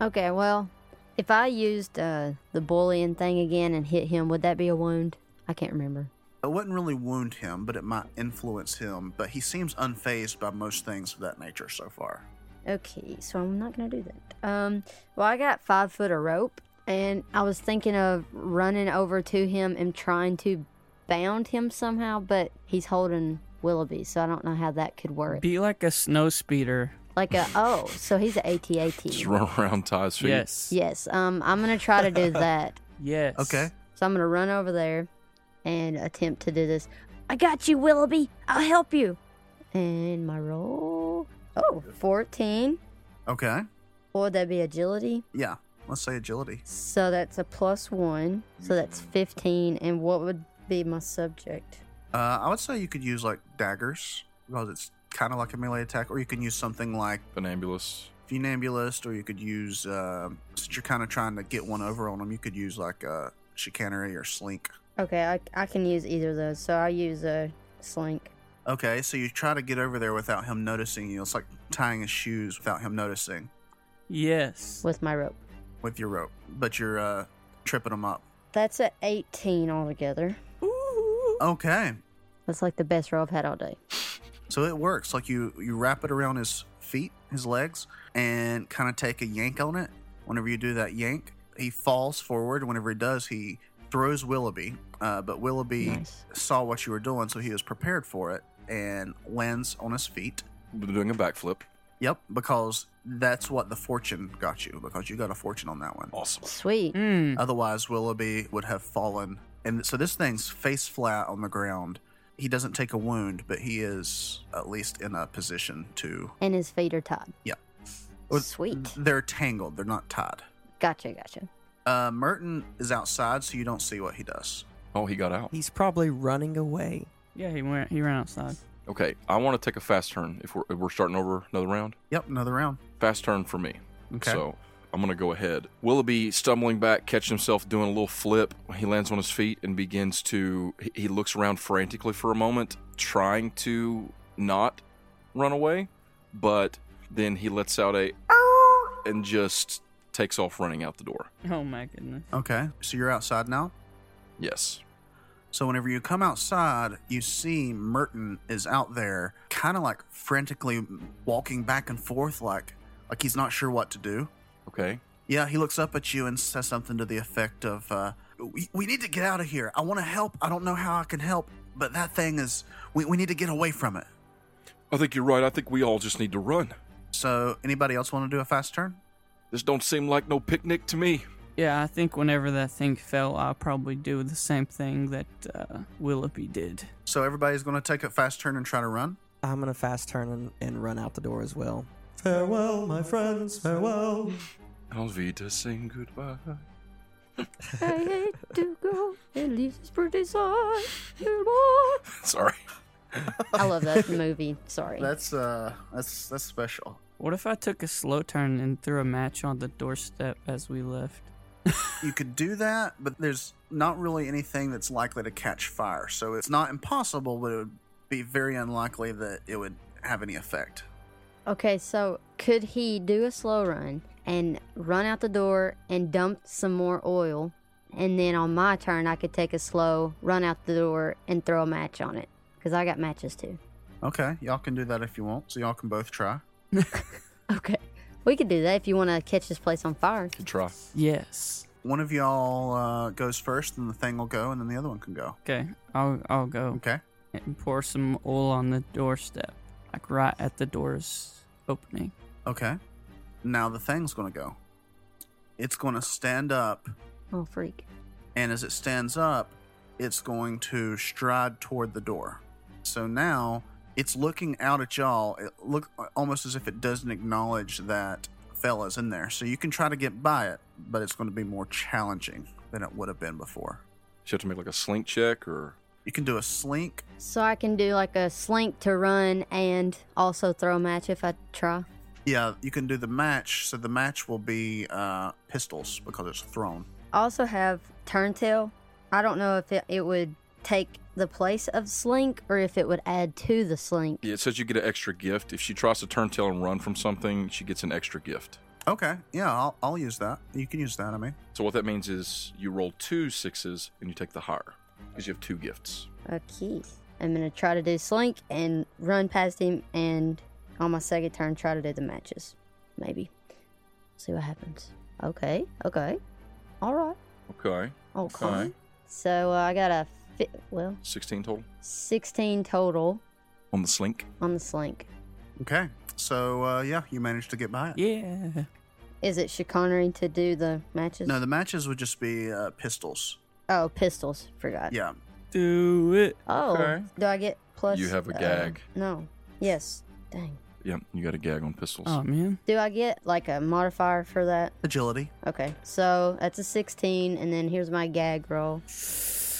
Speaker 6: Okay, well, if I used uh, the bullying thing again and hit him, would that be a wound? I can't remember.
Speaker 5: It wouldn't really wound him, but it might influence him. But he seems unfazed by most things of that nature so far.
Speaker 6: Okay, so I'm not gonna do that. Um, well, I got five foot of rope, and I was thinking of running over to him and trying to bound him somehow, but he's holding Willoughby, so I don't know how that could work.
Speaker 1: Be like a snow speeder.
Speaker 6: Like a oh, so he's an [laughs] ATAT.
Speaker 3: Just run [laughs] around Ty's feet.
Speaker 1: Yes.
Speaker 6: Yes, um, I'm gonna try to do that.
Speaker 1: Yes.
Speaker 5: Okay.
Speaker 6: So I'm gonna run over there and attempt to do this. I got you, Willoughby. I'll help you. And my roll. Oh, 14.
Speaker 5: Okay.
Speaker 6: Or would that be agility?
Speaker 5: Yeah. Let's say agility.
Speaker 6: So that's a plus one. So that's 15. And what would be my subject?
Speaker 5: Uh, I would say you could use like daggers because it's kind of like a melee attack, or you can use something like
Speaker 3: Funambulus.
Speaker 5: funambulist, or you could use uh, since you're kind of trying to get one over on them, you could use like uh, chicanery or slink.
Speaker 6: Okay, I, I can use either of those, so I'll use a slink.
Speaker 5: Okay, so you try to get over there without him noticing you. It's like tying his shoes without him noticing
Speaker 1: Yes.
Speaker 6: with my rope.
Speaker 5: with your rope, but you're uh, tripping him up.
Speaker 6: That's a 18 altogether.
Speaker 5: Okay,
Speaker 6: That's like the best roll I've had all day.
Speaker 5: so it works. Like you you wrap it around his feet, his legs, and kind of take a yank on it. Whenever you do that yank, he falls forward. Whenever he does, he throws Willoughby, uh, but Willoughby
Speaker 6: Nice.
Speaker 5: saw what you were doing, so he was prepared for it and lands on his feet.
Speaker 3: Doing a [laughs] backflip.
Speaker 5: Yep, because that's what the fortune got you, because you got a fortune on that one.
Speaker 3: Awesome.
Speaker 6: Sweet.
Speaker 1: Mm.
Speaker 5: Otherwise, Willoughby would have fallen. And so this thing's face flat on the ground. He doesn't take a wound, but he is at least in a position to.
Speaker 6: And his feet are tied.
Speaker 5: Well,
Speaker 6: Sweet.
Speaker 5: They're tangled, they're not tied.
Speaker 6: Gotcha, gotcha.
Speaker 5: Uh, Merton is outside, so you don't see what he does.
Speaker 3: Oh, he got out.
Speaker 2: He's probably running away.
Speaker 1: Yeah, he went. He ran outside.
Speaker 3: Okay, I want to take a fast turn. If we're if we're starting over another round,
Speaker 5: Yep, another round.
Speaker 3: fast turn for me.
Speaker 5: Okay.
Speaker 3: So I'm gonna go ahead. Willoughby stumbling back, catching himself doing a little flip. He lands on his feet and begins to. he- He looks around frantically for a moment, trying to not run away, but then he lets out a and just takes off running out the door.
Speaker 1: Oh my goodness.
Speaker 5: Okay, so you're outside now.
Speaker 3: Yes.
Speaker 5: So whenever you come outside, you see Merton is out there, kind of like frantically walking back and forth, like like he's not sure what to do.
Speaker 3: Okay.
Speaker 5: Yeah, he looks up at you and says something to the effect of, uh, we, "We need to get out of here. I want to help. I don't know how I can help, but that thing is. We, we need to get away from it."
Speaker 3: I think you're right. I think we all just need to run.
Speaker 5: So anybody else want to do a fast turn?
Speaker 3: This don't seem like no picnic to me.
Speaker 1: Yeah, I think whenever that thing fell, I'll probably do the same thing that uh, Willoughby did.
Speaker 5: So everybody's going to take a fast turn and try to run.
Speaker 2: I'm gonna fast turn and, and run out the door as well.
Speaker 8: Farewell, my friends, farewell.
Speaker 3: Alvita, sing goodbye. [laughs]
Speaker 6: I hate to go. It leaves us pretty sad. Goodbye.
Speaker 3: Sorry. [laughs]
Speaker 6: I love that movie. Sorry.
Speaker 5: That's uh, that's that's special.
Speaker 1: What if I took a slow turn and threw a match on the doorstep as we left?
Speaker 5: You could do that, but there's not really anything that's likely to catch fire. So it's not impossible, but it would be very unlikely that it would have any effect.
Speaker 6: Okay, so could he do a slow run and run out the door and dump some more oil? And then on my turn, I could take a slow run out the door and throw a match on it because I got matches too.
Speaker 5: Okay, y'all can do that if you want. So y'all can both try.
Speaker 6: [laughs] Okay, we could do that if you want to catch this place on fire.
Speaker 3: Good try.
Speaker 1: Yes.
Speaker 5: One of y'all uh, goes first, and the thing will go, and then the other one can go.
Speaker 1: Okay, I'll I'll go
Speaker 5: Okay.
Speaker 1: and pour some oil on the doorstep, like right at the door's opening.
Speaker 5: Okay. Now the thing's going to go. It's going to stand up,
Speaker 6: Oh, freak.
Speaker 5: and as it stands up, it's going to stride toward the door. So now it's looking out at y'all. It look almost as if it doesn't acknowledge that fella's in there. So you can try to get by it, but it's going to be more challenging than it would have been before.
Speaker 3: She have to make like a slink check or
Speaker 5: You can do a slink.
Speaker 6: So I can do like a slink to run and also throw a match if I try.
Speaker 5: Yeah, you can do the match. So the match will be uh, pistols because it's thrown.
Speaker 6: I also have turn tail. I don't know if it, it would take the place of slink or if it would add to the slink.
Speaker 3: Yeah, it says you get an extra gift. If she tries to turn tail and run from something, she gets an extra gift.
Speaker 5: Okay, yeah, I'll, I'll use that. You can use that, I mean.
Speaker 3: So what that means is you roll two sixes and you take the higher because you have two gifts.
Speaker 6: Okay. I'm gonna try to do slink and run past him, and on my second turn, try to do the matches. Maybe. See what happens. Okay. Okay. All right.
Speaker 3: Okay,
Speaker 6: Okay.
Speaker 3: Okay.
Speaker 6: So uh, I got a fi- well,
Speaker 3: sixteen total
Speaker 6: 16 total
Speaker 3: on the slink.
Speaker 6: on the slink.
Speaker 5: Okay, so uh, yeah, you managed to get by it.
Speaker 1: Yeah.
Speaker 6: Is it chicanery to do the matches?
Speaker 5: No, the matches would just be uh, pistols.
Speaker 6: oh, pistols. Forgot.
Speaker 5: Yeah,
Speaker 1: Do it.
Speaker 6: Oh.
Speaker 3: Okay.
Speaker 6: Do I get plus?
Speaker 3: You have a
Speaker 6: uh,
Speaker 3: gag.
Speaker 6: No. Yes. Dang.
Speaker 3: Yep, you got a gag on pistols.
Speaker 1: Oh man.
Speaker 6: Do I get like a modifier for that?
Speaker 5: agility.
Speaker 6: Okay, so that's a 16, and then here's my gag roll.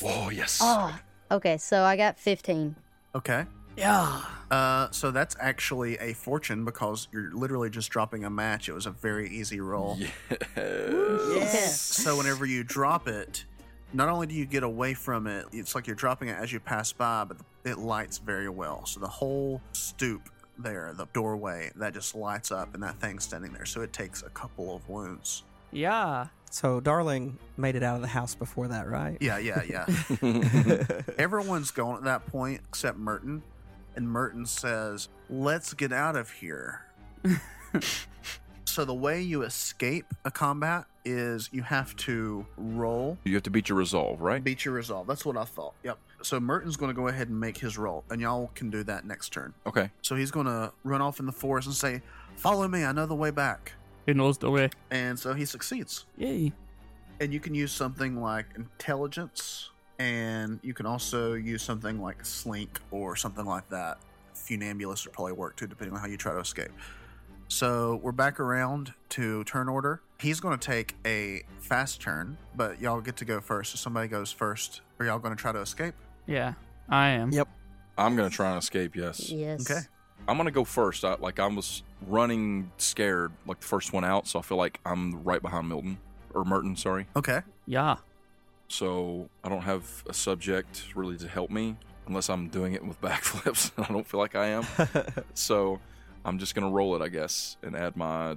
Speaker 3: oh yes.
Speaker 6: Oh, okay, so I got 15.
Speaker 5: Okay,
Speaker 1: Yeah.
Speaker 5: Uh, so that's actually a fortune because you're literally just dropping a match. It was a very easy roll. So whenever you drop it, not only do you get away from it, it's like you're dropping it as you pass by, but it lights very well. So the whole stoop there, the doorway, that just lights up, and that thing's standing there. So it takes a couple of wounds.
Speaker 1: Yeah.
Speaker 2: So, darling made it out of the house before that, right?
Speaker 5: Yeah, yeah, yeah.
Speaker 2: [laughs]
Speaker 5: Everyone's gone at that point except Merton. And Merton says, Let's get out of here. so, the way you escape a combat is you have to roll,
Speaker 3: You have to beat your resolve, right?
Speaker 5: beat your resolve. That's what I thought. Yep. So, Merton's going to go ahead and make his roll, and y'all can do that next turn.
Speaker 3: Okay.
Speaker 5: So, he's going to run off in the forest and say, Follow me, I know the way back.
Speaker 1: He knows the way.
Speaker 5: And so he succeeds.
Speaker 1: Yay.
Speaker 5: and you can use something like intelligence and you can also use something like slink or something like that funambulist would probably work too depending on how you try to escape so we're back around to turn order he's going to take a fast turn but y'all get to go first so somebody goes first are y'all going to try to escape
Speaker 1: Yeah. I am.
Speaker 2: Yep.
Speaker 3: I'm going to try and escape, yes.
Speaker 6: Yes.
Speaker 5: okay
Speaker 3: I'm going to go first. I, like, I was running scared, like the first one out, so I feel like I'm right behind Milton, or Merton, sorry.
Speaker 5: okay
Speaker 1: Yeah.
Speaker 3: So I don't have a subject really to help me unless I'm doing it with [laughs] backflips. I don't feel like I am. so I'm just going to roll it, I guess, and add my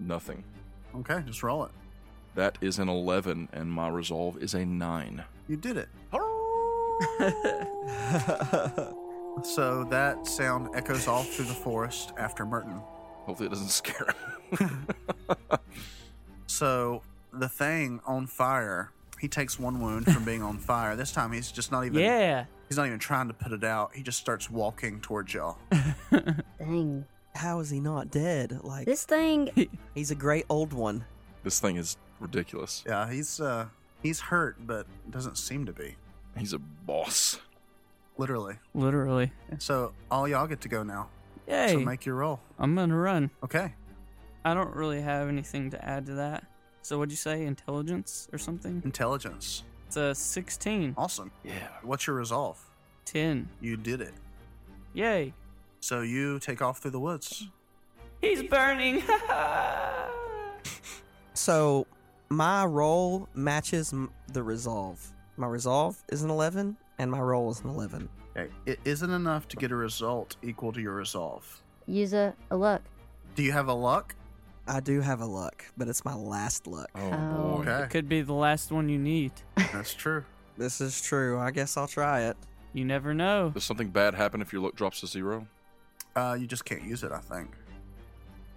Speaker 3: nothing.
Speaker 5: okay just roll it
Speaker 3: That is an 11, and my resolve is a 9.
Speaker 5: you did it so that sound echoes off through the forest after merton
Speaker 3: Hopefully, it doesn't [laughs] scare him.
Speaker 5: So the thing on fire, he takes one wound from being on fire. This time he's just not even
Speaker 1: Yeah.
Speaker 5: he's not even trying to put it out. He just starts walking towards y'all.
Speaker 6: Dang.
Speaker 2: How is he not dead? Like,
Speaker 6: This thing.
Speaker 2: he's a great old one.
Speaker 3: This thing is ridiculous.
Speaker 5: yeah, he's uh he's hurt but doesn't seem to be.
Speaker 3: He's a boss.
Speaker 5: Literally.
Speaker 1: [laughs] Literally.
Speaker 5: So all y'all get to go now.
Speaker 1: Yay.
Speaker 5: So make your roll.
Speaker 1: I'm gonna run.
Speaker 5: Okay.
Speaker 1: I don't really have anything to add to that. So what'd you say? Intelligence or something?
Speaker 5: Intelligence.
Speaker 1: It's a 16.
Speaker 5: Awesome.
Speaker 3: Yeah.
Speaker 5: What's your resolve?
Speaker 1: 10.
Speaker 5: You did it.
Speaker 1: Yay.
Speaker 5: So you take off through the woods.
Speaker 1: He's burning.
Speaker 2: So, my roll matches m- the resolve. My resolve is an 11, and my roll is an 11.
Speaker 5: Okay. It isn't enough to get a result equal to your resolve.
Speaker 6: Use a, a luck. [laughs]
Speaker 5: Do you have a luck?
Speaker 2: I do have a luck, but it's my last luck.
Speaker 3: Oh, boy.
Speaker 6: Oh.
Speaker 5: Okay.
Speaker 1: It could be the last one you need.
Speaker 5: That's true.
Speaker 2: This is true. I guess I'll try it.
Speaker 1: You never know.
Speaker 3: Does something bad happen if your luck drops to zero?
Speaker 5: Uh, you just can't use it, I think.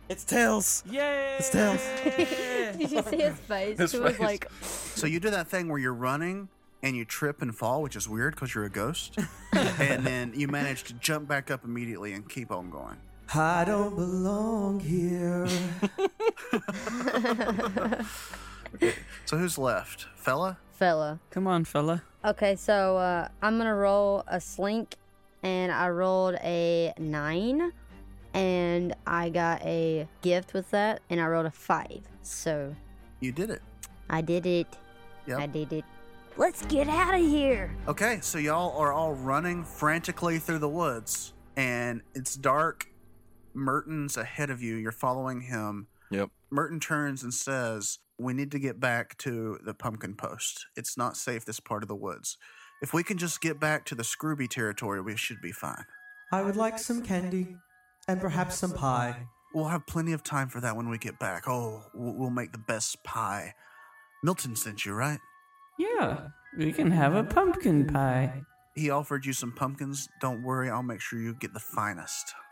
Speaker 2: It's tails.
Speaker 1: Yay!
Speaker 2: It's tails.
Speaker 6: [laughs] Did you see his face?
Speaker 3: His
Speaker 6: it was
Speaker 3: face.
Speaker 6: like, [laughs]
Speaker 5: So you do that thing where you're running and you trip and fall, which is weird because you're a ghost, and then you manage to jump back up immediately and keep on going.
Speaker 2: I don't belong here.
Speaker 5: So who's left, fella?
Speaker 6: fella.
Speaker 1: Come on, fella.
Speaker 6: Okay, so uh, I'm gonna roll a slink, and I rolled a nine, and I got a gift with that, and I rolled a five. So
Speaker 5: You did it.
Speaker 6: I did it.
Speaker 5: Yep.
Speaker 6: I did it.
Speaker 4: Let's get out of here.
Speaker 5: Okay, so y'all are all running frantically through the woods, and it's dark. Merton's ahead of you. You're following him.
Speaker 3: Yep.
Speaker 5: Merton turns and says, "We need to get back to the pumpkin post. It's not safe this part of the woods. If we can just get back to the Scrooby territory, we should be fine."
Speaker 2: I would like some candy and perhaps some pie.
Speaker 5: We'll have plenty of time for that when we get back. Oh, we'll we'll make the best pie. Milton sent you, right?
Speaker 1: Yeah, we can have a pumpkin pie.
Speaker 5: He offered you some pumpkins. Don't worry, I'll make sure you get the finest. [laughs]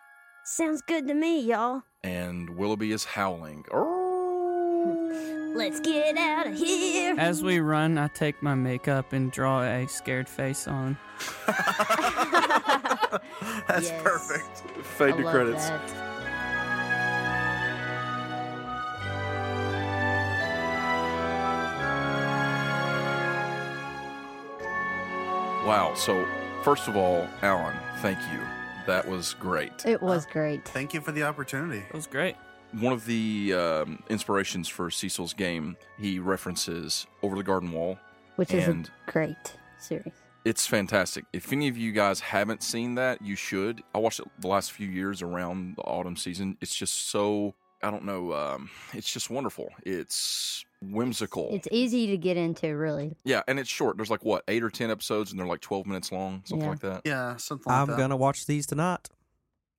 Speaker 4: Sounds good to me, y'all.
Speaker 3: And Willoughby is howling. Oh.
Speaker 4: Let's get out of here.
Speaker 1: As we run, I take my makeup and draw a scared face on.
Speaker 6: [laughs]
Speaker 5: That's
Speaker 6: Yes.
Speaker 5: perfect.
Speaker 3: Fade
Speaker 6: I
Speaker 3: to
Speaker 6: love
Speaker 3: credits.
Speaker 6: that.
Speaker 3: Wow. So, first of all, Alan, thank you. That was great.
Speaker 6: It was great.
Speaker 5: Thank you for the opportunity.
Speaker 1: It was great.
Speaker 3: One of the um, inspirations for Cecil's game, he references Over the Garden Wall.
Speaker 6: Which is
Speaker 3: and-
Speaker 6: a great series.
Speaker 3: It's fantastic. If any of you guys haven't seen that, you should. I watched it the last few years around the autumn season. It's just so I don't know. Um, it's just wonderful. It's whimsical.
Speaker 6: It's easy to get into, really.
Speaker 3: yeah, and it's short. There's like what eight or ten episodes, and they're like twelve minutes long, something
Speaker 6: Yeah.
Speaker 3: like that.
Speaker 5: Yeah, something like
Speaker 2: I'm
Speaker 5: that.
Speaker 2: gonna watch these tonight.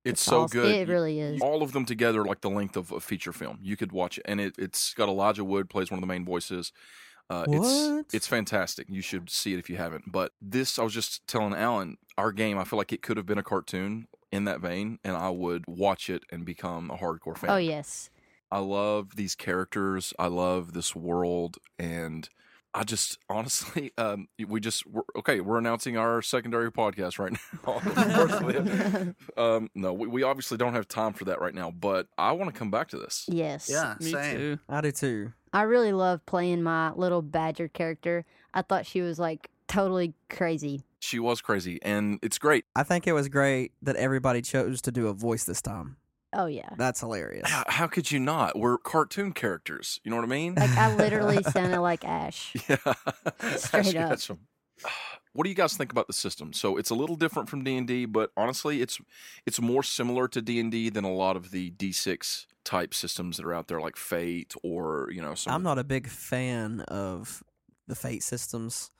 Speaker 3: It's so
Speaker 6: awesome.
Speaker 3: good.
Speaker 6: It
Speaker 3: You- Oh,
Speaker 6: really is.
Speaker 3: All of them together, like the length of a feature film. You could watch it, and it, it's got Elijah Wood plays one of the main voices. Uh,
Speaker 2: What?
Speaker 3: It's it's fantastic. You should see it if you haven't. But this, I was just telling Alan, our game. I feel like it could have been a cartoon in that vein, and I would watch it and become a hardcore fan.
Speaker 6: Oh yes.
Speaker 3: I love these characters. I love this world, and I just [laughs] honestly, um, we just we're, okay. We're announcing our secondary podcast right [laughs] now. um, no, we, we obviously don't have time for that right now, but I want to come back to this.
Speaker 6: Yes.
Speaker 5: Yeah,
Speaker 1: Me
Speaker 5: same.
Speaker 1: too.
Speaker 2: I do too.
Speaker 6: I really love playing my little badger character. I thought she was like totally crazy.
Speaker 3: She was crazy, and it's great.
Speaker 2: I think it was great that everybody chose to do a voice this time.
Speaker 6: Oh yeah.
Speaker 2: That's hilarious.
Speaker 6: Ah,
Speaker 3: How, how could you not? We're cartoon characters. You know what I
Speaker 2: [laughs]
Speaker 3: mean? [laughs]
Speaker 6: Like I literally sounded like Ash.
Speaker 3: Yeah, [laughs] Ash
Speaker 6: Straight up.
Speaker 3: Ketchum. [sighs] What do you guys think about the system? So it's a little different from D and D, but honestly, it's it's more similar to D and D than a lot of the D six type systems that are out there, like Fate or you know some.
Speaker 2: I'm not a big fan of the Fate systems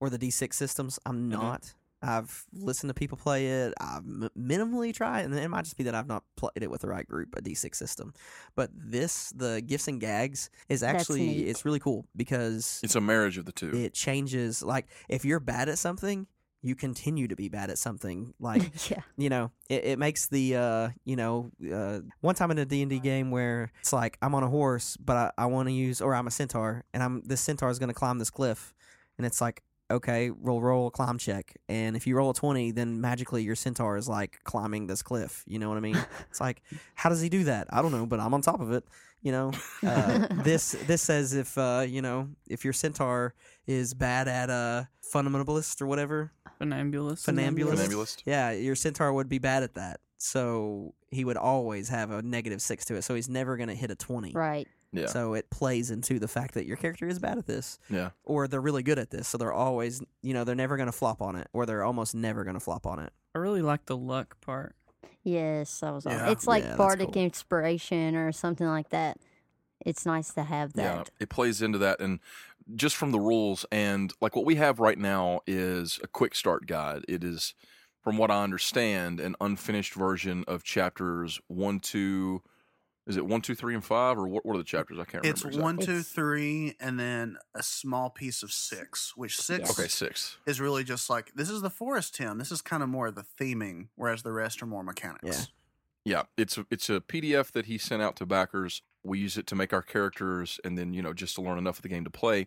Speaker 2: or the D6 systems. I'm
Speaker 6: Mm-hmm.
Speaker 2: not. I've listened to people play it. I've m- minimally tried, and it might just be that I've not played it with the right group, a D6 system. But this, the gifts and gags, is
Speaker 6: That's
Speaker 2: actually
Speaker 6: neat.
Speaker 2: it's really cool because
Speaker 3: It's a marriage of the two.
Speaker 2: it changes. Like if you're bad at something, you continue to be bad at something.
Speaker 6: [laughs]
Speaker 2: Like
Speaker 6: yeah.
Speaker 2: you know it, it makes the uh you know uh one time in a d&d game where it's like i'm on a horse but i, I want to use or i'm a centaur and i'm this centaur is going to climb this cliff and it's like okay roll roll a climb check and if you roll a 20 then magically your centaur is like climbing this cliff you know what i mean it's like how does he do that i don't know but i'm on top of it you know uh, this this says if uh you know if your centaur is bad at uh fundamentalist or whatever
Speaker 1: Funambulist.
Speaker 2: Funambulist.
Speaker 3: Funambulist.
Speaker 2: yeah, your centaur would be bad at that. So he would always have a negative six to it. So he's never going to hit a 20.
Speaker 6: Right.
Speaker 3: Yeah,
Speaker 2: So it plays into the fact that your character is bad at this,
Speaker 3: yeah.
Speaker 2: or they're really good at this. So they're always, you know, they're never going to flop on it, or they're almost never going to flop on it.
Speaker 1: I really like the luck part.
Speaker 6: Yes, that was awesome.
Speaker 5: Yeah.
Speaker 6: It's like
Speaker 2: Yeah, that's
Speaker 6: bardic
Speaker 2: cool.
Speaker 6: inspiration or something like that. It's nice to have
Speaker 3: Yeah,
Speaker 6: that.
Speaker 3: it plays into that, and just from the rules and like what we have right now is a quick start guide. It is, from what I understand, an unfinished version of chapters one, two. Is it one, two, three, and five, or what? What are the chapters? I can't remember.
Speaker 5: It's one,
Speaker 6: exactly.
Speaker 5: two,
Speaker 6: It's-
Speaker 5: three, and then a small piece of six, which six
Speaker 3: Okay, six.
Speaker 5: is really just like this is the forest town. This is kind of more of the theming, whereas the rest are more mechanics.
Speaker 2: Yeah.
Speaker 3: Yeah, it's a, it's a PDF that he sent out to backers. We use it to make our characters, and then you know just to learn enough of the game to play.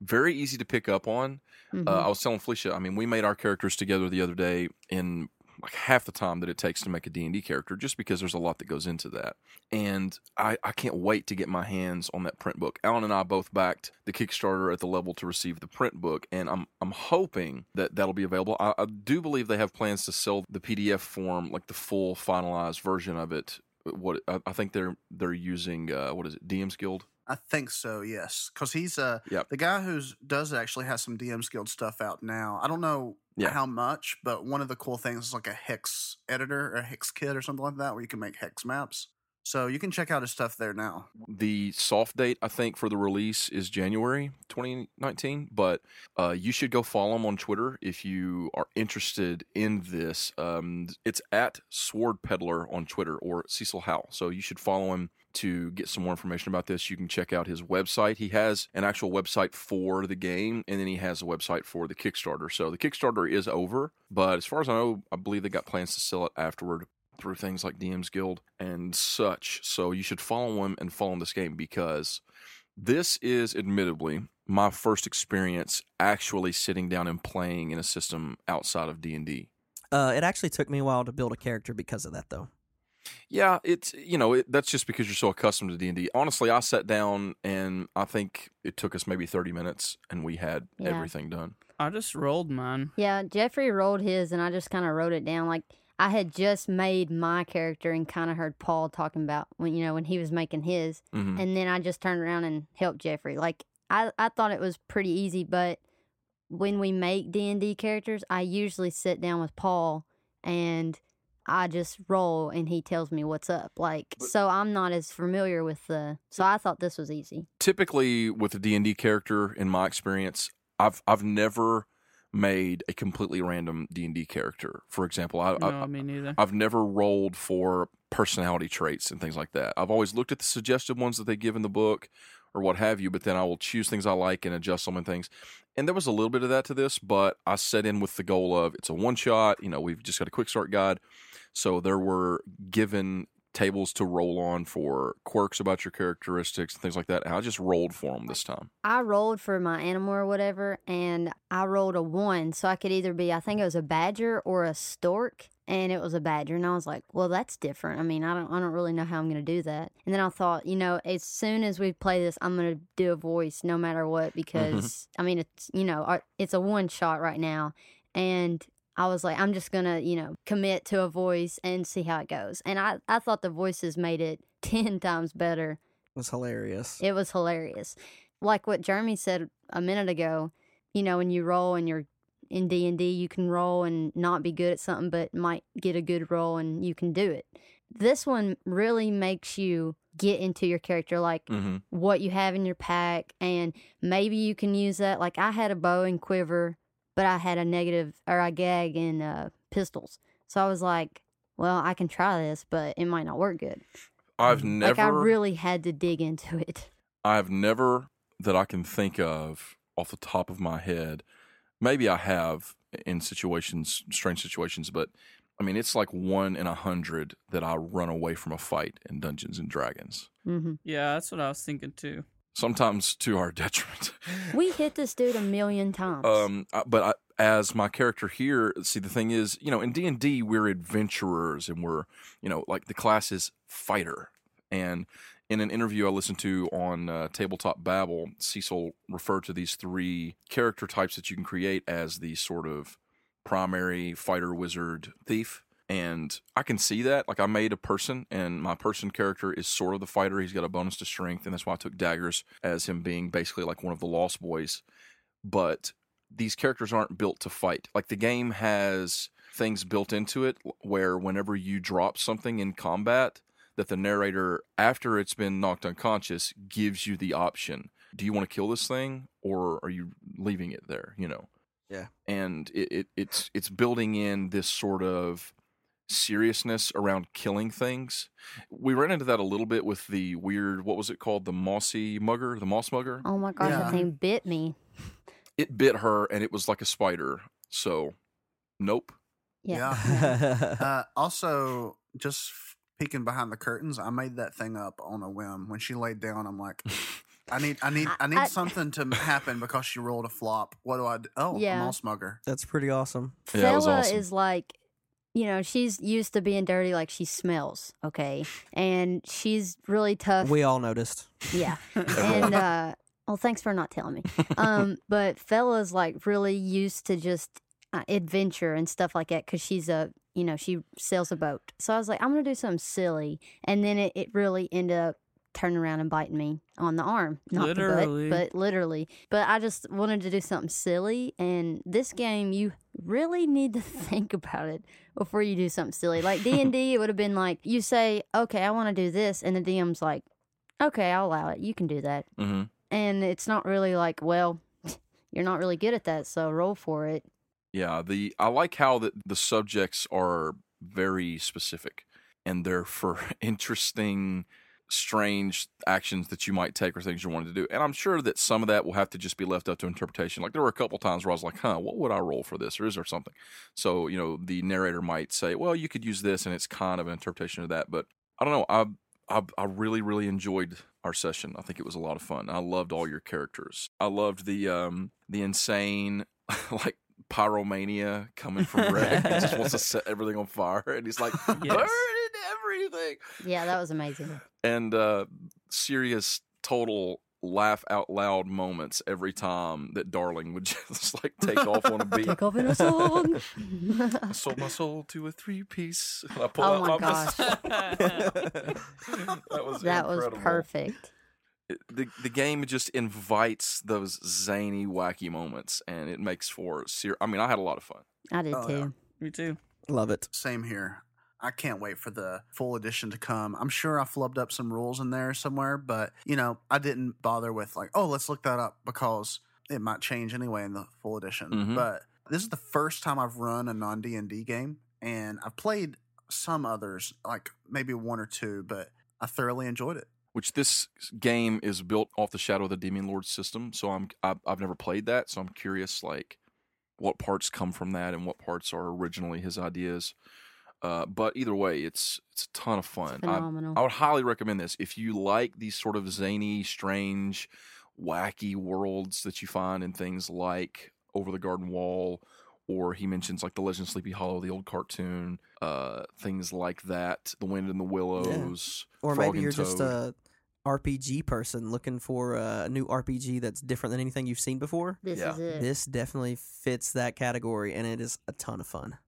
Speaker 3: Very easy to pick up on.
Speaker 6: Mhm.
Speaker 3: Uh, I was telling Felicia, I mean, we made our characters together the other day in like half the time that it takes to make a D&D character just because there's a lot that goes into that. And I, I can't wait to get my hands on that print book. Alan and I both backed the Kickstarter at the level to receive the print book, and I'm I'm hoping that that'll be available. I, I do believe they have plans to sell the PDF form, like the full finalized version of it. What I, I think they're they're using uh, what is it DM's Guild?
Speaker 5: I think so, yes. Because he's uh,
Speaker 3: Yep.
Speaker 5: the guy who's does actually has some DMs Guild stuff out now. I don't know
Speaker 3: Yeah.
Speaker 5: how much, but one of the cool things is like a hex editor or a hex kit or something like that, where you can make hex maps. So you can check out his stuff
Speaker 3: [laughs]
Speaker 5: there now.
Speaker 3: The soft date, I think, for the release is January 2019, but uh, you should go follow him on Twitter if you are interested in this. Um, it's at Sword Peddler on Twitter or Cecil Howe. So you should follow him to get some more information about this. You can check out his website. He has an actual website for the game, and then he has a website for the Kickstarter. So the Kickstarter is over, but as far as I know, I believe they got plans to sell it afterward through things like DM's Guild and such. So you should follow him and follow this game because this is admittedly my first experience actually sitting down and playing in a system outside of D&D.
Speaker 2: Uh, it actually took me a while to build a character because of that, though.
Speaker 3: Yeah, it's you know it, that's just because you're so accustomed to D and D. Honestly, I sat down and I think it took us maybe 30 minutes, and we had
Speaker 6: Yeah.
Speaker 3: everything done.
Speaker 1: I just rolled mine.
Speaker 6: Yeah, Jeffrey rolled his, and I just kind of wrote it down. Like I had just made my character, and kind of heard Paul talking about when you know when he was making his,
Speaker 3: Mhm.
Speaker 6: and then I just turned around and helped Jeffrey. Like I, I thought it was pretty easy, but when we make D and D characters, I usually sit down with Paul and I just roll, and he tells me what's up. Like, so I'm not as familiar with the. So I thought this was easy.
Speaker 3: typically with a D&D character in my experience, I've I've never made a completely random D&D character. For example,
Speaker 5: Uh,
Speaker 3: I, I,
Speaker 1: no, me neither.
Speaker 3: I've never rolled for personality traits and things like that. I've always looked at the suggested ones that they give in the book or what have you, but then I will choose things I like and adjust them and things. And there was a little bit of that to this, but I set in with the goal of it's a one shot, you know, we've just got a quick start guide. So there were given tables to roll on for quirks about your characteristics and things like that. And I just rolled for them this time.
Speaker 6: I rolled for my animal or whatever, and I rolled a one. So I could either be, I think it was a badger or a stork, and it was a badger. And I was like, well, that's different. I mean, I don't, I don't really know how I'm gonna do that. And then I thought, you know, as soon as we play this, I'm gonna do a voice no matter what because I mean, it's you know, our- it's a one shot right now, and. I was like, I'm just gonna, you know, commit to a voice and see how it goes. And I, I thought the voices made it [laughs] 10 times better
Speaker 2: was hilarious.
Speaker 3: [laughs]
Speaker 6: it was hilarious. Like what Jeremy said a minute ago, you know, when you roll and you're in D and D, you can roll and not be good at something, but might get a good roll and you can do it. This one really makes you get into your character, like
Speaker 3: Mm-hmm.
Speaker 6: what you have in your pack, and maybe you can use that. Like I had a bow and quiver, but I had a negative or a gag and uh, pistols, so I was like, well, I can try this, but it might not work good.
Speaker 3: I've never,
Speaker 6: Like I really had to dig into it.
Speaker 3: I've never that I can think of off the top of my head. Maybe I have in situations, strange situations, but I mean, it's like one in a hundred that I run away from a fight in Dungeons and Dragons.
Speaker 6: Mm-hmm.
Speaker 5: uh.
Speaker 1: Yeah, that's what I was thinking
Speaker 5: [laughs]
Speaker 1: too.
Speaker 3: Sometimes to our [laughs] detriment.
Speaker 6: We hit this dude a million times.
Speaker 3: Um, I- but I, as my character here, see the thing is, you know, in D and D, we're adventurers and we're, you know, like the class is fighter. And in an interview I listened to on uh, Tabletop Babel, Cecil referred to these three character types that you can create as the sort of primary fighter, wizard, thief. And I can see that. Like I made a person, and my person character is sort of the fighter. He's got a bonus to strength, and that's why I took daggers as him being basically like one of the Lost Boys. But these characters aren't built to fight. Like the game has things built into it where whenever you drop something in combat, that the narrator, after it's been knocked unconscious, gives you the option: Do you want to kill this thing, or are you leaving it there? You know.
Speaker 2: Yeah.
Speaker 3: And it, it it's it's building in this sort of seriousness around killing things. We ran into that a little bit with the weird what was it called? The mossy mugger, the moss mugger.
Speaker 6: oh my gosh,
Speaker 5: Yeah.
Speaker 6: that thing bit me.
Speaker 3: It bit her, and it was like a spider. So, nope.
Speaker 6: Yeah.
Speaker 5: Uh, also, just peeking behind the curtains, I made that thing up on a whim. When she laid down, I'm like, I need,
Speaker 3: [laughs]
Speaker 5: I need, I need
Speaker 6: I- I-
Speaker 5: something to happen because she rolled a flop. What do I? Do? Oh,
Speaker 6: Yeah.
Speaker 5: I'm
Speaker 6: [laughs]
Speaker 5: all smugger.
Speaker 2: [laughs] That's pretty awesome.
Speaker 3: Yeah, it was
Speaker 6: Fella
Speaker 3: awesome.
Speaker 6: is like, you know, she's used to being dirty, like she smells, okay? And she's really tough.
Speaker 2: We all noticed.
Speaker 3: [laughs]
Speaker 6: yeah. And, uh, well, thanks for not telling me. Um, but Fella's like really used to just uh, adventure and stuff like that because she's a, you know, she sails a boat. So I was like, I'm going to do something silly. And then it, it really ended up turning around and biting me on the arm. Not
Speaker 1: Literally.
Speaker 6: the butt, but literally. But I just wanted to do something silly. And this game, you really need to [laughs] think about it before you do something silly. Like D&D, it would have been like, you say, okay, I want to do this. And the DM's like, okay, I'll allow it. You can do that.
Speaker 3: Mm-hmm.
Speaker 6: And it's not really like, well, [laughs] you're not really good at that, so roll for it.
Speaker 3: Yeah, the I like how that the subjects are very specific and they're for [laughs] interesting strange actions that you might take or things you wanted to do. And I'm sure that some of that will have to just be left up to interpretation. Like there were a couple times where I was like, "Huh, what would I roll for this?" or is there something. So, you know, the narrator might say, "Well, you could use this," and it's kind of an interpretation of that, but I don't know. I I, I really really enjoyed our session. I think it was a lot of fun. I loved all your characters. I loved the um the insane [laughs] like pyromania coming from Rick. he just wants to set everything on fire, and he's like,
Speaker 1: Yes.
Speaker 3: burn everything.
Speaker 6: Yeah, that was amazing.
Speaker 3: And uh, serious, total laugh out loud moments every time that Darling would [laughs] just like take off on a beat.
Speaker 6: Take off in a [laughs] song.
Speaker 3: I sold my soul to a three piece. And [laughs] I pulled
Speaker 6: oh
Speaker 3: out
Speaker 6: [laughs]
Speaker 3: my
Speaker 6: my gosh,
Speaker 3: pistol. that was
Speaker 6: that was
Speaker 3: incredible.
Speaker 6: perfect.
Speaker 3: it- the the game just invites those zany, wacky moments, and it makes for ser- I mean, I had a lot of fun.
Speaker 6: I did
Speaker 5: Oh,
Speaker 6: too.
Speaker 5: yeah.
Speaker 1: [laughs] Me too.
Speaker 2: Love it.
Speaker 5: Same here. I can't wait for the full edition to come. I'm sure I flubbed up some rules in there somewhere, but you know, I didn't bother with like, oh, let's look that up because it might change anyway in the full edition.
Speaker 3: Mhm.
Speaker 5: But this is the first time I've run a non D and D game, and I've played some others, like maybe one or two, but I thoroughly enjoyed it.
Speaker 3: Which this game is built off the Shadow of the Demon Lord system, so I'm I've, I've never played that, so I'm curious like what parts come from that and what parts are originally his ideas. Uh, but either way, it's it's a ton of fun. I-
Speaker 6: Phenomenal.
Speaker 3: I would highly recommend this if you like these sort of zany, strange, wacky worlds that you find in things like Over the Garden Wall, or he mentions like the Legend of Sleepy Hollow, the old cartoon, uh, things like that, The Wind in the Willows,
Speaker 2: Or
Speaker 3: Frog
Speaker 2: maybe
Speaker 3: and
Speaker 2: you're just
Speaker 3: Toad.
Speaker 2: a RPG person looking for uh, a new RPG that's different than anything you've seen before.
Speaker 6: This
Speaker 3: Yeah.
Speaker 6: is it.
Speaker 2: This definitely fits that category, and it is a ton of fun.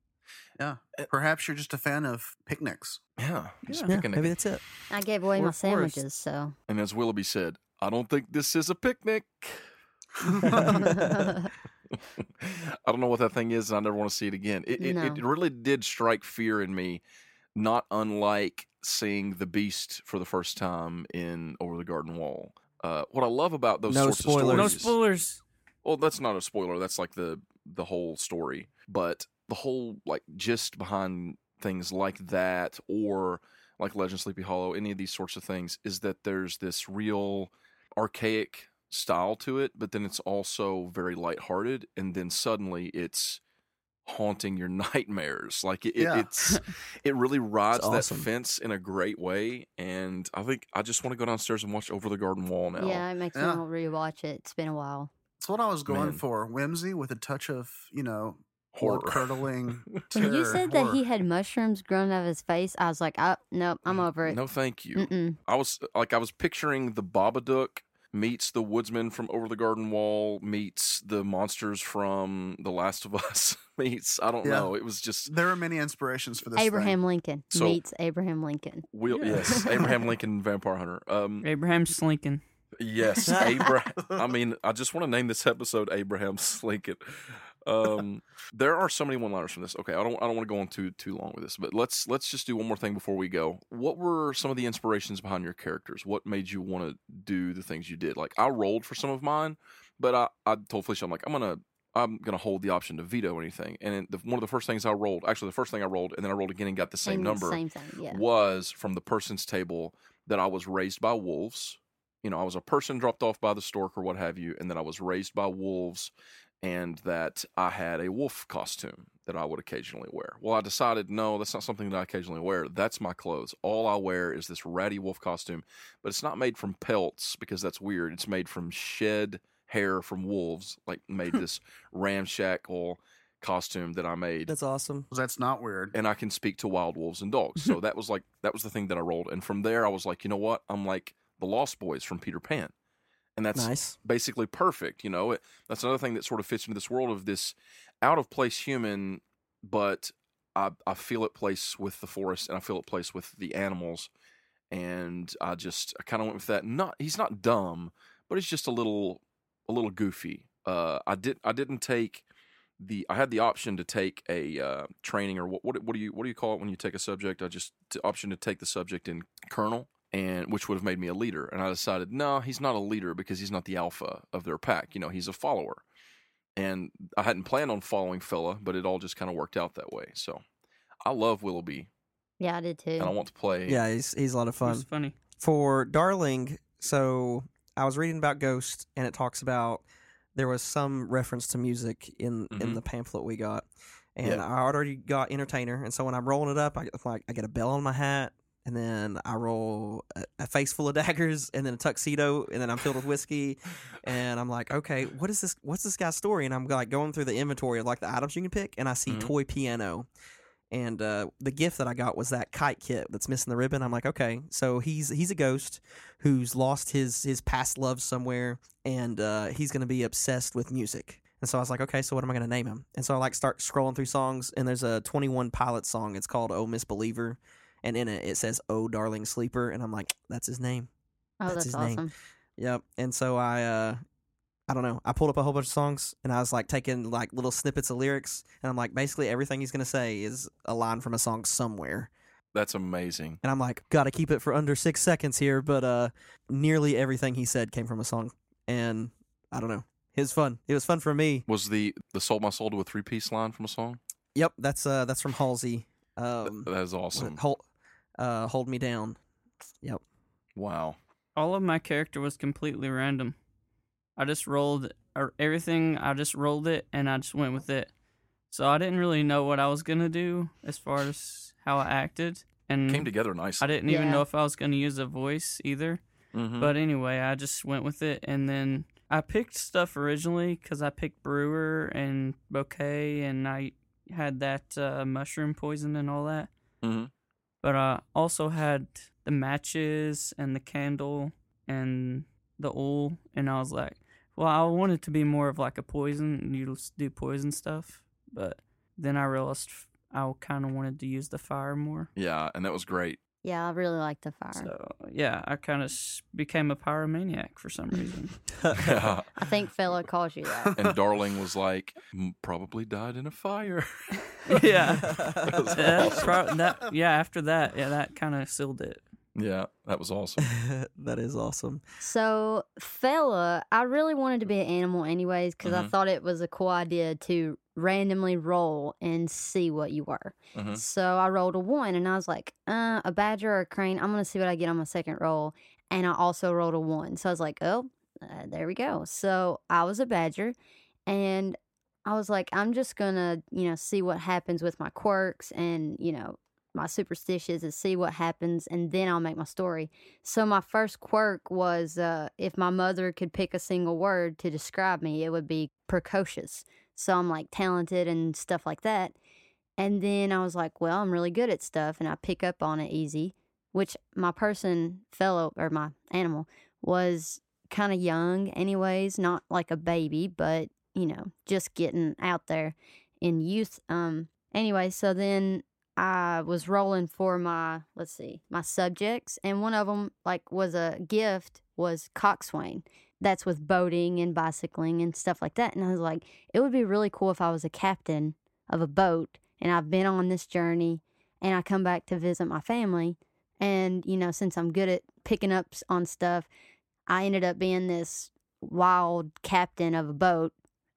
Speaker 3: Eh.
Speaker 5: Perhaps you're just a fan of
Speaker 3: [laughs]
Speaker 5: picnics. [laughs]
Speaker 3: yeah, just
Speaker 2: Yeah,
Speaker 3: picking a-
Speaker 2: maybe that's it.
Speaker 6: I gave away
Speaker 1: Or
Speaker 6: my
Speaker 1: forest.
Speaker 3: [laughs]
Speaker 6: sandwiches, so
Speaker 3: and as Willoughby said, I don't think this is a picnic. [laughs] I don't know what that thing is, and I never want to see it again. It, it, it
Speaker 6: No.
Speaker 3: really did strike fear in me, not unlike seeing the beast for the first time in Over the Garden Wall. Uh, what I love about those
Speaker 2: No
Speaker 3: sorts
Speaker 2: spoilers.
Speaker 1: No
Speaker 3: of stories,
Speaker 1: spoilers.
Speaker 3: well, that's not a spoiler. That's like the the whole story, but the whole like gist behind things like that, or like Legend of Sleepy Hollow, any of these sorts of things, is that there's this real archaic style to it, but then it's also very lighthearted, and then suddenly it's haunting your [laughs] nightmares. Like it, it-
Speaker 5: Yeah. [laughs]
Speaker 3: it's it really rides
Speaker 2: awesome.
Speaker 3: that fence in a great way, and I think I just want to go downstairs and watch Over the Garden Wall now.
Speaker 6: yeah, it makes
Speaker 5: Yeah.
Speaker 6: me want to rewatch it. It's been a while.
Speaker 5: That's what I was going
Speaker 3: Man.
Speaker 5: for. Whimsy with a touch of, you know,
Speaker 3: Horror. [laughs]
Speaker 5: curdling
Speaker 6: When
Speaker 5: terror.
Speaker 6: you said that
Speaker 5: horror.
Speaker 6: he had mushrooms growing out of his face, I was like, oh, nope, I'm over it.
Speaker 3: No, thank Mm, you.
Speaker 6: Mm-mm.
Speaker 3: I was like, I was picturing the Babadook meets the woodsman from Over the Garden Wall meets the monsters from The Last of Us [laughs] meets I don't
Speaker 5: Yeah.
Speaker 3: know. It was just
Speaker 5: There are many inspirations for this. thing.
Speaker 6: Abraham Lincoln
Speaker 3: So-
Speaker 6: meets Abraham Lincoln.
Speaker 3: Will
Speaker 1: Yeah.
Speaker 3: yes Abraham Lincoln Vampire Hunter. Um,
Speaker 1: Abraham Slinkin.
Speaker 3: yes Abraham. I mean, I just want to name this episode Abraham Lincoln. Um, there are so many one-liners from this. Okay, I don't I don't want to go on too too long with this, but let's let's just do one more thing before we go. What were some of the inspirations behind your characters? What made you want to do the things you did? Like I rolled for some of mine, but I I told Felicia I'm like I'm gonna. I'm gonna hold the option to veto anything, and it, the, one of the first things I rolled, actually the first thing I rolled, and then I rolled again and got the same
Speaker 6: And
Speaker 3: number
Speaker 6: Same thing, yeah.
Speaker 3: was from the person's table that I was raised by wolves. You know, I was a person dropped off by the stork or what have you, and that I was raised by wolves and that I had a wolf costume that I would occasionally wear. Well, I decided, no, that's not something that I occasionally wear. That's my clothes. All I wear is this ratty wolf costume, but it's not made from pelts because that's weird. It's made from shed hair from wolves, like made this ramshackle costume that I made
Speaker 2: That's awesome.
Speaker 5: 'Cause That's not weird.
Speaker 3: and I can speak to wild wolves and dogs. So that was like that was the thing that I rolled. And from there I was like, you know what? I'm like the Lost Boys from Peter Pan. And that's
Speaker 2: nice.
Speaker 3: basically perfect, you know. It, that's another thing that sort of fits into this world of this out of place human, but I I feel at place with the forest and I feel at place with the animals. And I just I kind of went with that. Not he's not dumb, but he's just a little a little goofy. Uh, I did I didn't take the I had the option to take a uh, training or what, what what do you what do you call it when you take a subject? I just the option to take the subject in Colonel and which would have made me a leader. And I decided no, he's not a leader because he's not the alpha of their pack. You know, he's a follower. And I hadn't planned on following fella, but it all just kind of worked out that way. So I love Willoughby,
Speaker 6: Yeah, I did too.
Speaker 3: and I want to play.
Speaker 2: Yeah, he's he's a lot of
Speaker 1: It
Speaker 2: fun.
Speaker 1: was funny.
Speaker 2: for Darling, so I was reading about Ghost, and it talks about there was some reference to music in
Speaker 3: Mhm.
Speaker 2: in the pamphlet we got, and
Speaker 3: Yeah.
Speaker 2: I already got Entertainer, and so when I'm rolling it up, I get like I get a bell on my hat, and then I roll a, a face full of [laughs] daggers, and then a tuxedo, and then I'm filled with whiskey, and I'm like, okay, what is this? What's this guy's story? And I'm like going through the inventory of like the items you can pick, and I see
Speaker 3: Mhm.
Speaker 2: toy piano, and uh, the gift that I got was that kite kit that's missing the ribbon. I'm like, okay, so he's he's a ghost who's lost his his past love somewhere, and uh, he's gonna be obsessed with music. And so I was like, okay, so what am I gonna name him? And so I like start scrolling through songs, and there's a 21 Pilot song. It's called "Oh Misbeliever," and in it it says "Oh Darling Sleeper," and I'm like, that's his name.
Speaker 6: oh,
Speaker 2: that's
Speaker 6: that's,
Speaker 2: his name.
Speaker 6: awesome.
Speaker 2: Yep. And so I, uh, I don't know. I pulled up a whole bunch of songs and I was like taking like little snippets of lyrics and I'm like basically everything he's gonna say is a line from a song somewhere.
Speaker 3: That's amazing.
Speaker 2: And I'm like, gotta keep it for under six seconds here, but uh, nearly everything he said came from a song. And I don't know. It was fun. It was fun for me.
Speaker 3: Was the the sold my soul to a three piece line from a song?
Speaker 2: Yep. That's uh, that's from Halsey.
Speaker 3: Th-
Speaker 2: Um,
Speaker 3: that is awesome.
Speaker 2: hold, uh, hold me down. Yep.
Speaker 3: Wow.
Speaker 1: All of my character was completely random. I just rolled er- everything. I just rolled it and I just went with it. So I didn't really know what I was gonna do as far as how I acted, and
Speaker 3: Came together nice.
Speaker 1: Mm-hmm. I didn't even
Speaker 6: Yeah.
Speaker 1: know if I was gonna use a voice either.
Speaker 3: Mhm.
Speaker 1: But anyway, I just went with it, and then I picked stuff originally because I picked Brewer and Bouquet, and I had that uh, mushroom poison and all that.
Speaker 3: Mhm.
Speaker 1: But I also had the matches and the candle and the oil, and I was like, well, I want it to be more of like a poison, and you just do poison stuff. But then I realized I kind of wanted to use the fire more.
Speaker 3: Yeah, and that
Speaker 1: [laughs]
Speaker 3: was great. [laughs]
Speaker 6: Yeah, I really like the fire.
Speaker 1: So yeah, I kind of became a pyromaniac for some reason.
Speaker 3: Yeah.
Speaker 6: I think Fella calls you that.
Speaker 3: and Darling was like, "Mm, probably died in a fire.
Speaker 1: [laughs]
Speaker 3: [laughs]
Speaker 2: [laughs]
Speaker 1: yeah.
Speaker 3: That was
Speaker 1: That
Speaker 3: awesome.
Speaker 1: pro- that- yeah, after that, yeah, that kind of sealed it.
Speaker 3: Yeah, that was awesome.
Speaker 2: [laughs] that is awesome.
Speaker 6: So, fella, I really wanted to be an animal anyways because I
Speaker 3: Mhm.
Speaker 6: thought it was a cool idea to randomly roll and see what you were.
Speaker 3: Mhm.
Speaker 6: So I rolled a one and I was like, uh, a badger or a crane. I'm going to see what I get on my second roll. And I also rolled a one. So I was like, oh, uh, there we go. So I was a badger and I was like, I'm just going to, you know, see what happens with my quirks and, you know, my superstitions and see what happens. And then I'll make my story. So my first quirk was uh, if my mother could pick a single word to describe me, it would be precocious. So I'm like talented and stuff like that. And then I was like, well, I'm really good at stuff and I pick up on it easy, which my person, fellow, or my animal was kind of young, anyways, not like a baby, but you know, just getting out there in youth. Um, anyway, so then I was rolling for my let's see my subjects, and one of them like was a gift was coxswain. That's with boating and bicycling and stuff like that. And I was like, it would be really cool if I was a captain of a boat, and I've been on this journey, and I come back to visit my family, and you know, since I'm good at picking up s- on stuff, I ended up being this wild captain of a boat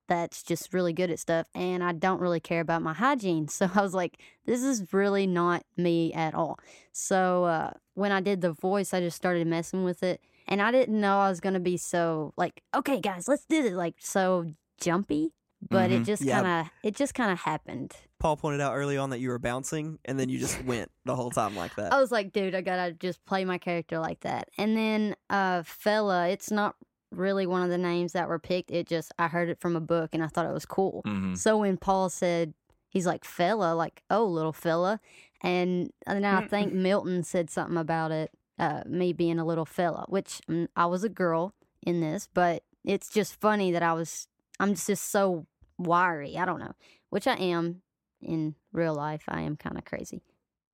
Speaker 6: that's just really good at stuff and I don't really care about my hygiene. [laughs] So I was like, this is really not me at all. So uh, when I did the voice, I just started messing with it. And I didn't know I was going to be so like, okay, guys, let's do this. Like, so jumpy. But it just
Speaker 2: Yeah.
Speaker 6: kind of, it just kind of happened.
Speaker 2: Paul pointed out early on that you were bouncing, and then you just went the whole time like that.
Speaker 6: I was like, dude, I gotta just play my character like that. And then uh fella, it's not really one of the names that were picked. It just I heard it from a book and I thought it was cool.
Speaker 3: Mhm.
Speaker 6: So when Paul said he's like fella, like, oh little fella and uh, then I think Milton said something about it, uh, me being a little fella, which mm, I was a girl in this, but it's just funny that I was I'm just so wiry. I don't know. Which I am in real life. I am kinda crazy.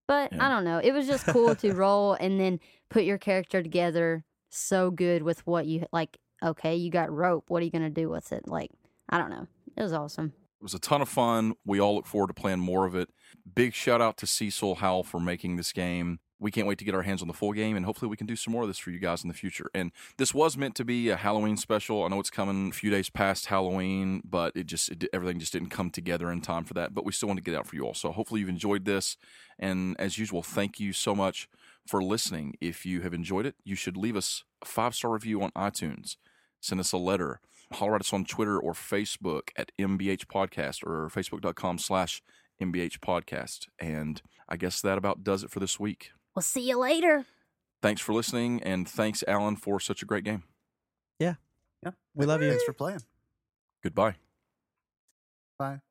Speaker 6: But
Speaker 3: Yeah.
Speaker 6: I don't know. It was just cool to roll and then put your character together so good with what you like. Okay, you got rope. What are you gonna do with it? Like, I don't know. It was awesome.
Speaker 3: It was a ton of fun. We all look forward to playing more of it. Big shout out to Cecil Howell for making this game. We can't wait to get our hands on the full game, and hopefully, we can do some more of this for you guys in the future. And this was meant to be a Halloween special. I know it's coming a few days past Halloween, but it just it, everything just didn't come together in time for that. But we still want to get it out for you all. So hopefully, you've enjoyed this. And as usual, thank you so much for listening. If you have enjoyed it, you should leave us a five star review on iTunes. Send us a letter holler at us on Twitter or Facebook at MBH Podcast or Facebook.com slash MBH Podcast. And I guess that about does it for this week.
Speaker 4: We'll see you later.
Speaker 3: Thanks for listening, and thanks, Alan, for such a great game.
Speaker 2: we love you.
Speaker 5: Thanks for playing.
Speaker 3: Goodbye.
Speaker 5: Bye.